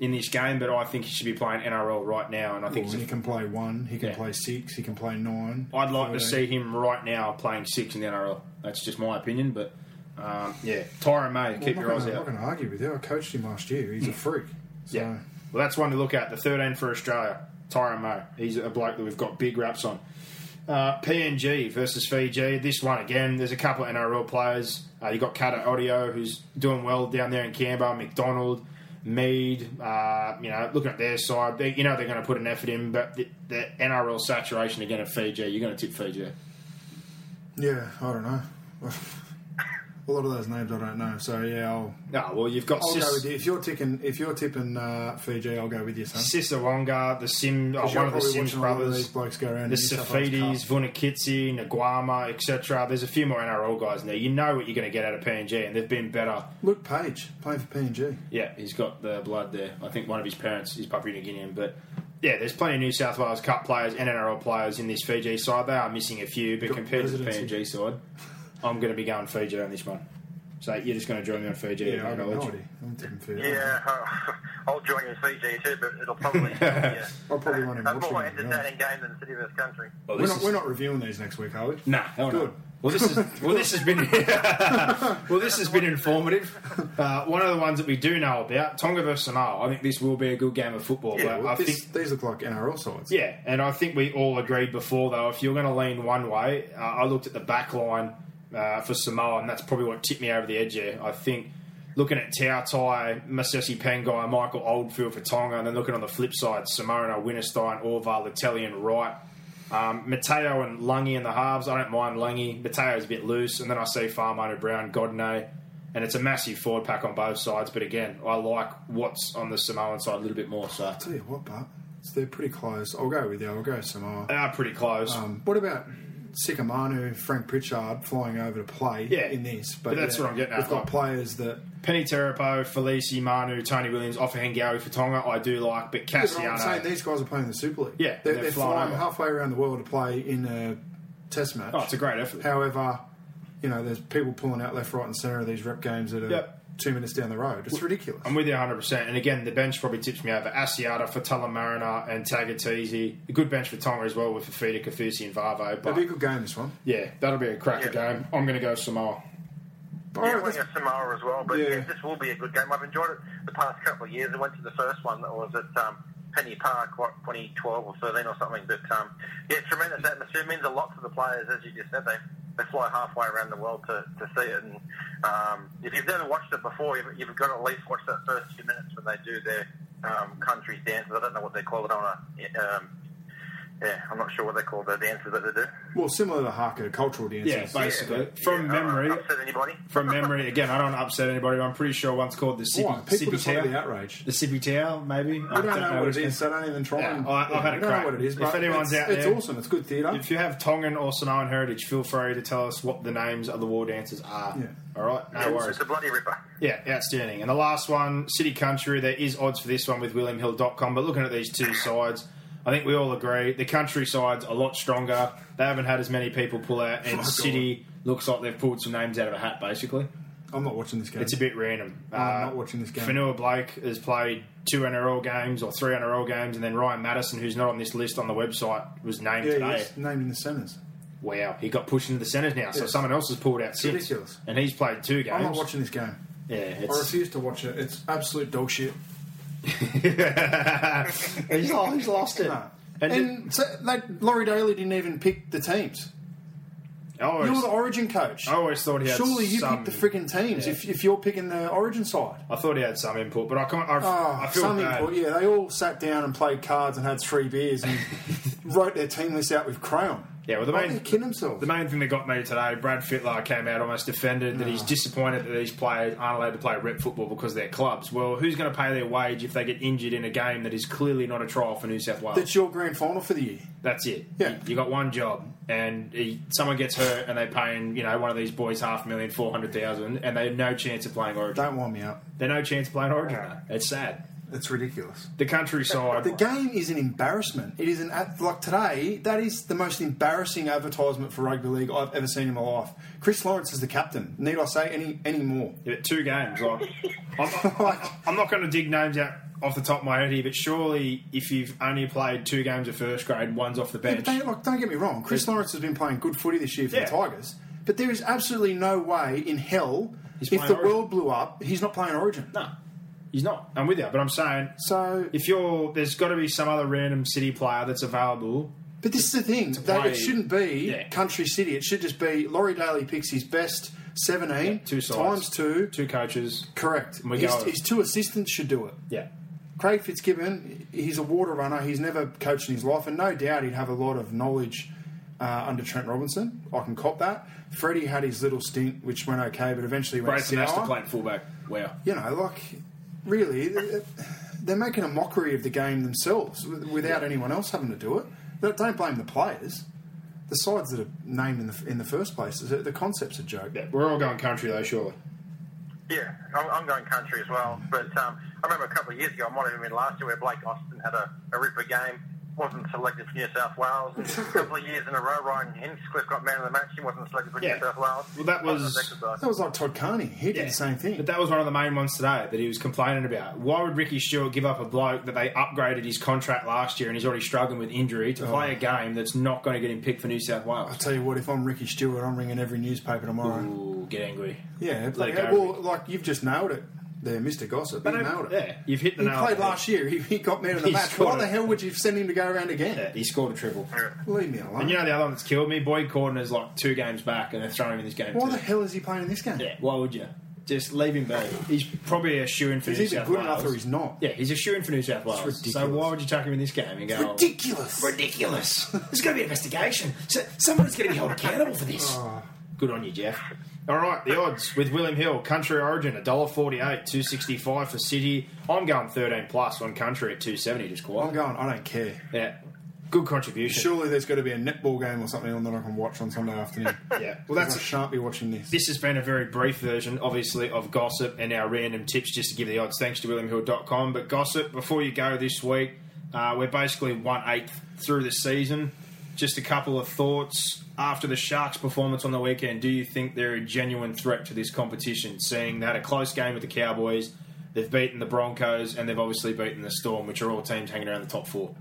Speaker 2: in this game, but I think he should be playing NRL right now, and I think
Speaker 3: Well,
Speaker 2: he's
Speaker 3: he can play one. He can
Speaker 2: Yeah.
Speaker 3: play six. He can play nine.
Speaker 2: I'd like to
Speaker 3: 13.
Speaker 2: see him right now playing six in the NRL. That's just my opinion, but um, yeah, Tyron May,
Speaker 3: Well,
Speaker 2: keep
Speaker 3: I'm
Speaker 2: your eyes
Speaker 3: not gonna-
Speaker 2: out.
Speaker 3: I'm not going to argue with you. I coached him last year. He's a freak. So,
Speaker 2: Yeah. Well, that's one to look at. The 13 for Australia, Tyron Mo. He's a bloke that we've got big raps on. Uh, PNG versus Fiji. This one again. There's a couple of NRL players. Uh, you got Kata Audio, who's doing well down there in Canberra. McDonald, Mead. Uh, you know, looking at their side, they, you know they're going to put an effort in. But the, the NRL saturation again at Fiji. You're going to tip Fiji.
Speaker 3: Yeah, I don't know. a lot of those names I don't know. So, yeah, I'll,
Speaker 2: No, Ah, well you've got
Speaker 3: I'll
Speaker 2: Sis,
Speaker 3: go with you. If you're, ticking, if you're tipping uh, Fiji, I'll go with you, son.
Speaker 2: Sisawonga, the Sim, oh, one
Speaker 3: Because you're
Speaker 2: of the
Speaker 3: probably
Speaker 2: Sims
Speaker 3: watching a lot of
Speaker 2: brothers.
Speaker 3: these blokes go around
Speaker 2: the
Speaker 3: in New South Wales
Speaker 2: Safidis,
Speaker 3: Cup.
Speaker 2: Vunikitsi, Naguama, etc. There's a few more NRL guys in there. You know what you're going to get out of PNG, and they've been better.
Speaker 3: Luke Page, playing for PNG.
Speaker 2: Yeah, he's got the blood there. I think one of his parents is Papua New Guinean, but yeah, there's plenty of New South Wales Cup players and NRL players in this Fiji side. They are missing a few, but
Speaker 3: Got
Speaker 2: compared to the
Speaker 3: residency.
Speaker 2: PNG side, I'm going to be going Fiji on this one. So you're just going to join me on Fiji?
Speaker 3: Yeah, I
Speaker 2: and
Speaker 3: got no
Speaker 2: acknowledge-
Speaker 3: idea. I'm tipping Fiji.
Speaker 6: Yeah, uh, I'll join in Fiji too, but it'll probably. yeah.
Speaker 3: I'll probably want him
Speaker 6: a more
Speaker 3: watching it, to be
Speaker 6: entertaining game than City versus Country.
Speaker 2: Well,
Speaker 3: We're
Speaker 2: this
Speaker 3: not,
Speaker 2: is-
Speaker 3: we're not reviewing these next week, are we?
Speaker 2: Nah, hell no.
Speaker 3: Good.
Speaker 2: Well, this is well. This has been well. This has been informative. Uh, one of the ones that we do know about Tonga versus Samoa. I think this will be a good game of football.
Speaker 3: Yeah,
Speaker 2: but
Speaker 3: well,
Speaker 2: I
Speaker 3: this-
Speaker 2: think
Speaker 3: these look like NRL sides.
Speaker 2: yeah, and I think we all agreed before though. If you're going to lean one way, uh, I looked at the back line uh, for Samoa, and that's probably what tipped me over the edge. There, I think looking at Tautai, Masesi Pangai, Michael Oldfield for Tonga, and then looking on the flip side, Samoa, Winterstein, Orvar, Latelli, and Wright. Um, Mateo and Lungy in the halves. I don't mind Lungy. Mateo's a bit loose, and then I see Farmano Brown, Godinay, and it's a massive forward pack on both sides. But again, I like what's on the Samoan side a little bit more. So
Speaker 3: Tell you what, but so they're pretty close. I'll go with you. I'll go Samoa.
Speaker 2: they are pretty close.
Speaker 3: Um, what about Sikamanu, Frank Pritchard flying over to play
Speaker 2: Yeah.
Speaker 3: in this?
Speaker 2: But that's
Speaker 3: yeah,
Speaker 2: what I'm getting at,
Speaker 3: We've got
Speaker 2: like-
Speaker 3: players that
Speaker 2: Penny Terapo, Felici Manu, Tony Williams, Offahengawi for Tonga. I do like, but
Speaker 3: Yeah, but I'm saying
Speaker 2: Cassiano.
Speaker 3: these guys are playing the Super League.
Speaker 2: Yeah,
Speaker 3: they're,
Speaker 2: they're
Speaker 3: they're
Speaker 2: flying
Speaker 3: flying,
Speaker 2: over.
Speaker 3: halfway around the world to play in a Test match.
Speaker 2: Oh, it's a great effort.
Speaker 3: However, you know, there's people pulling out left, right, and centre of these rep games that are
Speaker 2: Yep.
Speaker 3: two minutes down the road. It's ridiculous.
Speaker 2: I'm with you 100. percent And again, the bench probably tips me over. Asiata for Mariner and Tagatese. A good bench for Tonga as well with Fafita, Kafusi, and Vavo.
Speaker 3: It'll be a
Speaker 2: But
Speaker 3: good game. This one.
Speaker 2: yeah, that'll be a cracker
Speaker 6: Yeah.
Speaker 2: game. I'm going to go Samoa.
Speaker 3: But
Speaker 6: Yeah,
Speaker 3: all
Speaker 6: we're
Speaker 3: right,
Speaker 6: going to Samoa as well, but
Speaker 3: Yeah.
Speaker 6: yeah. this will be a good game. I've enjoyed it the past couple of years. I went to the first one that was at um, Penny Park, what, 2012 or 13 or something. But um, yeah, tremendous atmosphere. It means a lot to the players, as you just said. They they fly halfway around the world to, to see it. And um, if you've never watched it before, you've, you've got to at least watch that first few minutes when they do their um, country dances. I don't know what they call it on a. Um, yeah, I'm not sure what they call the dances that they do.
Speaker 3: Well, similar to Haka, cultural dances.
Speaker 2: Yeah, basically.
Speaker 6: Yeah.
Speaker 2: From
Speaker 6: Yeah, I don't
Speaker 2: memory,
Speaker 6: upset anybody.
Speaker 2: from memory, again, I don't upset anybody. but I'm pretty sure one's called the Sippy,
Speaker 3: Why? People
Speaker 2: Sippy
Speaker 3: just
Speaker 2: Tower.
Speaker 3: love the outrage.
Speaker 2: The Sippy Tower, maybe.
Speaker 3: I don't, know, what it is, so don't even try.
Speaker 2: Yeah,
Speaker 3: and,
Speaker 2: I- I've had a
Speaker 3: we don't
Speaker 2: crack.
Speaker 3: know what it is,
Speaker 2: If
Speaker 3: but
Speaker 2: anyone's
Speaker 3: it's,
Speaker 2: out
Speaker 3: it's
Speaker 2: there-
Speaker 3: awesome. It's good theatre.
Speaker 2: If you have Tongan or Samoan heritage, feel free to tell us what the names of the war dances are.
Speaker 3: Yeah.
Speaker 2: All right, no
Speaker 6: It's,
Speaker 2: worries.
Speaker 6: it's a bloody ripper.
Speaker 2: Yeah, outstanding. And the last one, City Country, there is odds for this one with WilliamHill.com, but looking at these two sides, I think we all agree the country side's a lot stronger. They haven't had as many people pull out, and City looks like they've pulled some names out of a hat, basically.
Speaker 3: I'm not watching this game.
Speaker 2: It's a bit random.
Speaker 3: I'm not watching this game.
Speaker 2: Fanua Blake has played two NRL games or three NRL games, and then Ryan Madison, who's not on this list on the website, was named
Speaker 3: yeah,
Speaker 2: today.
Speaker 3: it's named in the centres.
Speaker 2: Wow, he got pushed into the centres now, so
Speaker 3: Yes.
Speaker 2: someone else has pulled out six.
Speaker 3: Ridiculous.
Speaker 2: And he's played two games.
Speaker 3: I'm not watching this game.
Speaker 2: Yeah,
Speaker 3: I
Speaker 2: it's,
Speaker 3: refuse to watch it. It's absolute dog shit.
Speaker 2: he's, lost, he's lost it.
Speaker 3: No.
Speaker 2: And
Speaker 3: And, so, like, Laurie Daly didn't even pick the teams.
Speaker 2: I always,
Speaker 3: You're the Origin coach.
Speaker 2: I always thought he had
Speaker 3: Surely you
Speaker 2: some-
Speaker 3: pick the freaking teams
Speaker 2: Yeah.
Speaker 3: if, if you're picking the Origin side.
Speaker 2: I thought he had some input, but I can't. I,
Speaker 3: Oh,
Speaker 2: I feel
Speaker 3: some
Speaker 2: bad.
Speaker 3: input. Yeah, they all sat down and played cards and had three beers and wrote their team list out with crayon.
Speaker 2: Yeah, well, the
Speaker 3: Why
Speaker 2: main-
Speaker 3: are they kidding themselves.
Speaker 2: The main thing that got me today, Brad Fitlar came out almost offended that
Speaker 3: Ah.
Speaker 2: he's disappointed that these players aren't allowed to play rep football because they're clubs. Well, who's going to pay their wage if they get injured in a game that is clearly not a trial for New South Wales?
Speaker 3: That's your grand final for the year.
Speaker 2: That's it.
Speaker 3: Yeah.
Speaker 2: You, you got one job, and he, someone gets hurt, and they paying you know one of these boys half a million, four hundred thousand, and they have no chance of playing Origin.
Speaker 3: Don't wind me up.
Speaker 2: They're no chance of playing Origin. though. It's sad.
Speaker 3: It's ridiculous.
Speaker 2: The countryside.
Speaker 3: The game is an embarrassment. It is an ad- like today. That is the most embarrassing advertisement for rugby league I've ever seen in my life. Chris Lawrence is the captain. Need I say any any more?
Speaker 2: Yeah, two games. Like, I'm, I'm not going to dig names out off the top of my head here, but surely if you've only played two games of first grade, one's off the bench.
Speaker 3: Don't, like, don't get me wrong. Chris Lawrence has been playing good footy this year for
Speaker 2: Yeah.
Speaker 3: the Tigers, but there is absolutely no way in hell
Speaker 2: He's
Speaker 3: if
Speaker 2: playing
Speaker 3: the
Speaker 2: Origin.
Speaker 3: world blew up, he's not playing Origin.
Speaker 2: No, he's not. I'm with you, but I'm saying
Speaker 3: So,
Speaker 2: if you're, there's got to be some other random city player that's available.
Speaker 3: but this is the thing. That
Speaker 2: play-
Speaker 3: it shouldn't be
Speaker 2: Yeah.
Speaker 3: country city. It should just be Laurie Daly picks his best seventeen
Speaker 2: Two sides,
Speaker 3: times two.
Speaker 2: two coaches.
Speaker 3: Correct.
Speaker 2: And we
Speaker 3: His,
Speaker 2: go-
Speaker 3: his two assistants should do it.
Speaker 2: Yeah,
Speaker 3: Craig Fitzgibbon, he's a water runner. He's never coached in his life, and no doubt he'd have a lot of knowledge uh, under Trent Robinson. I can cop that. Freddie had his little stint, which went okay, but eventually went
Speaker 2: Brayson has to
Speaker 3: sour.
Speaker 2: play at fullback. Wow.
Speaker 3: You know, like really, th- they're making a mockery of the game themselves with- without anyone else having to do it. Don't- Don't blame the players. The sides that are named in the in the first place, the, the concept's a joke.
Speaker 2: Yeah, we're all going country though, surely.
Speaker 6: Yeah, I'm, I'm going country as well. But um, I remember a couple of years ago, I might have even been last year, where Blake Austin had a, a ripper game, wasn't selected for New South Wales. And a couple of years in a row, Ryan Hinchcliffe got man of the match. He wasn't selected for
Speaker 2: Yeah.
Speaker 6: New South Wales.
Speaker 2: Well, that was-
Speaker 6: Wasn't selected, though.
Speaker 3: That was like Todd Carney. He did the same thing.
Speaker 2: But that was one of the main ones today that he was complaining about. Why would Ricky Stewart give up a bloke that they upgraded his contract last year and he's already struggling with injury to
Speaker 3: Oh.
Speaker 2: play a game that's not going to get him picked for New South
Speaker 3: I
Speaker 2: Wales?
Speaker 3: tell you what, if I'm Ricky Stewart, I'm ringing every newspaper tomorrow.
Speaker 2: Ooh, get angry.
Speaker 3: Yeah,
Speaker 2: Let it
Speaker 3: like,
Speaker 2: go,
Speaker 3: well, like you've just nailed it there, Mr. Gossip. You
Speaker 2: I-
Speaker 3: nailed it.
Speaker 2: yeah, you've hit the
Speaker 3: he
Speaker 2: nail on
Speaker 3: played
Speaker 2: the head.
Speaker 3: last year. He, he got me in the
Speaker 2: He
Speaker 3: match.
Speaker 2: scored
Speaker 3: Why the
Speaker 2: it.
Speaker 3: hell would you send him to go around again?
Speaker 2: Yeah, he scored a triple.
Speaker 3: Leave me alone.
Speaker 2: And you know the other one that's killed me? Boyd Corden is like two games back and they're throwing him in this game.
Speaker 3: Why
Speaker 2: too.
Speaker 3: the hell is he playing in this game?
Speaker 2: Yeah, why would you? Just leave him be. He's probably a shoe in for
Speaker 3: He's
Speaker 2: New
Speaker 3: either
Speaker 2: South
Speaker 3: good
Speaker 2: Wales.
Speaker 3: enough or he's not.
Speaker 2: Yeah, he's a shoe in for New South Wales. So
Speaker 3: ridiculous.
Speaker 2: why would you chuck him in this game and go?
Speaker 3: Ridiculous.
Speaker 2: ridiculous. There's going to be an investigation. So someone's going to be held accountable for this.
Speaker 3: Ah.
Speaker 2: Good on you, Jeff. All right, the odds with William Hill, Country Origin, a dollar forty-eight, two sixty-five for City. I'm going thirteen plus on Country at two seventy, just
Speaker 3: I'm
Speaker 2: quite.
Speaker 3: going, I don't care.
Speaker 2: Yeah, good contribution.
Speaker 3: Surely there's got to be a netball game or something on that I can watch on Sunday afternoon.
Speaker 2: Yeah, well, that's
Speaker 3: I shan't be watching this.
Speaker 2: This has been a very brief version, obviously, of gossip and our random tips just to give the odds. Thanks to WilliamHill.com. But gossip, before you go this week, uh, we're basically one eighth through the season. Just a couple of thoughts after the Sharks' performance on the weekend. Do you think they're a genuine threat to this competition? Seeing they had a close game with the Cowboys, they've beaten the Broncos, and they've obviously beaten the Storm, which are all teams hanging around the top four.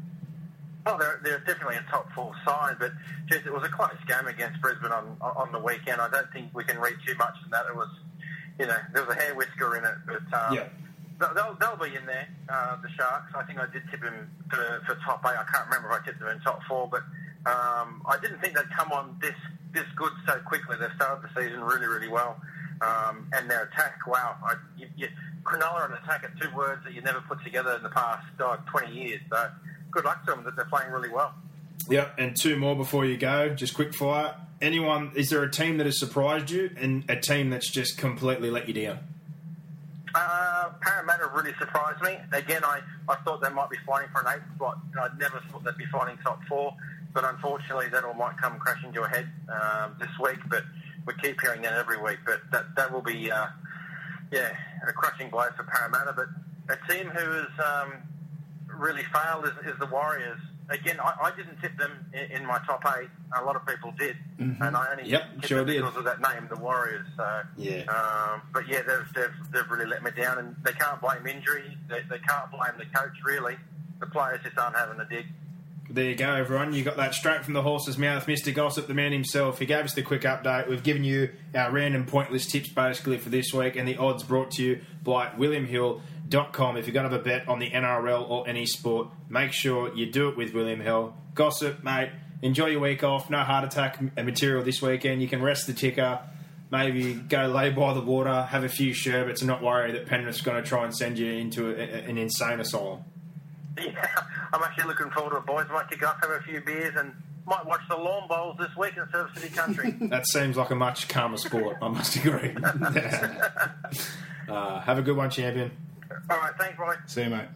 Speaker 6: Well, Oh, they're, they're definitely a top four side, but geez, it was a close game against Brisbane on on the weekend. I don't think we can read too much from that. It was, you know, there was a hair whisker in it, but um,
Speaker 2: Yeah.
Speaker 6: They'll, they'll, they'll be in there, uh, the Sharks. I think I did tip him for, for top eight. I can't remember if I tipped him in top four, but um, I didn't think they'd come on this this good so quickly. They've started the season really, really well. Um, and their attack, wow. I, you, you, Cronulla and attack are two words that you never put together in the past uh, 20 years. So good luck to them that they're playing really well.
Speaker 2: Yep, and two more before you go. Just quick fire. Anyone? Is there a team that has surprised you, and a team that's just completely let you down?
Speaker 6: Uh, Parramatta really surprised me. Again, I, I thought they might be fighting for an eighth spot. and I never thought they'd be fighting top four, but unfortunately, that all might come crashing to a head um, this week. But we keep hearing that every week. But that that will be, uh, yeah, a crushing blow for Parramatta. But a team who has um, really failed is, is the Warriors. Again, I, I didn't tip them in, in my top eight. A lot of people did, and I only
Speaker 2: Mm-hmm. Yep,
Speaker 6: tipped
Speaker 2: sure
Speaker 6: them
Speaker 2: did.
Speaker 6: because of that name, the Warriors. So
Speaker 2: Yeah.
Speaker 6: um, but yeah, they've, they've, they've really let me down, and they can't blame injury. They, they can't blame the coach, really. The players just aren't having a dig.
Speaker 2: There you go, everyone. You got that straight from the horse's mouth, Mr. Gossip, the man himself. He gave us the quick update. We've given you our random pointless tips basically for this week, and the odds brought to you by WilliamHill.com. If you're going to have a bet on the NRL or any sport, make sure you do it with William Hill. Gossip, mate, enjoy your week off. No heart attack m- uh, material this weekend. You can rest the ticker, maybe go lay by the water, have a few sherbets, and not worry that Penrith's going to try and send you into a, a- an insane asylum.
Speaker 6: Yeah, I'm actually looking forward to it, boys. Might kick off, have a few beers, and might watch the lawn bowls this week in Surf City Country.
Speaker 2: That seems like a much calmer sport, I must agree. uh, have a good one, champion.
Speaker 6: All right, thanks, Roy.
Speaker 3: See you, mate.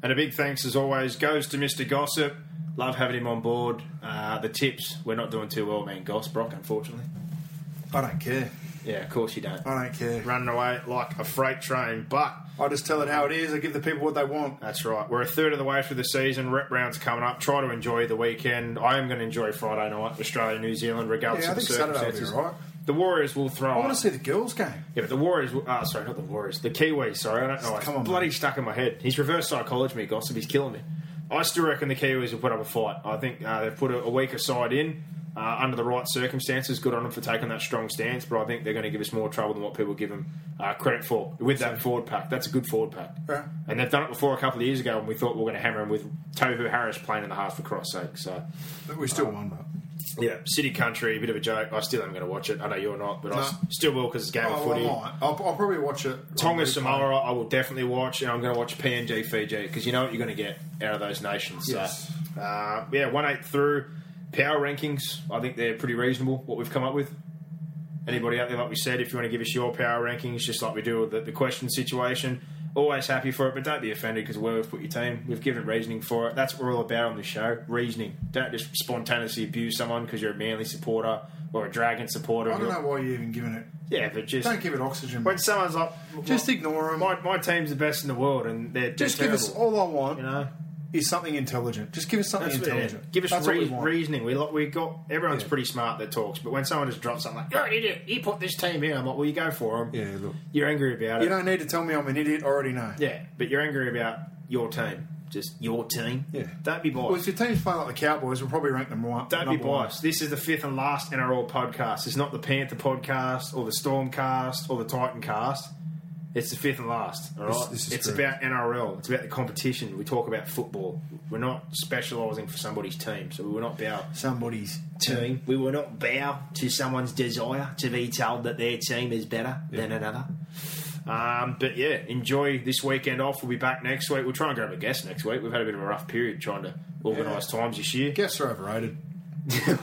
Speaker 2: And a big thanks, as always, goes to Mr. Gossip. Love having him on board. Uh, the tips, we're not doing too well, man. Goss, Brock, unfortunately.
Speaker 3: I don't care.
Speaker 2: Yeah, of course you don't.
Speaker 3: I don't care.
Speaker 2: Running away like a freight train, but
Speaker 3: I just tell it how it is. I give the people what they want.
Speaker 2: That's right. We're a third of the way through the season. Rep rounds coming up. Try to enjoy the weekend. I am going to enjoy Friday night, Australia, New Zealand, regardless
Speaker 3: Yeah, I
Speaker 2: of the
Speaker 3: think Saturday will be
Speaker 2: circumstances.
Speaker 3: all right.
Speaker 2: The Warriors will throw.
Speaker 3: I want
Speaker 2: up.
Speaker 3: to see the girls' game.
Speaker 2: Yeah, but the Warriors. Ah, sorry, not the Warriors. The Kiwis. Sorry, I don't know.
Speaker 3: Come
Speaker 2: it's
Speaker 3: on,
Speaker 2: bloody
Speaker 3: mate.
Speaker 2: stuck in my head. He's reverse psychology me, gossip. He's killing me. I still reckon the Kiwis will put up a fight. I think uh, they've put a, a weaker side in uh, under the right circumstances. Good on them for taking that strong stance, but I think they're going to give us more trouble than what people give them uh, credit for with that forward pack. That's a good forward pack.
Speaker 3: Yeah.
Speaker 2: And they've done it before a couple of years ago, and we thought we were going to hammer them with Tohu Harris playing in the half for cross sake. So,
Speaker 3: But we still won, but.
Speaker 2: yeah, City Country, a bit of a joke. I still am going to watch it. I know you're not, but I s-
Speaker 3: No.
Speaker 2: still will because it's game of
Speaker 3: Oh, I
Speaker 2: footy.
Speaker 3: might. I'll, I'll probably watch it. on
Speaker 2: Tonga
Speaker 3: replay.
Speaker 2: Samoa, I will definitely watch, and I'm going to watch PNG Fiji because you know what you're going to get out of those nations. So,
Speaker 3: Yes.
Speaker 2: uh, yeah, one eight through power rankings. I think they're pretty reasonable. What we've come up with. Anybody out there, like we said, if you want to give us your power rankings, just like we do with the, the question situation, always happy for it. But don't be offended because where we've put your team, we've given reasoning for it. That's what we're all about on this show: reasoning. Don't just spontaneously abuse someone because you're a Manly supporter or a Dragon supporter.
Speaker 3: I don't know why you're even giving it.
Speaker 2: Yeah, but just
Speaker 3: Don't give it oxygen.
Speaker 2: when
Speaker 3: mate.
Speaker 2: someone's like,
Speaker 3: Just
Speaker 2: my-
Speaker 3: ignore 'em.
Speaker 2: My, my team's the best in the world, and they're
Speaker 3: Just
Speaker 2: they're
Speaker 3: give us
Speaker 2: terrible,
Speaker 3: all I want
Speaker 2: You know,
Speaker 3: is something intelligent. Just give us something
Speaker 2: that's what, yeah.
Speaker 3: intelligent.
Speaker 2: give us
Speaker 3: That's what
Speaker 2: re-
Speaker 3: we want.
Speaker 2: reasoning. We like we got everyone's
Speaker 3: Yeah.
Speaker 2: pretty smart that talks, but when someone just drops something like, "You're an idiot," he put this team in. I'm like, well, you go for him.
Speaker 3: Yeah, look.
Speaker 2: you're angry about it.
Speaker 3: You don't need to tell me I'm an idiot. I already know.
Speaker 2: yeah, but you're angry about your team, just your team.
Speaker 3: Yeah.
Speaker 2: don't be biased.
Speaker 3: Well, if your team's playing like the Cowboys, we'll probably rank them right.
Speaker 2: Don't be
Speaker 3: number one.
Speaker 2: biased. This is the fifth and last NRL podcast. It's not the Panther podcast or the Stormcast or the Titan cast. It's the fifth and last. All right.
Speaker 3: This- this is
Speaker 2: it's
Speaker 3: true.
Speaker 2: about NRL. It's about the competition. We talk about football. We're not specialising for somebody's team, so we will not bow
Speaker 3: Somebody's
Speaker 2: team. We will not bow to someone's desire to be told that their team is better than another. Um, but yeah, enjoy this weekend off. We'll be back next week. We'll try and grab a guest next week. We've had a bit of a rough period trying to organise times this year.
Speaker 3: Guests are overrated.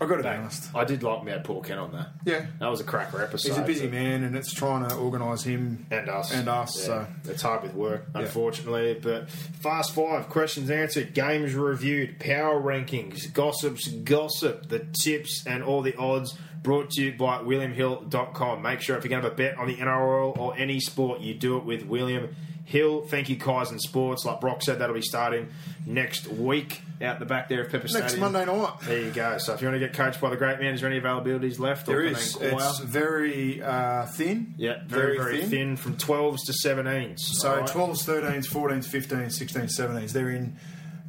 Speaker 3: I've got to be honest.
Speaker 2: I did like Mad Paul Ken on there.
Speaker 3: Yeah.
Speaker 2: That was a cracker episode.
Speaker 3: He's a busy
Speaker 2: so-
Speaker 3: man, and it's trying to organise him
Speaker 2: And us.
Speaker 3: And us.
Speaker 2: Yeah.
Speaker 3: So
Speaker 2: It's hard with work, unfortunately. But fast five, questions answered, games reviewed, power rankings, gossips, gossip, the tips, and all the odds brought to you by WilliamHill.com. Make sure if you're going to have a bet on the NRL or any sport, you do it with William Hill. Thank you, Kaizen Sports. Like Brock said, that'll be starting next week out the back there of Pepper
Speaker 3: next
Speaker 2: Stadium.
Speaker 3: Monday night.
Speaker 2: There you go. So if you want to get coached by the great man, is there any availabilities left?
Speaker 3: There
Speaker 2: Or can
Speaker 3: is.
Speaker 2: they inquire?
Speaker 3: It's very uh, thin.
Speaker 2: yeah, very, very, thin. from 12s to 17s.
Speaker 3: So
Speaker 2: all right?
Speaker 3: 12s, 13s, 14s, 15s, 16s, 17s. They're in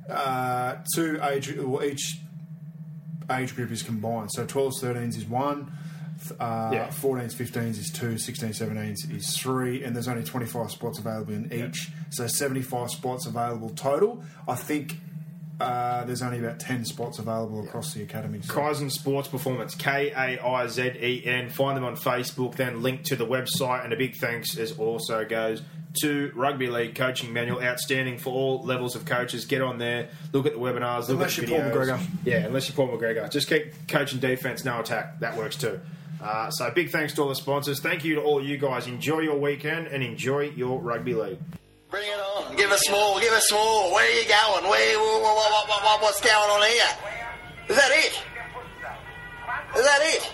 Speaker 3: uh, two age, well, each age group is combined. So 12s, 13s is one, th- uh,
Speaker 2: Yeah.
Speaker 3: 14s, 15s is two, 16s, 17s is three, and there's only 25 spots available in each. So 75 spots available total. I think uh, there's only about 10 spots available across the academy. So-
Speaker 2: Kaizen Sports Performance, K A I Z E N. Find them on Facebook, then link to the website. And a big thanks as also goes to Rugby League Coaching Manual, outstanding for all levels of coaches. Get on there, look at the webinars, look
Speaker 3: Unless
Speaker 2: at the
Speaker 3: you're Paul
Speaker 2: videos.
Speaker 3: McGregor.
Speaker 2: Yeah, unless you're Paul McGregor. Just keep coaching defense, no attack. That works too. Uh, so big thanks to all the sponsors. Thank you to all you guys. Enjoy your weekend and enjoy your rugby league.
Speaker 7: Bring it on. Give us more. Give us more. Where are you going? Where, wha- wha- wha- wha- wha- what's going on here? Is that it? Is that it?